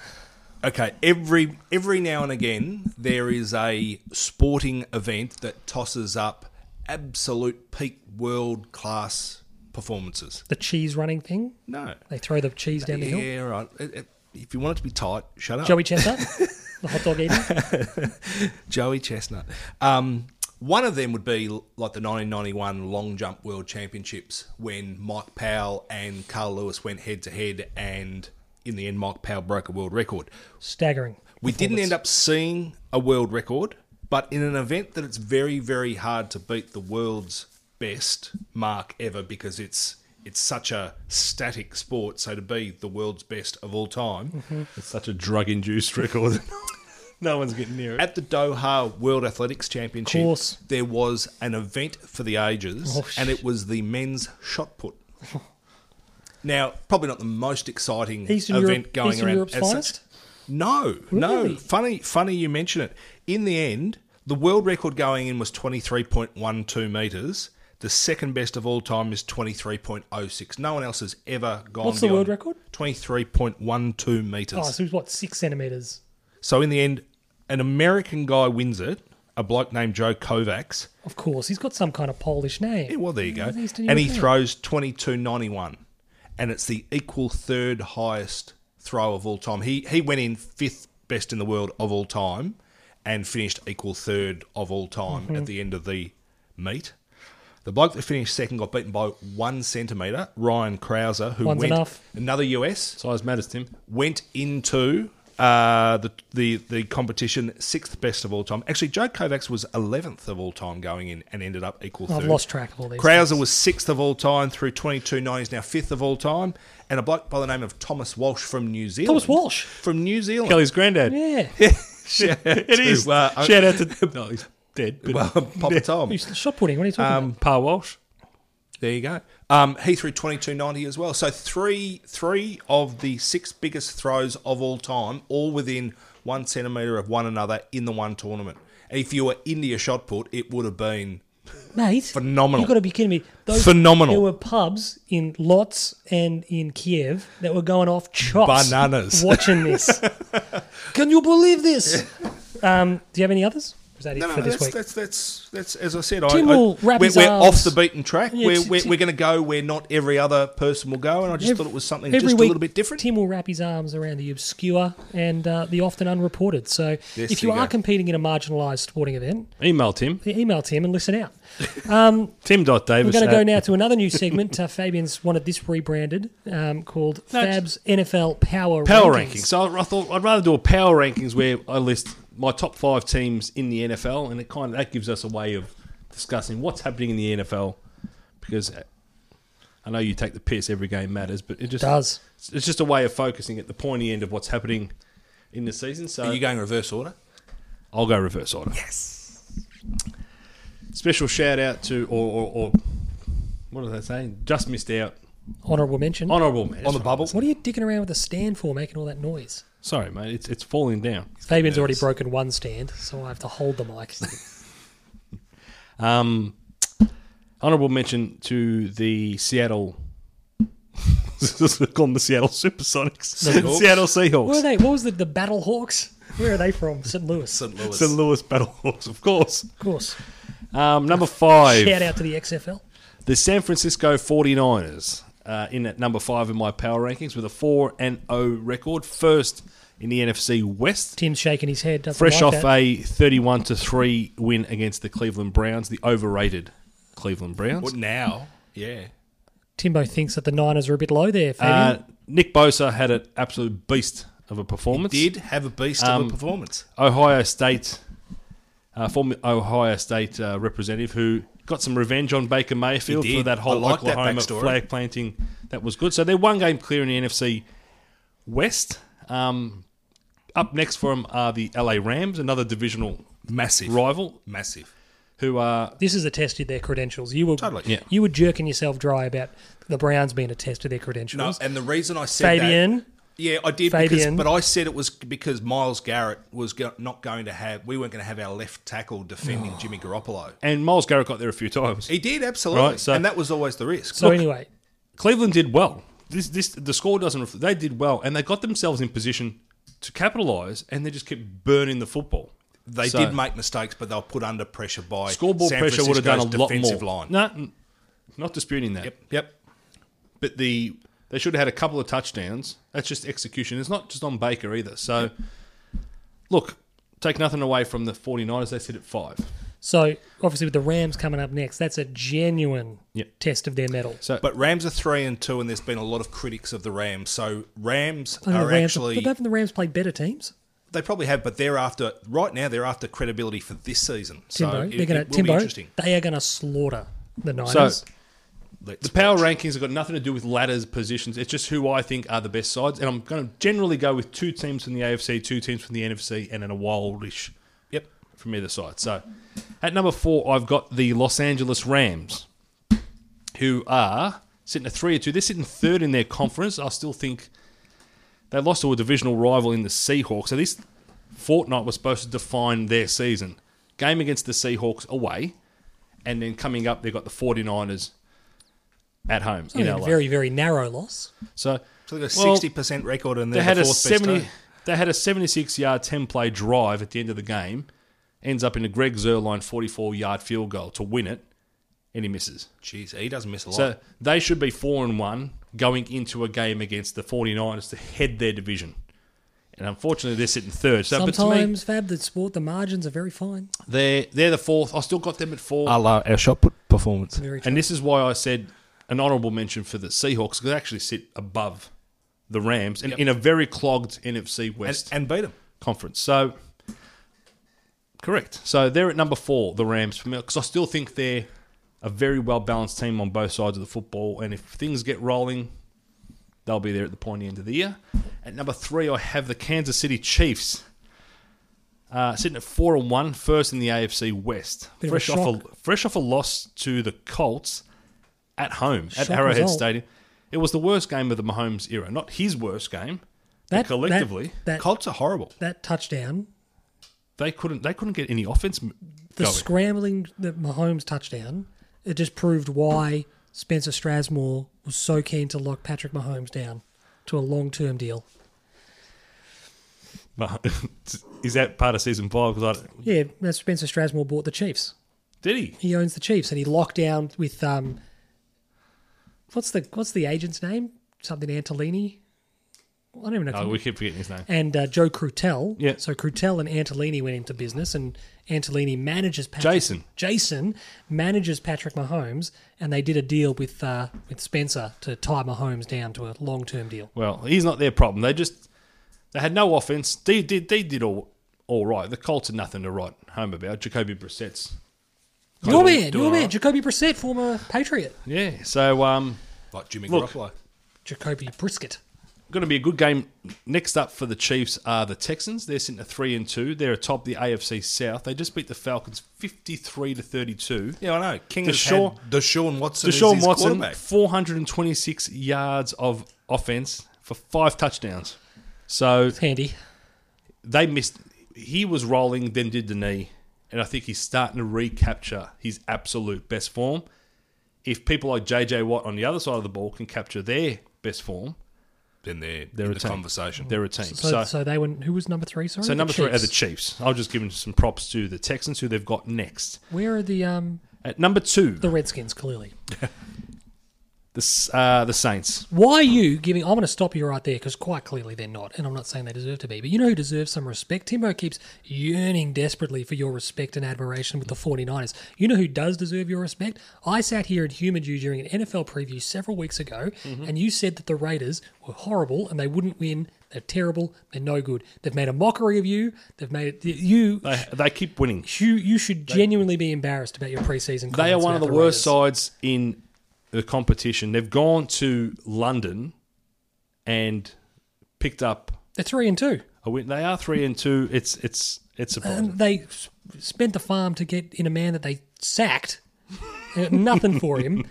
S3: Okay, every every now and again there is a sporting event that tosses up absolute peak world class performances.
S2: The cheese running thing.
S3: No.
S2: They throw the cheese down the hill.
S3: Yeah, right. It- it- If you want it to be tight, shut up.
S2: Joey Chestnut, the hot dog eater.
S3: Joey Chestnut. Um, one of them would be l- like the 1991 long jump world championships when Mike Powell and Carl Lewis went head to head and in the end, Mike Powell broke a world record.
S2: Staggering.
S3: We didn't end up seeing a world record, but in an event that it's very, very hard to beat the world's best mark ever because it's it's such a static sport. So to be the world's best of all time,
S1: It's such a drug-induced record. no one's getting near it.
S3: at the Doha World Athletics Championship,
S2: Course.
S3: there was an event for the ages,
S2: Oh,
S3: and it was the men's shot put. Now, probably not the most exciting
S2: Eastern
S3: event
S2: Europe-
S3: going
S2: Eastern
S3: around.
S2: Europe's
S3: as such.
S2: finest?
S3: No, no.
S2: Really?
S3: Funny, funny you mention it. In the end, the world record going in was twenty three point one two meters. The second best of all time is twenty three point oh six. No one else has ever gone.
S2: What's the world record?
S3: Twenty three point one two meters.
S2: Oh, so it was what six centimeters?
S3: So in the end, an American guy wins it. A bloke named Joe Kovacs.
S2: Of course, he's got some kind of Polish name.
S3: Yeah, well, there you go.
S2: He's Eastern
S3: And he
S2: European.
S3: throws twenty two ninety one, and it's the equal third highest throw of all time. He he went in fifth best in the world of all time, and finished equal third of all time
S2: Mm-hmm.
S3: at the end of the meet. The bloke that finished second got beaten by one centimeter. Ryan Krauser, who
S2: One's
S3: went
S2: enough.
S3: another US
S1: Size matters, Tim.
S3: went into uh, the, the the competition sixth best of all time. Actually, Joe Kovacs was eleventh of all time going in and ended up equal
S2: Oh, I've
S3: third.
S2: lost track of all these.
S3: Krauser was sixth of all time through twenty two nine. He's now fifth of all time, and a bloke by the name of Thomas Walsh from New Zealand.
S2: Thomas Walsh.
S3: from New Zealand.
S1: Kelly's granddad.
S2: Yeah,
S1: It is.
S3: uh, I-
S1: Shout out to. No, he's dead. But
S3: Well, Papa Tom.
S2: Who's- shot putting. What are you talking about?
S1: Pa Walsh.
S3: There you go. Um, he threw twenty two ninety as well. So three three of the six biggest throws of all time, all within one centimeter of one another in the one tournament. If you were India shot put, it would have been
S2: Mate,
S3: Phenomenal.
S2: You've got to be kidding me. Those,
S3: Phenomenal.
S2: There were pubs in Lotz and in Kiev that were going off chops.
S3: Bananas.
S2: Watching this. Can you believe this? Um, do you have any others? Was that it for this
S3: that's,
S2: week?
S3: that's that's that's as I said. I-
S2: Tim
S3: I,
S2: will wrap
S3: we're,
S2: his
S3: we're off
S2: arms.
S3: the beaten track.
S2: Yeah,
S3: we're
S2: t-
S3: we're,
S2: t-
S3: we're going to go where not every other person will go, and I just
S2: Every-
S3: thought it was something
S2: every
S3: just
S2: week,
S3: a little bit different.
S2: Tim will wrap his arms around the obscure and uh, the often unreported. So
S3: Yes,
S2: if you
S3: there you
S2: are
S3: go.
S2: competing in a marginalised sporting event,
S1: Email Tim.
S2: email Tim and listen out.
S1: Tim.davis.
S2: We're going
S1: at-
S2: to go now to another new segment. Uh, Fabian's wanted this rebranded um, called
S1: No,
S2: Fab's NFL Power,
S1: Power
S2: Rankings.
S1: rankings. So I I thought I'd rather do a power rankings where I list my top five teams in the NFL, and it kind of that gives us a way of discussing what's happening in the NFL. Because I know you take the piss; every game matters, but it just
S2: Does.
S1: It's just a way of focusing at the pointy end of what's happening in the season. So
S3: Are you going reverse order?
S1: I'll go reverse order. Yes. Special shout out to or, or, or what did I say? Just missed out.
S2: Honorable mention.
S1: Honourable man
S3: On the bubble?
S2: What are you dicking around with a stand for, making all that noise?
S1: Sorry, mate. It's it's falling down.
S2: Fabian's already broken one stand, so I have to hold the mic.
S1: Um, honorable mention to the Seattle. call them the Seattle Supersonics. Seattle
S3: Seahawks.
S2: Where are
S1: Seahawks.
S2: they? What was the the Battle Hawks? Where are they from? St. Louis,
S3: St. Louis.
S1: St. Louis Battlehawks, of course.
S2: of course.
S1: Um, number five,
S2: Shout out to the XFL.
S1: the San Francisco 49ers uh, in at number five in my power rankings with a 4 and 0 record. First in the NFC West.
S2: Tim's shaking his head. Doesn't
S1: Fresh
S2: like
S1: off
S2: that.
S1: a 31 to 3 win against the Cleveland Browns, the overrated Cleveland Browns.
S3: What now? Yeah.
S2: Timbo thinks that the Niners are a bit low there. Fabian.
S1: Uh, Nick Bosa had an absolute beast of a performance.
S3: Did have a beast of a performance.
S1: Ohio State, uh, former Ohio State uh, representative who got some revenge on Baker Mayfield
S3: He did.
S1: for that whole
S3: I like that
S1: Oklahoma
S3: backstory.
S1: flag planting. That was good. So they're one game clear in the NFC West. Um, up next for them are the LA Rams, another divisional
S3: Massive.
S1: rival,
S3: Massive.
S1: who uh, are
S2: this is a test of their credentials. You were
S3: Totally.
S1: Yeah.
S2: you were jerking yourself dry about the Browns being a test of their
S3: No,
S2: credentials.
S3: and the reason I said that.
S2: Fabian,
S3: Yeah, I did.
S2: Fabian.
S3: Because, but I said it was because Miles Garrett was go- not going to have. We weren't going to have our left tackle
S1: Oh.
S3: defending Jimmy Garoppolo.
S1: and Miles Garrett got there a few times.
S3: He did absolutely,
S1: Right, so-
S3: and that was always the risk.
S2: so anyway,
S1: Cleveland did well. This this the score doesn't ref- they did well and they got themselves in position to capitalize and they just kept burning the football.
S3: they
S1: So-
S3: did make mistakes, but they were put under pressure by
S1: Scoreboard
S3: San
S1: pressure would have done a
S3: Francisco's
S1: lot more.
S3: defensive Line.
S1: No, n- not disputing that.
S3: Yep, yep.
S1: But the they should have had a couple of touchdowns. That's just execution. It's not just on Baker either. So, look, take nothing away from the 49ers. They sit at five.
S2: So obviously with the Rams coming up next, that's a genuine
S1: Yep.
S2: test of their metal.
S1: So
S3: But Rams are three and two, and there's been a lot of critics of the Rams. So Rams
S2: I think
S3: are
S2: the Rams,
S3: actually
S2: but haven't the Rams played better teams?
S3: they probably have, but they're after right now. They're after credibility for this season.
S2: Timbo,
S3: so it,
S2: they're gonna
S3: it will be
S2: Timbo,
S3: interesting.
S2: they are gonna slaughter the Niners.
S3: Let's
S1: the power
S3: watch.
S1: rankings have got nothing to do with ladders positions. It's just who I think are the best sides, and I'm going to generally go with two teams from the AFC, two teams from the NFC, and then a wildish
S3: Yep.
S1: from either side. So at number four, I've got the Los Angeles Rams, who are sitting at three or two. They're sitting third in their conference. I still think they lost to a divisional rival in the Seahawks. So this fortnight was supposed to define their season. Game against the Seahawks away, and then coming up, they've got the 49ers at home
S2: I
S1: in
S2: mean,
S1: LA.
S2: very, very narrow loss.
S1: so
S3: So they got a
S1: well,
S3: sixty percent record, and
S1: they
S3: they're
S1: had
S3: the
S1: a
S3: fourth best.
S1: 70
S3: team.
S1: they had a 76 yard 10 play drive at the end of the game ends up in a greg zerline 44 yard field goal to win it and he misses
S3: Jeez, he doesn't miss a lot.
S1: so they should be 4 and 1 going into a game against the 49ers to head their division and unfortunately they're sitting third so but to me
S2: Sometimes, Fab, the sport, the margins are very fine.
S1: they're they're the fourth i still got them at 4
S3: I love our shot put performance.
S2: Very true.
S1: and this is why i said an honorable mention for the seahawks because they actually sit above the rams and in a very clogged nfc
S3: and,
S1: west
S3: and beat them.
S1: conference. So, correct. So they're at number four, the Rams, for me, because I still think they're a very well balanced team on both sides of the football. And if things get rolling, they'll be there at the pointy end of the year. At number three, I have the Kansas City Chiefs. Uh, sitting at four and one, first in the AFC West,
S2: Bit of a
S1: fresh off
S2: shock.
S1: a fresh off a loss to the Colts at home at
S2: Shock
S1: Arrowhead
S2: result.
S1: Stadium. It was the worst game of the Mahomes era, not his worst game. but
S2: That- that-
S1: collectively,
S2: that,
S3: Colts are horrible.
S2: that touchdown,
S1: they couldn't they couldn't get any offense m-
S2: the
S1: going.
S2: scrambling, the Mahomes touchdown, it just proved why Spencer Strasmore was so keen to lock Patrick Mahomes down to a long-term deal.
S1: But- Is that part of season five? 'Cause I don't-
S2: Yeah, that's Spencer Strasmore bought the Chiefs.
S1: did he?
S2: He owns the Chiefs, and he locked down with um, what's the what's the agent's name? Something Antolini. I don't even know.
S1: Oh, we keep forgetting his name.
S2: and uh, Joe Crutel.
S1: Yeah.
S2: So Crutel and Antolini went into business, and Antolini manages Patrick,
S1: Jason.
S2: Jason manages Patrick Mahomes, and they did a deal with uh, with Spencer to tie Mahomes down to a long term deal.
S1: Well, he's not their problem. They just they had no offense. They did they did all all right. The Colts are nothing to write home about. Jacoby Brissett's kind
S2: Your
S1: of
S2: man,
S1: doing
S2: your
S1: all
S2: man,
S1: right.
S2: Jacoby Brissett, former Patriot.
S1: Yeah. So um,
S3: Like Jimmy
S1: Look.
S3: Garoppolo.
S2: Jacoby Brisket.
S1: going to be a good game. Next up for the Chiefs are the Texans. They're sitting at three and two. They're atop the AFC South. They just beat the Falcons fifty three to thirty two.
S3: Yeah, I know. King
S1: Deshaun-
S3: Deshaun, had Deshaun Watson. is
S1: Deshaun
S3: his
S1: Watson,
S3: quarterback.
S1: 426 yards of offense for five touchdowns. So
S2: It's handy.
S1: they missed. He was rolling, then did the knee, and I think he's starting to recapture his absolute best form. If people like JJ Watt on the other side of the ball can capture their best form,
S3: Then they're,
S1: they're
S3: in
S1: a
S3: the
S1: team.
S3: conversation.
S1: They're a team.
S2: So, so, they went. Who was number three? Sorry.
S1: So
S2: The
S1: number three are
S2: Chiefs.
S1: the Chiefs. I'll just give them some props to the Texans, who they've got next.
S2: Where are the um
S1: At number two,
S2: the
S1: the
S2: Redskins? Clearly.
S1: S- uh, the Saints.
S2: Why are you giving? I'm going to stop you right there because quite clearly they're not, and I'm not saying they deserve to be. But you know who deserves some respect? Timbo keeps yearning desperately for your respect and admiration with the 49ers. You know who does deserve your respect? I sat here and humored you during an NFL preview several weeks ago,
S1: Mm-hmm.
S2: and you said that the Raiders were horrible and they wouldn't win. They're terrible. They're no good. They've made a mockery of you. They've made you.
S1: They, they keep winning.
S2: you, you should genuinely be embarrassed about your preseason.
S1: They are
S2: comments
S1: one of
S2: about
S1: the worst
S2: Raiders.
S1: sides in the competition. They've gone to London and picked up
S2: They're three and two.
S1: a win. They are three and two. It's it's it's surprising.
S2: and they s- spent the farm to get in a man that they sacked. They got nothing for him,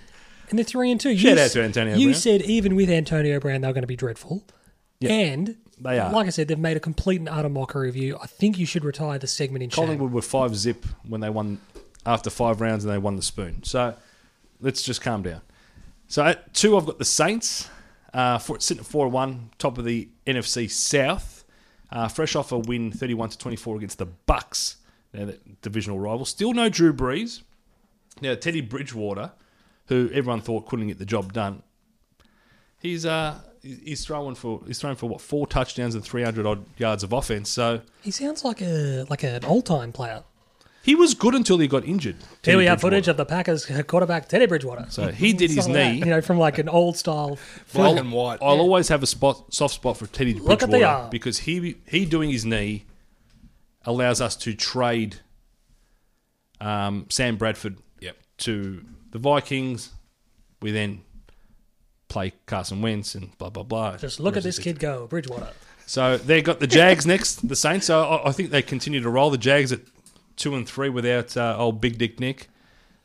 S2: and they're three and two. You,
S1: Shout out
S2: s-
S1: to Antonio
S2: You
S1: Brown.
S2: said even with Antonio Brown, they're going to be dreadful, and
S1: They are.
S2: Like I said, they've made a complete and utter mockery of you. I think you should retire the segment in shame.
S1: Collingwood were five zip when they won after five rounds and they won the spoon. So let's just calm down. So at two, I've got the Saints. Uh, for, sitting at four one, top of the NFC South, uh, fresh off a win thirty one to twenty four against the Bucks. Now that divisional rival, still no Drew Brees. Now Teddy Bridgewater, who everyone thought couldn't get the job done, he's uh he's throwing for he's throwing for what four touchdowns and three hundred odd yards of offense. So
S2: He sounds like a like an all time player.
S1: He was good until he got injured.
S2: Here we have
S1: Teddy
S2: footage of the Packers quarterback Teddy Bridgewater.
S1: So he did his
S2: Something like that,
S1: knee.
S2: you know, from like an old style.
S3: Black
S1: I'll-
S3: and white.
S1: I'll always have a spot, soft spot for Teddy
S2: Look at the
S1: Bridgewater
S2: arm.
S1: because he he doing his knee allows us to trade um, Sam Bradford
S3: Yep.
S1: to the Vikings. We then play Carson Wentz and blah blah blah.
S2: Just look at this kid go, Bridgewater.
S1: So they got the Jags next, the Saints. So I, I think they continue to roll the Jags at two and three without uh, old Big Dick Nick.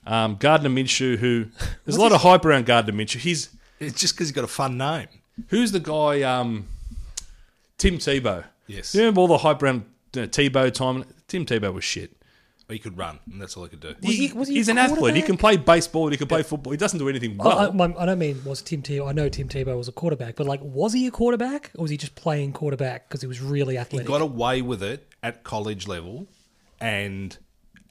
S1: Um, Gardner Minshew, who there's a lot of hype around Gardner Minshew. He's
S3: It's just because he's got a fun name.
S1: Who's the guy? Um, Tim Tebow.
S3: Yes.
S1: You remember all the hype around uh, Tebow time? Tim Tebow was shit.
S3: He could run, and that's all he could do.
S2: Was he- was he
S1: he's
S2: a
S1: an athlete. He
S2: quarterback?
S1: can play baseball. He can play football. He doesn't do anything well.
S2: I, I, I don't mean was Tim Tebow. I know Tim Tebow was a quarterback, but like, was he a quarterback or was he just playing quarterback because he was really
S3: He
S2: athletic?
S3: got away with it at college level, and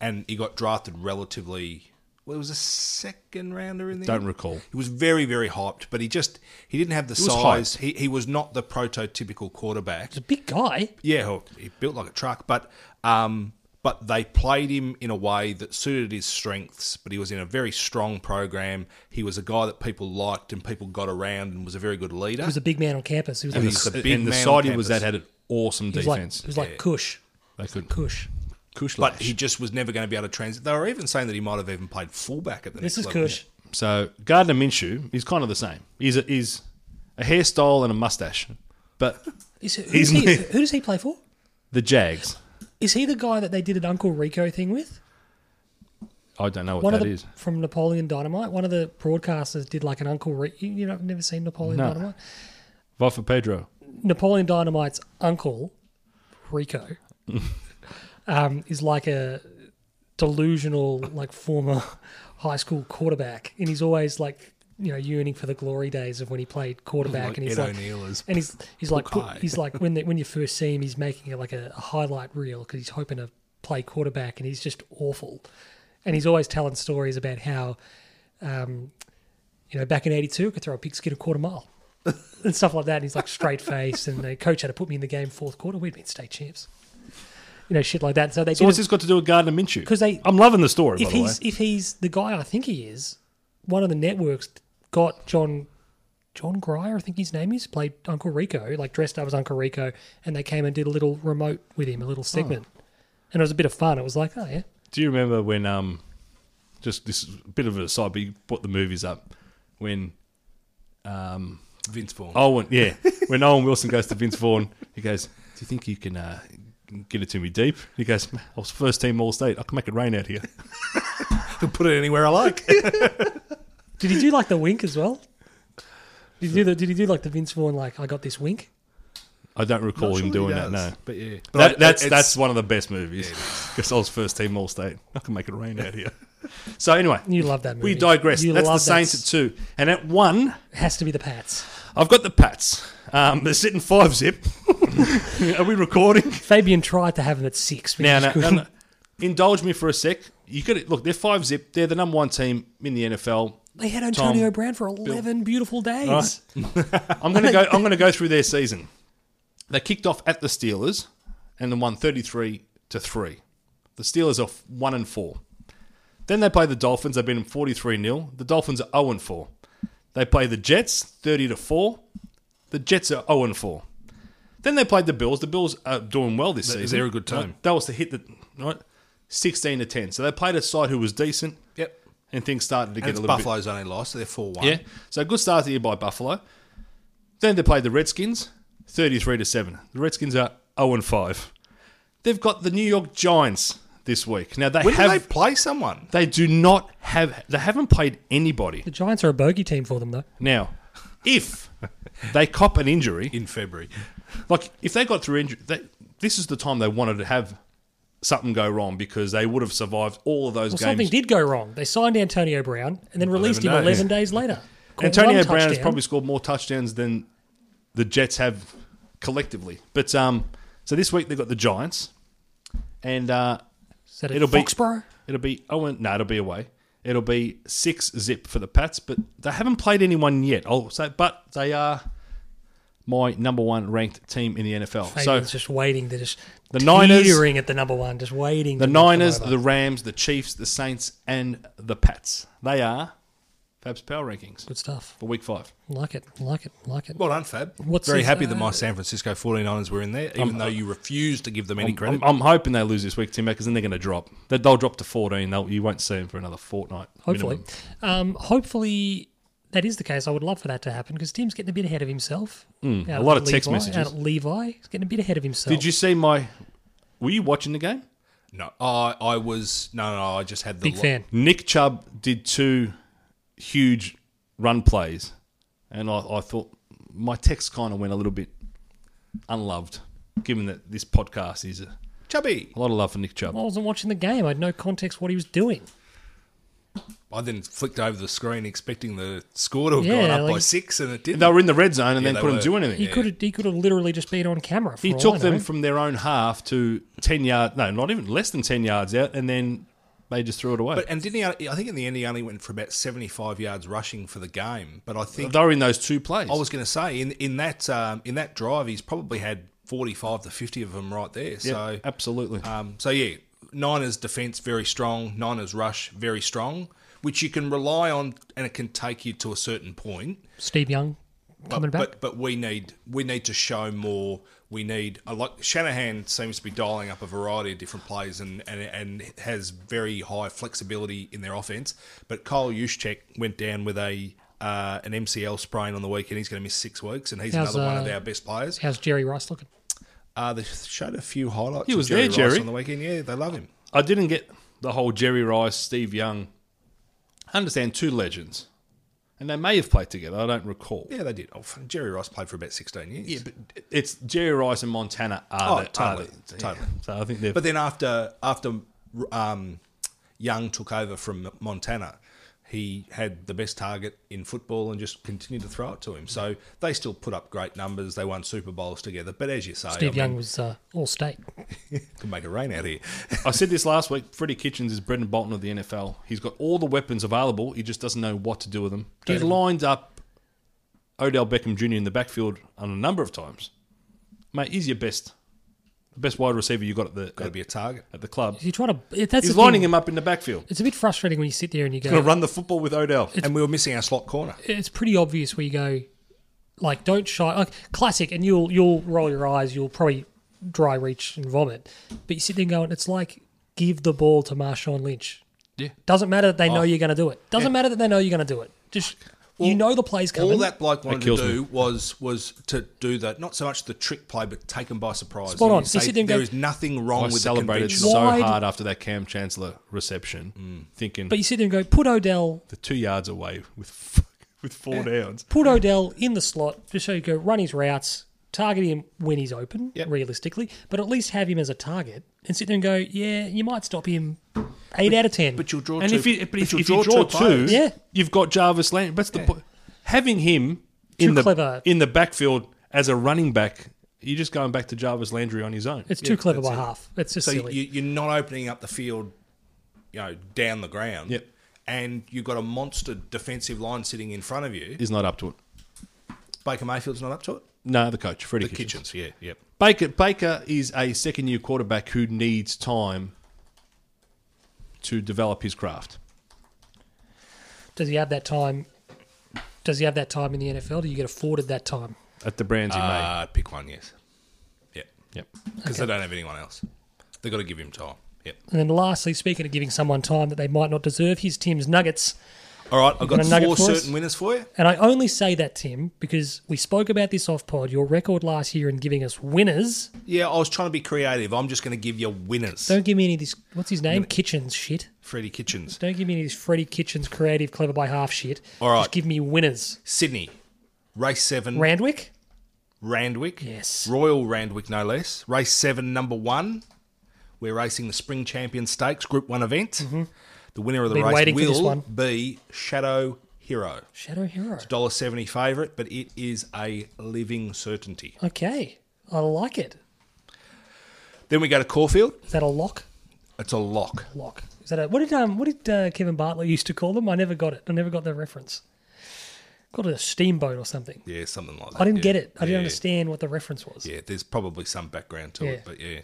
S3: and he got drafted relatively. Well, it was a second rounder in the
S1: Don't
S3: end.
S1: recall.
S3: He was very very hyped, but he just he didn't have the
S1: was
S3: size. He he was not the prototypical quarterback.
S2: He's a big guy.
S3: Yeah, well, he built like a truck, but um, but they played him in a way that suited his strengths. But he was in a very strong program. He was a guy that people liked and people got around, and was a very good leader.
S2: He was a big man on campus. He was like,
S1: and
S3: he's
S1: the,
S3: the big
S1: and the
S3: man on
S1: side he was at
S3: campus.
S1: had an awesome
S2: he was like,
S1: defense.
S2: he was like Cush,
S1: they could
S2: Cush.
S1: Kush
S3: but
S1: but
S3: he just was never going to be able to transit. They were even saying that he might have even played fullback at the
S2: This
S3: next
S2: is
S3: level.
S2: Cush.
S1: So Gardner Minshew is kind of the same. He's a, he's a hairstyle and a mustache, but
S2: Is, who,
S1: He's
S2: is he,
S1: me.
S2: who does he play for?
S1: the Jags.
S2: Is he the guy that they did an Uncle Rico thing with?
S1: I don't know what
S2: One
S1: that
S2: of the
S1: is.
S2: from Napoleon Dynamite. One of the broadcasters did like an Uncle Rico. You, you know, I've never seen Napoleon
S1: No.
S2: Dynamite.
S1: Vote for Pedro.
S2: Napoleon Dynamite's uncle, Rico, um, is like a delusional, like former high school quarterback, and he's always like, you know, yearning for the glory days of when he played quarterback,
S3: Like
S2: and he's
S3: Ed
S2: like,
S3: O'Neill is
S2: and he's he's like, put-
S3: high.
S2: he's like, when the, when you first see him, he's making it like a, a highlight reel because he's hoping to play quarterback, and he's just awful, and he's always telling stories about how. Um, you know, back in '82, I could throw a pig skid a quarter mile and stuff like that. And he's like straight face, and the coach had to put me in the game fourth quarter. We'd been state champs, you know, shit like that. So they
S1: So
S2: did
S1: what's
S2: a-
S1: this got to do with Gardner Minshew?
S2: 'Cause they-
S1: I'm loving the story.
S2: if
S1: by the way.
S2: he's if he's the guy I think he is. One of the networks got John John Grier, I think his name is, played Uncle Rico, like dressed up as Uncle Rico, and they came and did a little remote with him, a little segment,
S1: Oh.
S2: and it was a bit of fun. It was like, oh yeah,
S1: Do you remember when um, just this is a bit of a aside, but you brought the movies up when
S3: Vince Vaughn.
S1: Owen, yeah, when Owen Wilson goes to Vince Vaughn, he goes, "Do you think you can uh, get it to me deep?" He goes, "I was first team All State. I can make it rain out here."
S3: could put it anywhere I like.
S2: did he do like the wink as well? Did he do the, Did he do like the Vince Vaughn like I got this wink?
S1: I don't recall
S3: Not
S1: him
S3: sure
S1: doing
S3: he
S1: that. No,
S3: does, but yeah. But I-
S1: that, that's
S3: it's-
S1: that's one of the best movies because I was first team All State. I can make it rain out here. So anyway,
S2: You love that
S1: we
S2: movie.
S1: digress.
S2: You
S1: that's the
S2: love that.
S1: Saints at two, and at one,
S2: Has to be the Pats.
S1: I've got the Pats. Um, they're sitting five zip. Are we recording?
S2: Fabian tried to have them at six.
S1: Now,
S2: Now,
S1: now, now, now, indulge me for a sec. You could look. They're five zip. They're the number one team in the NFL.
S2: they had Antonio
S1: Tom,
S2: Brown for eleven beautiful days.
S1: Right. I'm gonna go. I'm gonna go through their season. They kicked off at the Steelers, and then won 33 to three. The Steelers are f- one and four. Then they play the Dolphins. They've been 43 0 The Dolphins are 0 and four. They play the Jets 30 to four. The Jets are 0 and four. Then they played the Bills. The Bills are doing well this season.
S3: they're a good team.
S1: That was the hit that right, 16 to 10. So they played a side who was decent,
S3: yep.
S1: and things started to
S3: And
S1: get
S3: it's
S1: a little bit.
S3: Buffalo's only loss. So they're four one.
S1: Yeah. So good start to the year by Buffalo. Then they played the Redskins, thirty-three to seven. The Redskins are zero and five. They've got the New York Giants this week. Now they
S3: When
S1: have
S3: do they play someone?
S1: they do not have they haven't played anybody.
S2: The Giants are a bogey team for them, though.
S1: Now, if they cop an injury,
S3: In February.
S1: like if they got through injury, they, this is the time they wanted to have something go wrong because they would have survived all of those
S2: Well,
S1: games.
S2: something did go wrong. They signed Antonio Brown and then released him
S3: 11 days.
S2: eleven days later. Caught
S1: Antonio
S2: one
S1: Brown has
S2: touchdown.
S1: probably scored more touchdowns than the Jets have collectively. But um, so this week they've got the Giants, and uh,
S2: Is that
S1: it'll
S2: it'll
S1: be-
S2: Foxborough.
S1: it'll be Owen. No, it'll be away. It'll be Oh, six zip for the Pats, but they haven't played anyone yet. I'll say, but they are my number one ranked team in the NFL. so
S2: Fabian's just waiting. They're just
S1: The Niners-
S2: teetering at the number one, just waiting.
S1: the
S2: to knock them
S1: Niners,
S2: over.
S1: the Rams, the Chiefs, the Saints, and the Pats. They are Fab's power rankings
S2: good stuff.
S1: for week five.
S2: Like it, like it, like it.
S3: Well done, Fab.
S2: What's
S3: Very
S2: his,
S3: happy that
S2: uh,
S3: my San Francisco 49ers were in there, even though you refused to give them any
S1: I'm,
S3: credit.
S1: I'm- I'm hoping they lose this week, Tim, because then they're going to drop. They- They'll drop to 14. They'll, you won't see them for another fortnight.
S2: Hopefully,
S1: minimum.
S2: um, hopefully that is the case. I would love for that to happen because Tim's getting a bit ahead of himself. Out
S1: Hmm, a
S2: at
S1: lot of text
S2: Levi- Out
S1: messages.
S2: at Levi, he's getting a bit ahead of himself.
S1: Did you see my. Were you watching the game?
S3: no, I, I was no, no. I just had the
S2: Big
S3: lo-
S2: fan.
S1: Nick Chubb did two huge run plays, and I, I thought my text kind of went a little bit unloved, given that this podcast is a,
S3: Chubby.
S1: a lot of love for Nick Chubb.
S2: I wasn't watching the game. I had no context what he was doing.
S3: I then flicked over the screen expecting the score to have
S2: Yeah,
S3: gone up by
S2: like-
S3: six, and it didn't.
S1: They were in the red zone and
S3: Yeah, eh?
S1: then
S3: they
S1: couldn't
S3: were.
S1: do anything.
S2: He could have. He could have literally just been on camera. For
S1: He
S2: all I
S1: took
S2: know.
S1: them from their own half to 10 yards, no, not even less than 10 yards out, and then they just threw it away.
S3: But and didn't he? I think in the end he only went for about seventy-five yards rushing for the game. But I think
S1: they were in those two plays.
S3: I was going to say in in that um, in that drive he's probably had forty-five to fifty of them right there.
S1: Yeah,
S3: So
S1: absolutely.
S3: Um, so yeah, Niners defense very strong, Niners rush very strong, which you can rely on, and it can take you to a certain point.
S2: Steve Young coming back.
S3: But but we need we need to show more. We need I like Shanahan seems to be dialing up a variety of different plays and and, and has very high flexibility in their offense. But Kyle Juszczyk went down with a uh, an MCL sprain on the weekend. He's going to miss six weeks, and he's
S2: How's,
S3: another one
S2: uh,
S3: of our best players.
S2: How's Jerry Rice looking?
S3: Uh, they showed a few highlights.
S1: He
S3: of
S1: was
S3: Jerry
S1: there,
S3: Rice
S1: Jerry.
S3: on the weekend. Yeah, they love him.
S1: I didn't get the whole Jerry Rice, Steve Young. I understand two legends, and they may have played together. I don't recall.
S3: Yeah, they did. Oh, f- Jerry Rice played for about sixteen years.
S1: Yeah, but it's Jerry Rice and Montana are
S3: Oh,
S1: the,
S3: totally,
S1: are the-
S3: totally.
S1: yeah. So I think they're.
S3: But then after after um, Young took over from Montana, he had the best target in football and just continued to throw it to him. So they still put up great numbers. They won Super Bowls together. But as you say,
S2: Steve
S3: I
S2: Young
S3: mean,
S2: was uh, all state.
S3: could make it rain out here.
S1: I said this last week. Freddie Kitchens is Brendan Bolton of the NFL. He's got all the weapons available. He just doesn't know what to do with them. He's lined up Odell Beckham Jr. in the backfield on a number of times. Mate, he's your best, the best wide receiver you got at the
S3: Got to
S1: at,
S3: be a target.
S1: at the club.
S2: You try to. That's the
S1: He's
S2: thing.
S1: lining him up in the backfield.
S2: It's a bit frustrating when you sit there and you
S1: Going to
S2: go.
S1: run the football with Odell.
S3: And we were missing our slot corner.
S2: It's pretty obvious where you go. Like, don't shy. Like classic, and you'll you'll roll your eyes. You'll probably dry reach and vomit. But you sit there going, it's like give the ball to Marshawn Lynch.
S1: Yeah. Oh.
S2: Doesn't matter that they know you're going to do it. Doesn't matter that they know you're going to do it. Just you know the plays coming.
S3: All that bloke wanted to
S1: kills
S3: do was was to do the not so much the trick play, but take him by surprise.
S2: Spot
S3: You
S2: on.
S3: could
S2: You
S3: say
S2: sit there and
S3: there
S2: go-
S3: is nothing wrong
S1: I
S3: with
S1: celebrated
S3: the
S1: so
S3: conventional.
S2: Wide-
S1: hard after that Cam Chancellor reception, thinking
S2: But you sit there and go, put Odell,
S1: the two yards away with f- with four downs.
S2: put Odell in the slot, just so you go run his routes, target him when he's open,
S3: Yep.
S2: realistically, but at least have him as a target and sit there and go, yeah, you might stop him eight out of ten.
S3: But you'll draw
S1: And
S3: two.
S1: if you, but if,
S3: you'll
S1: if you draw two,
S3: players.
S2: Yeah.
S1: you've got Jarvis Land. That's the point. Having him
S2: Too
S1: in the
S2: clever.
S1: in the backfield as a running back, you're just going back to Jarvis Landry on his own.
S2: it's too clever by half. It's just
S3: So you,
S2: silly.
S3: you're not opening up the field, you know, down the ground.
S1: Yep.
S3: And you've got a monster defensive line sitting in front of you.
S1: He's not up to it.
S3: Baker Mayfield's not up to it.
S1: No, the coach, Freddie
S3: The
S1: Kitchens.
S3: kitchens, yeah, yep.
S1: Baker Baker is a second year quarterback who needs time to develop his craft.
S2: does he have that time? Does he have that time in the NFL? Do you get afforded that time?
S1: At the brands he made.
S3: Uh, pick one, yes. Yep.
S1: Yep.
S3: Because they don't have anyone else. They've got to give him time. Yep.
S2: And then lastly, speaking of giving someone time that they might not deserve, here's Tim's Nuggets.
S3: All right, I've
S2: got
S3: got
S2: a nugget
S3: four
S2: for us?
S3: certain winners for you.
S2: And I only say that, Tim, because we spoke about this off pod. Your record last year in giving us winners.
S3: Yeah, I was trying to be creative. I'm just going to give you winners.
S2: Don't give me any of this. What's his name? Kitchens shit.
S3: Freddie Kitchens.
S2: Don't give me any of this Freddie Kitchens creative clever by half shit.
S3: All right.
S2: Just give me winners.
S3: Sydney. Race 7,
S2: Randwick.
S3: Randwick.
S2: Yes.
S3: Royal Randwick, no less. Race seven, number one. We're racing the Spring Champion Stakes Group One event. The winner of the
S2: Mm-hmm. Been
S3: race
S2: waiting for this
S3: will
S2: one.
S3: be Shadow Hero.
S2: Shadow Hero.
S3: Dollar seventy favourite, but it is a living certainty.
S2: Okay. I like it.
S3: Then we go to Caulfield.
S2: Is that a lock?
S3: It's a lock.
S2: Lock. Is that a, what did um what did uh, Kevin Bartlett used to call them? I never got it. I never got the reference. called it a steamboat or something.
S3: Yeah, something like that.
S2: I didn't
S3: yeah.
S2: get it. I didn't
S3: Yeah.
S2: understand what the reference was.
S3: Yeah, there's probably some background to
S2: Yeah.
S3: it, but yeah.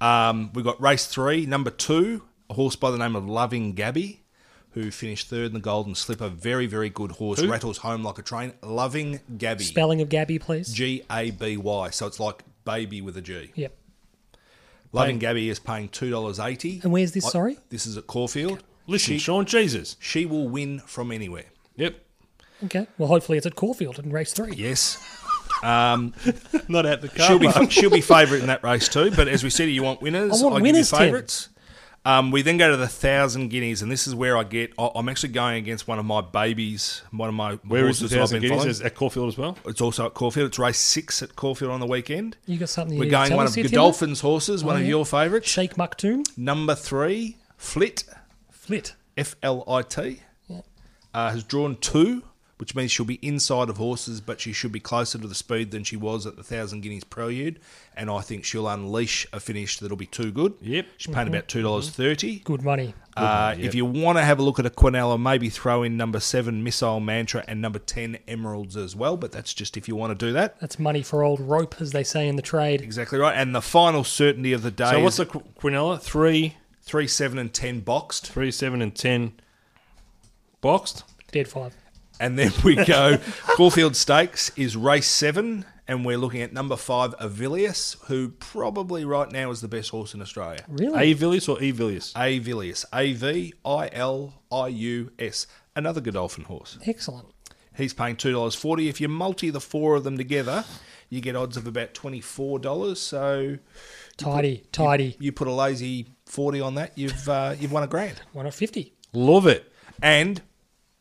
S3: Um, we got race three, number two, a horse by the name of Loving Gabby, who finished third in the Golden Slipper. Very, very good horse. Rattles home like a train. Loving Gabby.
S2: Spelling of Gabby, please.
S3: G A B Y. So it's like baby with a G.
S2: yep.
S3: Loving Gabby is paying two dollars eighty.
S2: And where's this,
S3: I-
S2: sorry?
S3: This is at Caulfield.
S1: Listen,
S3: she,
S1: Sean, Jesus.
S3: she will win from anywhere.
S1: Yep.
S2: Okay. Well, hopefully it's at Caulfield in race three.
S3: Yes,
S1: Not out the car.
S3: she'll be
S1: mate.
S3: she'll be favourite in that race too. But as we said, you want winners.
S2: I want
S3: I'll
S2: winners,
S3: Give
S2: Tim.
S3: you favourites. Um, we then go to the thousand guineas, and this is where I get. I, I'm actually going against one of my babies, one of my
S1: Where is
S3: horses
S1: the
S3: that I've
S1: thousand
S3: been
S1: guineas?
S3: following.
S1: Is it at Caulfield as well?
S3: It's also at Caulfield. It's race six at Caulfield on the weekend.
S2: You got something you
S3: We're
S2: need to
S3: going
S2: tell
S3: one
S2: us
S3: of
S2: here, Tim? Oh,
S3: Godolphin's horses, one of
S2: yeah.
S3: your favourites.
S2: Sheikh Maktoum.
S3: Number three, Flit,
S2: Flit.
S3: F L I T,
S2: Yeah.
S3: uh, has drawn two, which means she'll be inside of horses, but she should be closer to the speed than she was at the Thousand Guineas Prelude. And I think she'll unleash a finish that'll be too good.
S1: Yep. Mm-hmm.
S3: She's paying about $2.30.
S2: Good money.
S3: Uh, If you want to have a look at a Quinella, maybe throw in number seven, Missile Mantra, and number 10, Emeralds as well. But that's just if you want to do that.
S2: That's money for old rope, as they say in the trade.
S3: Exactly right. And the final certainty of the day
S1: So
S3: is
S1: what's the Qu- Quinella? Three,
S3: three, seven, and 10 boxed.
S1: three, seven, and ten. Boxed.
S2: Dead five.
S3: And then we go. Caulfield Stakes is race seven, and we're looking at number five, Avilius, who probably right now is the best horse in Australia.
S2: Really?
S1: A Villius or E Villius?
S3: Avilius, A V I L I U S, another Godolphin horse.
S2: Excellent.
S3: He's paying two dollars forty. If you multi the four of them together, you get odds of about twenty four dollars. So
S2: Tidy, tidy.
S3: you put a lazy forty on that, you've uh, you've won a grand.
S2: One at 50.
S1: Love it.
S3: and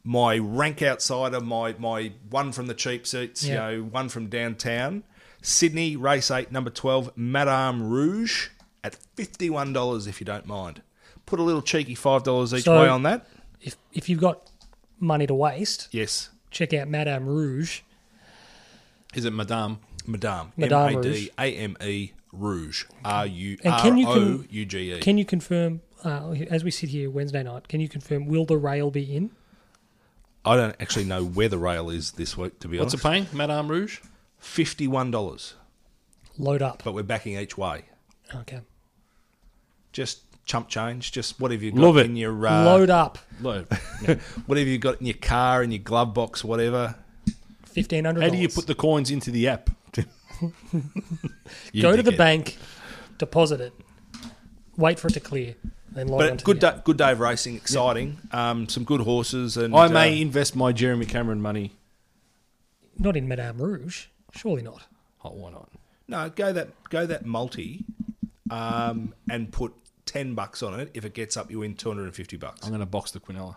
S3: my rank outsider, my my one from the cheap seats,
S2: Yeah.
S3: you know, one from downtown, Sydney race eight, number twelve, Madame Rouge at fifty one dollars if you don't mind. Put a little cheeky five dollars each
S2: So-
S3: way on that.
S2: If, if you've got money to waste,
S3: Yes,
S2: check out Madame Rouge.
S1: Is it Madame?
S3: Madame, M
S2: Madame
S3: A
S2: Rouge.
S3: D A M E Rouge, R U
S2: And
S3: R
S2: can you
S3: O U G E.
S2: Can you confirm, uh, as we sit here Wednesday night, can you confirm, will the rail be in?
S3: I don't actually know where the rail is this week. To be
S1: What's it
S3: honest,
S1: paying? Madame Rouge?
S3: fifty one dollars,
S2: Load up.
S3: but we're backing each way.
S2: Okay.
S3: Just chump change, just whatever you got
S1: Love it.
S3: in your uh,
S2: Load up.
S1: Low.
S3: whatever you got in your car, in your glove box, whatever.
S2: $1,500.
S1: How do you put the coins into the app?
S3: you
S2: Go to the
S3: dickhead.
S2: bank, deposit it, wait for it to clear, then log
S3: But
S2: on to
S3: good
S2: the
S3: day, good day of racing, exciting. Um, some good horses, and
S1: I
S3: uh,
S1: may invest my Jeremy Cameron money.
S2: Not in Madame Rouge. Surely not.
S1: Oh, why not?
S3: no go that go that multi, um, and put ten bucks on it. If it gets up, you win two hundred and fifty bucks.
S1: I'm going to box the Quinella.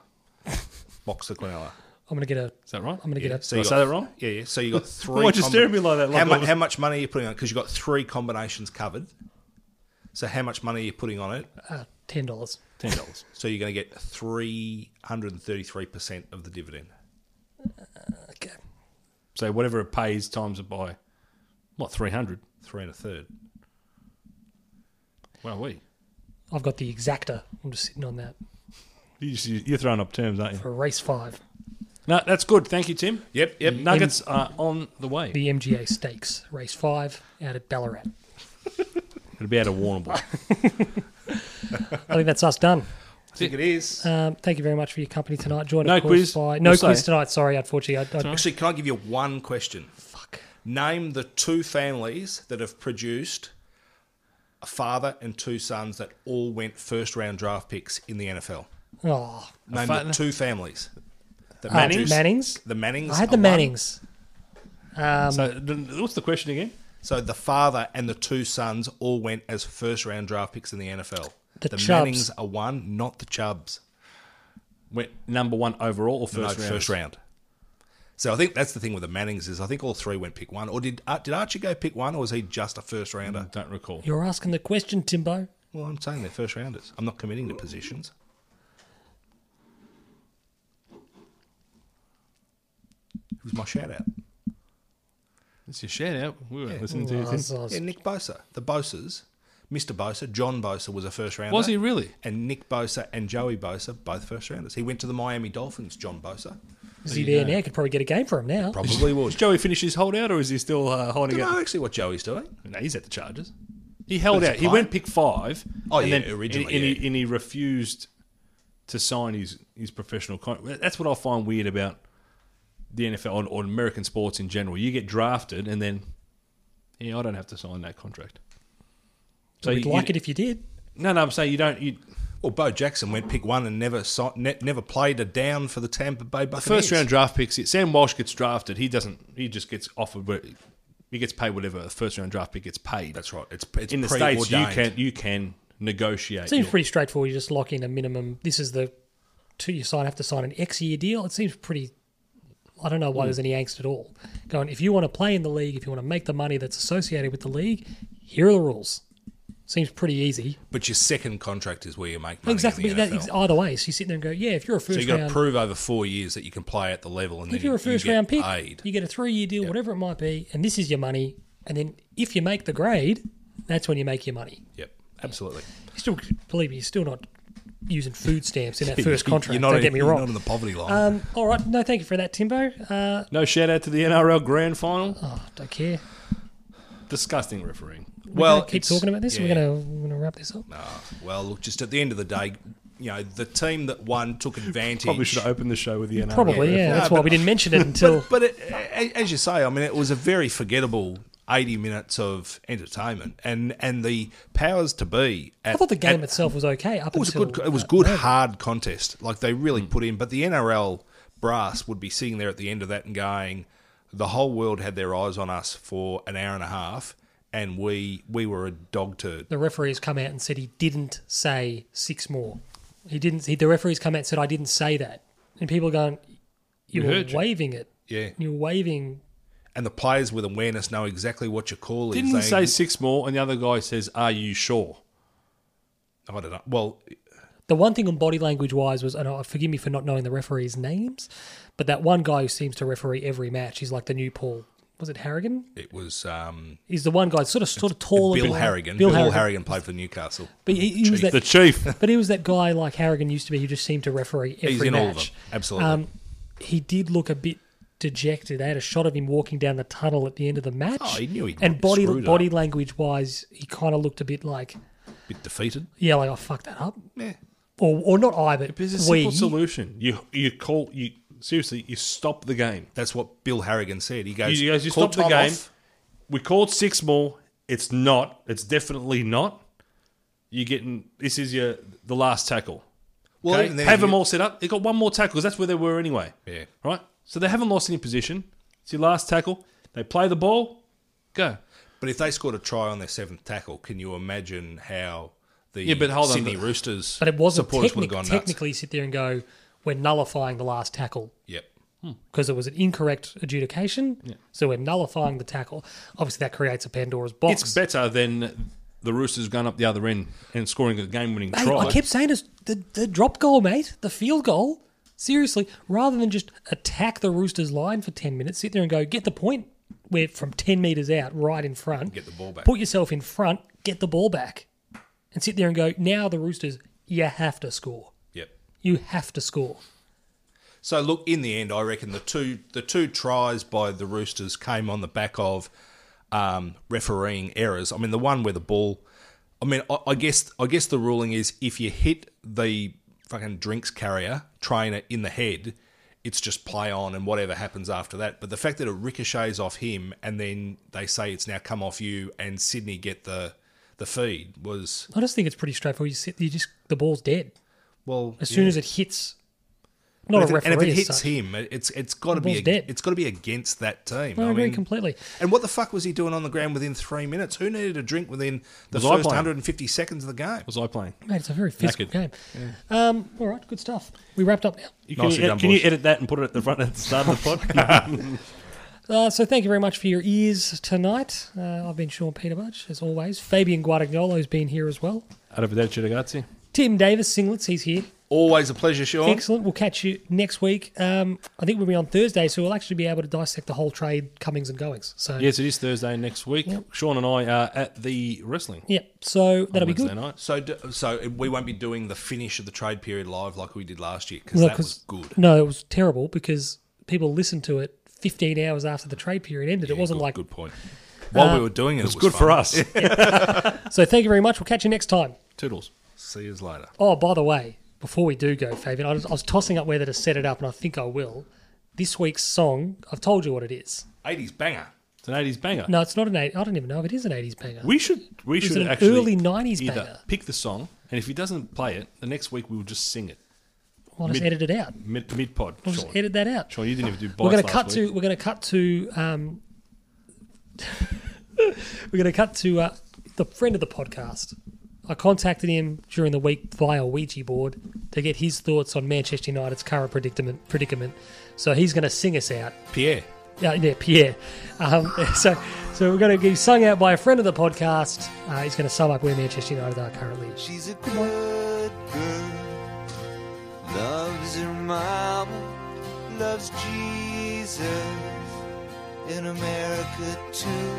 S3: Box the Quinella.
S2: I'm going to get a.
S1: Is that right?
S2: I'm going to get a.
S1: Did I
S3: you
S1: say
S3: got-
S1: that wrong?
S3: Yeah, yeah. So you got three.
S1: Why'd you stare at me like that, like
S3: how,
S1: I
S3: mu-
S1: was-
S3: how much money are you putting on? Because you got three combinations covered. So how much money are you putting on it?
S2: Uh, $10.
S1: Ten dollars.
S3: So you're going to get three hundred and thirty-three percent of the dividend.
S2: Okay.
S1: so whatever it pays times it by, what three hundred?
S3: Three and a third.
S1: Well, we.
S2: I've got the exacta. I'm just sitting on that
S1: You just, you're throwing up terms, aren't you?
S2: for race five,
S1: No, that's good. Thank you, Tim.
S3: Yep, yep.
S1: Nuggets are on the way.
S2: the MGA Stakes, race five out at Ballarat.
S1: It'll be out of Warnable.
S2: I think that's us done.
S3: I think it is.
S2: Um, thank you very much for your company tonight. Joined,
S1: No
S2: of course,
S1: quiz.
S2: by no
S1: We'll
S2: quiz
S1: say.
S2: tonight. Sorry, unfortunately, I, I,
S3: Actually, can I give you one question?
S2: fuck.
S3: Name the two families that have produced a father and two sons that all went first round draft picks in the NFL.
S2: Oh,
S3: Name
S1: fa-
S3: the two families. The
S2: Uh,
S3: Mannings.
S2: Mannings?
S3: The Mannings.
S2: I had
S3: are
S2: the
S3: one.
S2: Mannings. Um,
S1: so, th- what's the question again?
S3: So the father and the two sons all went as first round draft picks in the NFL.
S2: The Chubbs.
S3: Mannings are one, not the Chubbs.
S1: Went number one overall or
S3: No,
S1: first round?
S3: first round. So I think that's the thing with the Mannings is I think all three went pick one. Or did uh, did Archie go pick one, or was he just a first rounder?
S1: Don't recall.
S2: you're asking the question, Timbo.
S3: Well, I'm saying they're first rounders. I'm not committing to positions. Who's my shout out?
S1: It's your shout out. We were listening to you.
S2: Oh,
S1: Tim.
S2: so I was-
S3: Yeah, Nick Bosa. The Bosas. Mr. Bosa, John Bosa was a first rounder.
S1: Was he really?
S3: And Nick Bosa and Joey Bosa, both first rounders. He went to the Miami Dolphins, John Bosa.
S2: Zidane now could probably get a game for him now.
S3: Probably
S1: Does
S3: would.
S1: Joey finish his holdout, or is he still uh,
S3: I
S1: holding
S3: don't know
S1: out?
S3: actually what Joey's doing.
S1: No, he's at the Chargers. He held
S3: he's
S1: out. He
S3: playing.
S1: went pick five.
S3: Oh,
S1: and
S3: yeah,
S1: then,
S3: originally,
S1: and, and
S3: yeah.
S1: he, and he refused to sign his his professional contract. That's what I find weird about the NFL or, or American sports in general. You get drafted, and then yeah, I don't have to sign that contract. So
S2: We'd
S1: you,
S2: like
S1: you-
S2: it if you did.
S1: no, no, I'm saying you don't. You,
S3: Well, Bo Jackson went pick one and never si- ne- never played a down for the Tampa Bay Buccaneers.
S1: first round draft picks. Sam Walsh gets drafted. He doesn't. He just gets offered. what- He gets paid whatever a first round draft pick gets paid.
S3: That's right. It's it's
S1: in the
S3: preordained.
S1: states. You can you can negotiate.
S2: Seems
S1: your-
S2: pretty straightforward. You just lock in a minimum. This is the two you sign. Have to sign an X year deal. It seems pretty. I don't
S3: Hmm.
S2: know why there's any angst at all. Going if you want to play in the league, if you want to make the money that's associated with the league, here are the rules. Seems pretty easy.
S3: But your second contract is where you make money.
S2: exactly.
S3: In
S2: But
S3: the
S2: that,
S3: NFL.
S2: ex- either way, so you sit there and go, yeah. If you're a
S3: so
S2: first
S3: you got to
S2: round,
S3: prove over four years that you can play at the level, and
S2: if
S3: then
S2: you're a first round
S3: you
S2: pick,
S3: get paid.
S2: you get a three year deal, whatever it might be, and this is your money. And then if you make the grade, that's when you make your money.
S3: Yep, absolutely.
S2: You still believe me, you're still not using food stamps in that first contract.
S3: You're not,
S2: don't get me
S3: you're
S2: wrong.
S3: not on the poverty line.
S2: Um, all right, no, thank you for that, Timbo. Uh,
S1: no shout out to the NRL grand final.
S2: oh, don't care.
S1: Disgusting refereeing.
S2: We're
S3: Well,
S2: gonna keep
S3: it's-
S2: talking about this.
S3: yeah.
S2: We're gonna we're gonna wrap this up.
S3: Ah, well, look, just at the end of the day, you know, the team that won took advantage.
S1: Probably should have opened the show with the NRL.
S2: Probably, yeah.
S1: referee.
S2: that's
S3: No,
S2: why
S3: but-
S2: we didn't mention it until.
S3: But it, a- as you say, I mean, it was a very forgettable 80 minutes of entertainment, and and the powers to be. At,
S2: I thought the game
S3: at-
S2: itself was okay. Up
S3: it was a
S2: until
S3: good. It was good hard contest. Like they really put in. But the NRL brass would be sitting there at the end of that and going, the whole world had their eyes on us for an hour and a half, and we we were a dog turd.
S2: the referee has come out and said he didn't say six more. He didn't. He, the referee's come out and said I didn't say that, and people are going, "You were
S1: heard you."
S2: waving it.
S3: Yeah.
S2: you're waving."
S3: And the players with awareness know exactly what your call
S1: Didn't
S3: is.
S1: he
S3: They-
S1: say six more? And the other guy says, "Are you sure?"
S3: I don't know. Well,
S2: The one thing on body language wise was, and I- forgive me for not knowing the referees' names, but that one guy who seems to referee every match, he's like the new Paul. Was it Harrigan?
S3: it was um,
S2: He's the one guy, sort of, sort of tall.
S3: Bill Harrigan.
S2: Bill, Harrigan.
S3: played for Newcastle.
S2: But he, he was that.
S1: The chief.
S2: but he was that guy like Harrigan used to be, who just seemed to referee every
S3: He's in all of
S2: match.
S3: them. Absolutely.
S2: Um, he did look a bit dejected. They had a shot of him walking down the tunnel at the end of the match.
S3: Oh, he knew he'd
S2: and body
S3: screwed up.
S2: body language wise, he kind of looked a bit like,
S3: Bit defeated.
S2: yeah, like I fucked that up,
S3: Yeah.
S2: or or not I, but
S1: There's a
S2: we.
S1: simple solution. You you call you seriously. You stop the game.
S3: That's what Bill Harrigan said. He goes,
S1: You, you guys, you
S3: "Call
S1: stop the
S3: time
S1: game.
S3: off."
S1: We called six more. It's not. It's definitely not. You're getting. This is your the last tackle.
S3: Well,
S1: okay?
S3: even then,
S1: have
S3: you-
S1: them all set up. They got one more tackle because that's where they were anyway.
S3: Yeah.
S1: Right. So they haven't lost any position. It's your last tackle. They play the ball. Go.
S3: But if they scored a try on their seventh tackle, can you imagine how the
S1: Yeah, but hold on,
S3: Sydney
S1: the-
S3: Roosters
S2: but it wasn't
S3: supporters would
S2: technic-
S3: have gone nuts?
S2: technically. Sit there and go, we're nullifying the last tackle
S3: Yep.
S2: because it was an incorrect adjudication. So we're nullifying the tackle. Obviously, that creates a Pandora's box.
S1: It's better than the Roosters going up the other end and scoring a game-winning
S2: Mate,
S1: try.
S2: I kept saying it's the, the drop goal, mate, the field goal. Seriously, rather than just attack the Roosters' line for 10 minutes, sit there and go, get the point. We're from 10 metres out, right in front.
S3: Get the ball back.
S2: Put yourself in front, get the ball back. And sit there and go, now the Roosters, you have to score.
S3: Yep.
S2: You have to score.
S3: So look, in the end, I reckon the two the two tries by the Roosters came on the back of um, refereeing errors. I mean, the one where the ball. I mean, I, I guess I guess the ruling is if you hit the fucking drinks carrier trainer in the head, it's just play on and whatever happens after that. But the fact that it ricochets off him and then they say it's now come off you and Sydney get the the feed was
S2: I just think it's pretty straightforward. You, sit, you just, the ball's dead.
S3: well
S2: As soon as it hits,
S3: and
S2: not
S3: if
S2: a
S3: it,
S2: referee.
S3: and if it
S2: as
S3: hits
S2: such.
S3: him, it- it's it's got to be
S2: ball's
S3: ag-
S2: dead.
S3: it's got to be against that team.
S2: I
S3: I
S2: agree
S3: mean,
S2: completely.
S3: And what the fuck was he doing on the ground within three minutes? Who needed a drink within the
S1: Was I
S3: first
S1: playing?
S3: 150 seconds of the game?
S1: was I playing?
S2: Mate, it's a very physical game.
S1: Knackered.
S2: Um, all right, good stuff. We wrapped up now.
S1: You can,
S3: Nicely
S1: you,
S3: done,
S1: can you
S3: boys.
S1: edit that and put it at the front at the start of the podcast?
S2: Uh, so thank you very much for your ears tonight. Uh, I've been Sean Peter Budge, as always. Fabian Guadagnolo's been here as well.
S1: Arrivederci, ragazzi.
S2: Tim Davis, Singlets, he's here.
S3: Always a pleasure, Sean.
S2: Excellent. We'll catch you next week. Um, I think we'll be on Thursday, so we'll actually be able to dissect the whole trade comings and goings. So
S1: Yes, it is Thursday next week. Sean and I are at the wrestling.
S2: yeah, so that'll be
S1: Wednesday
S2: good.
S1: night.
S3: So d- so we won't be doing the finish of the trade period live like we did last year because
S2: No,
S3: that
S2: 'cause-
S3: was good.
S2: No, it was terrible because people listened to it 15 hours after the trade period ended. it wasn't
S3: good,
S2: like
S3: good point. While we were doing it,
S1: It's
S3: it was
S1: good for
S3: fun.
S1: us.
S2: so. Thank you very much. We'll catch you next time.
S1: Toodles.
S3: See you later.
S2: Oh, by the way, before we do go, Fabian, I was, I was tossing up whether to set it up, and I think I will. This week's song, I've told you what it is.
S3: 80s banger.
S1: It's an 80s banger.
S2: No, it's not an 80s. I don't even know if it is an 80s banger.
S1: We should we
S2: It's
S1: should
S2: an
S1: actually
S2: early 90s
S1: either
S2: banger.
S1: Pick the song, and if he doesn't play it, the next week we will just sing it
S2: I'll just
S1: mid-
S2: edit it out.
S1: mid mid pod.
S2: I'll
S1: Sean.
S2: just edit that out.
S1: Sean, you didn't even do.
S2: we're going to
S1: bites
S2: cut
S1: last
S2: to
S1: week.
S2: we're going to cut to um, we're going to cut to uh, the friend of the podcast. I contacted him during the week via Ouija board to get his thoughts on Manchester United's current predicament. Predicament. So he's going to sing us out.
S3: Pierre.
S2: Yeah, yeah, Pierre. Um, so, so we're going to get sung out by a friend of the podcast. Uh, he's going to sum up where Manchester United are currently.
S4: She's a good girl. Loves her mama, loves Jesus, in America too.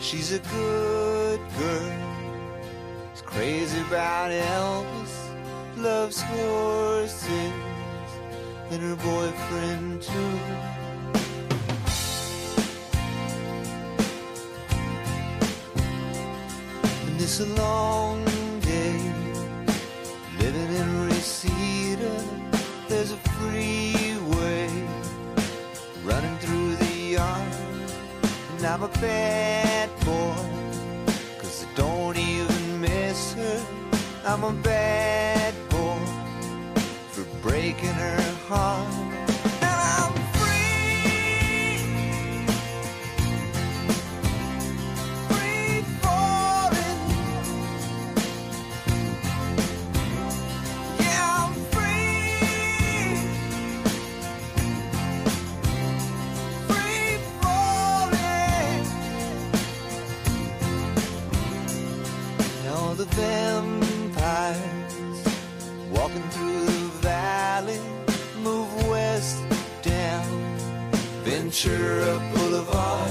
S4: She's a good girl. Is crazy about Elvis, loves horses, and her boyfriend too. And it's a long day living in Reseda. There's a freeway running through the yard. And I'm a bad boy, cause I don't even miss her. I'm a bad boy for breaking her heart. Now I'm free. Free falling. Yeah, I'm free. Free falling. Now the vampires walking through the valley move west down Ventura Boulevard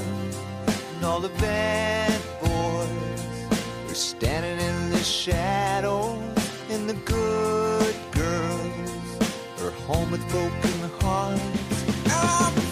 S4: and all the bad boys are standing in the shadow and the good girls are home with broken hearts. I'm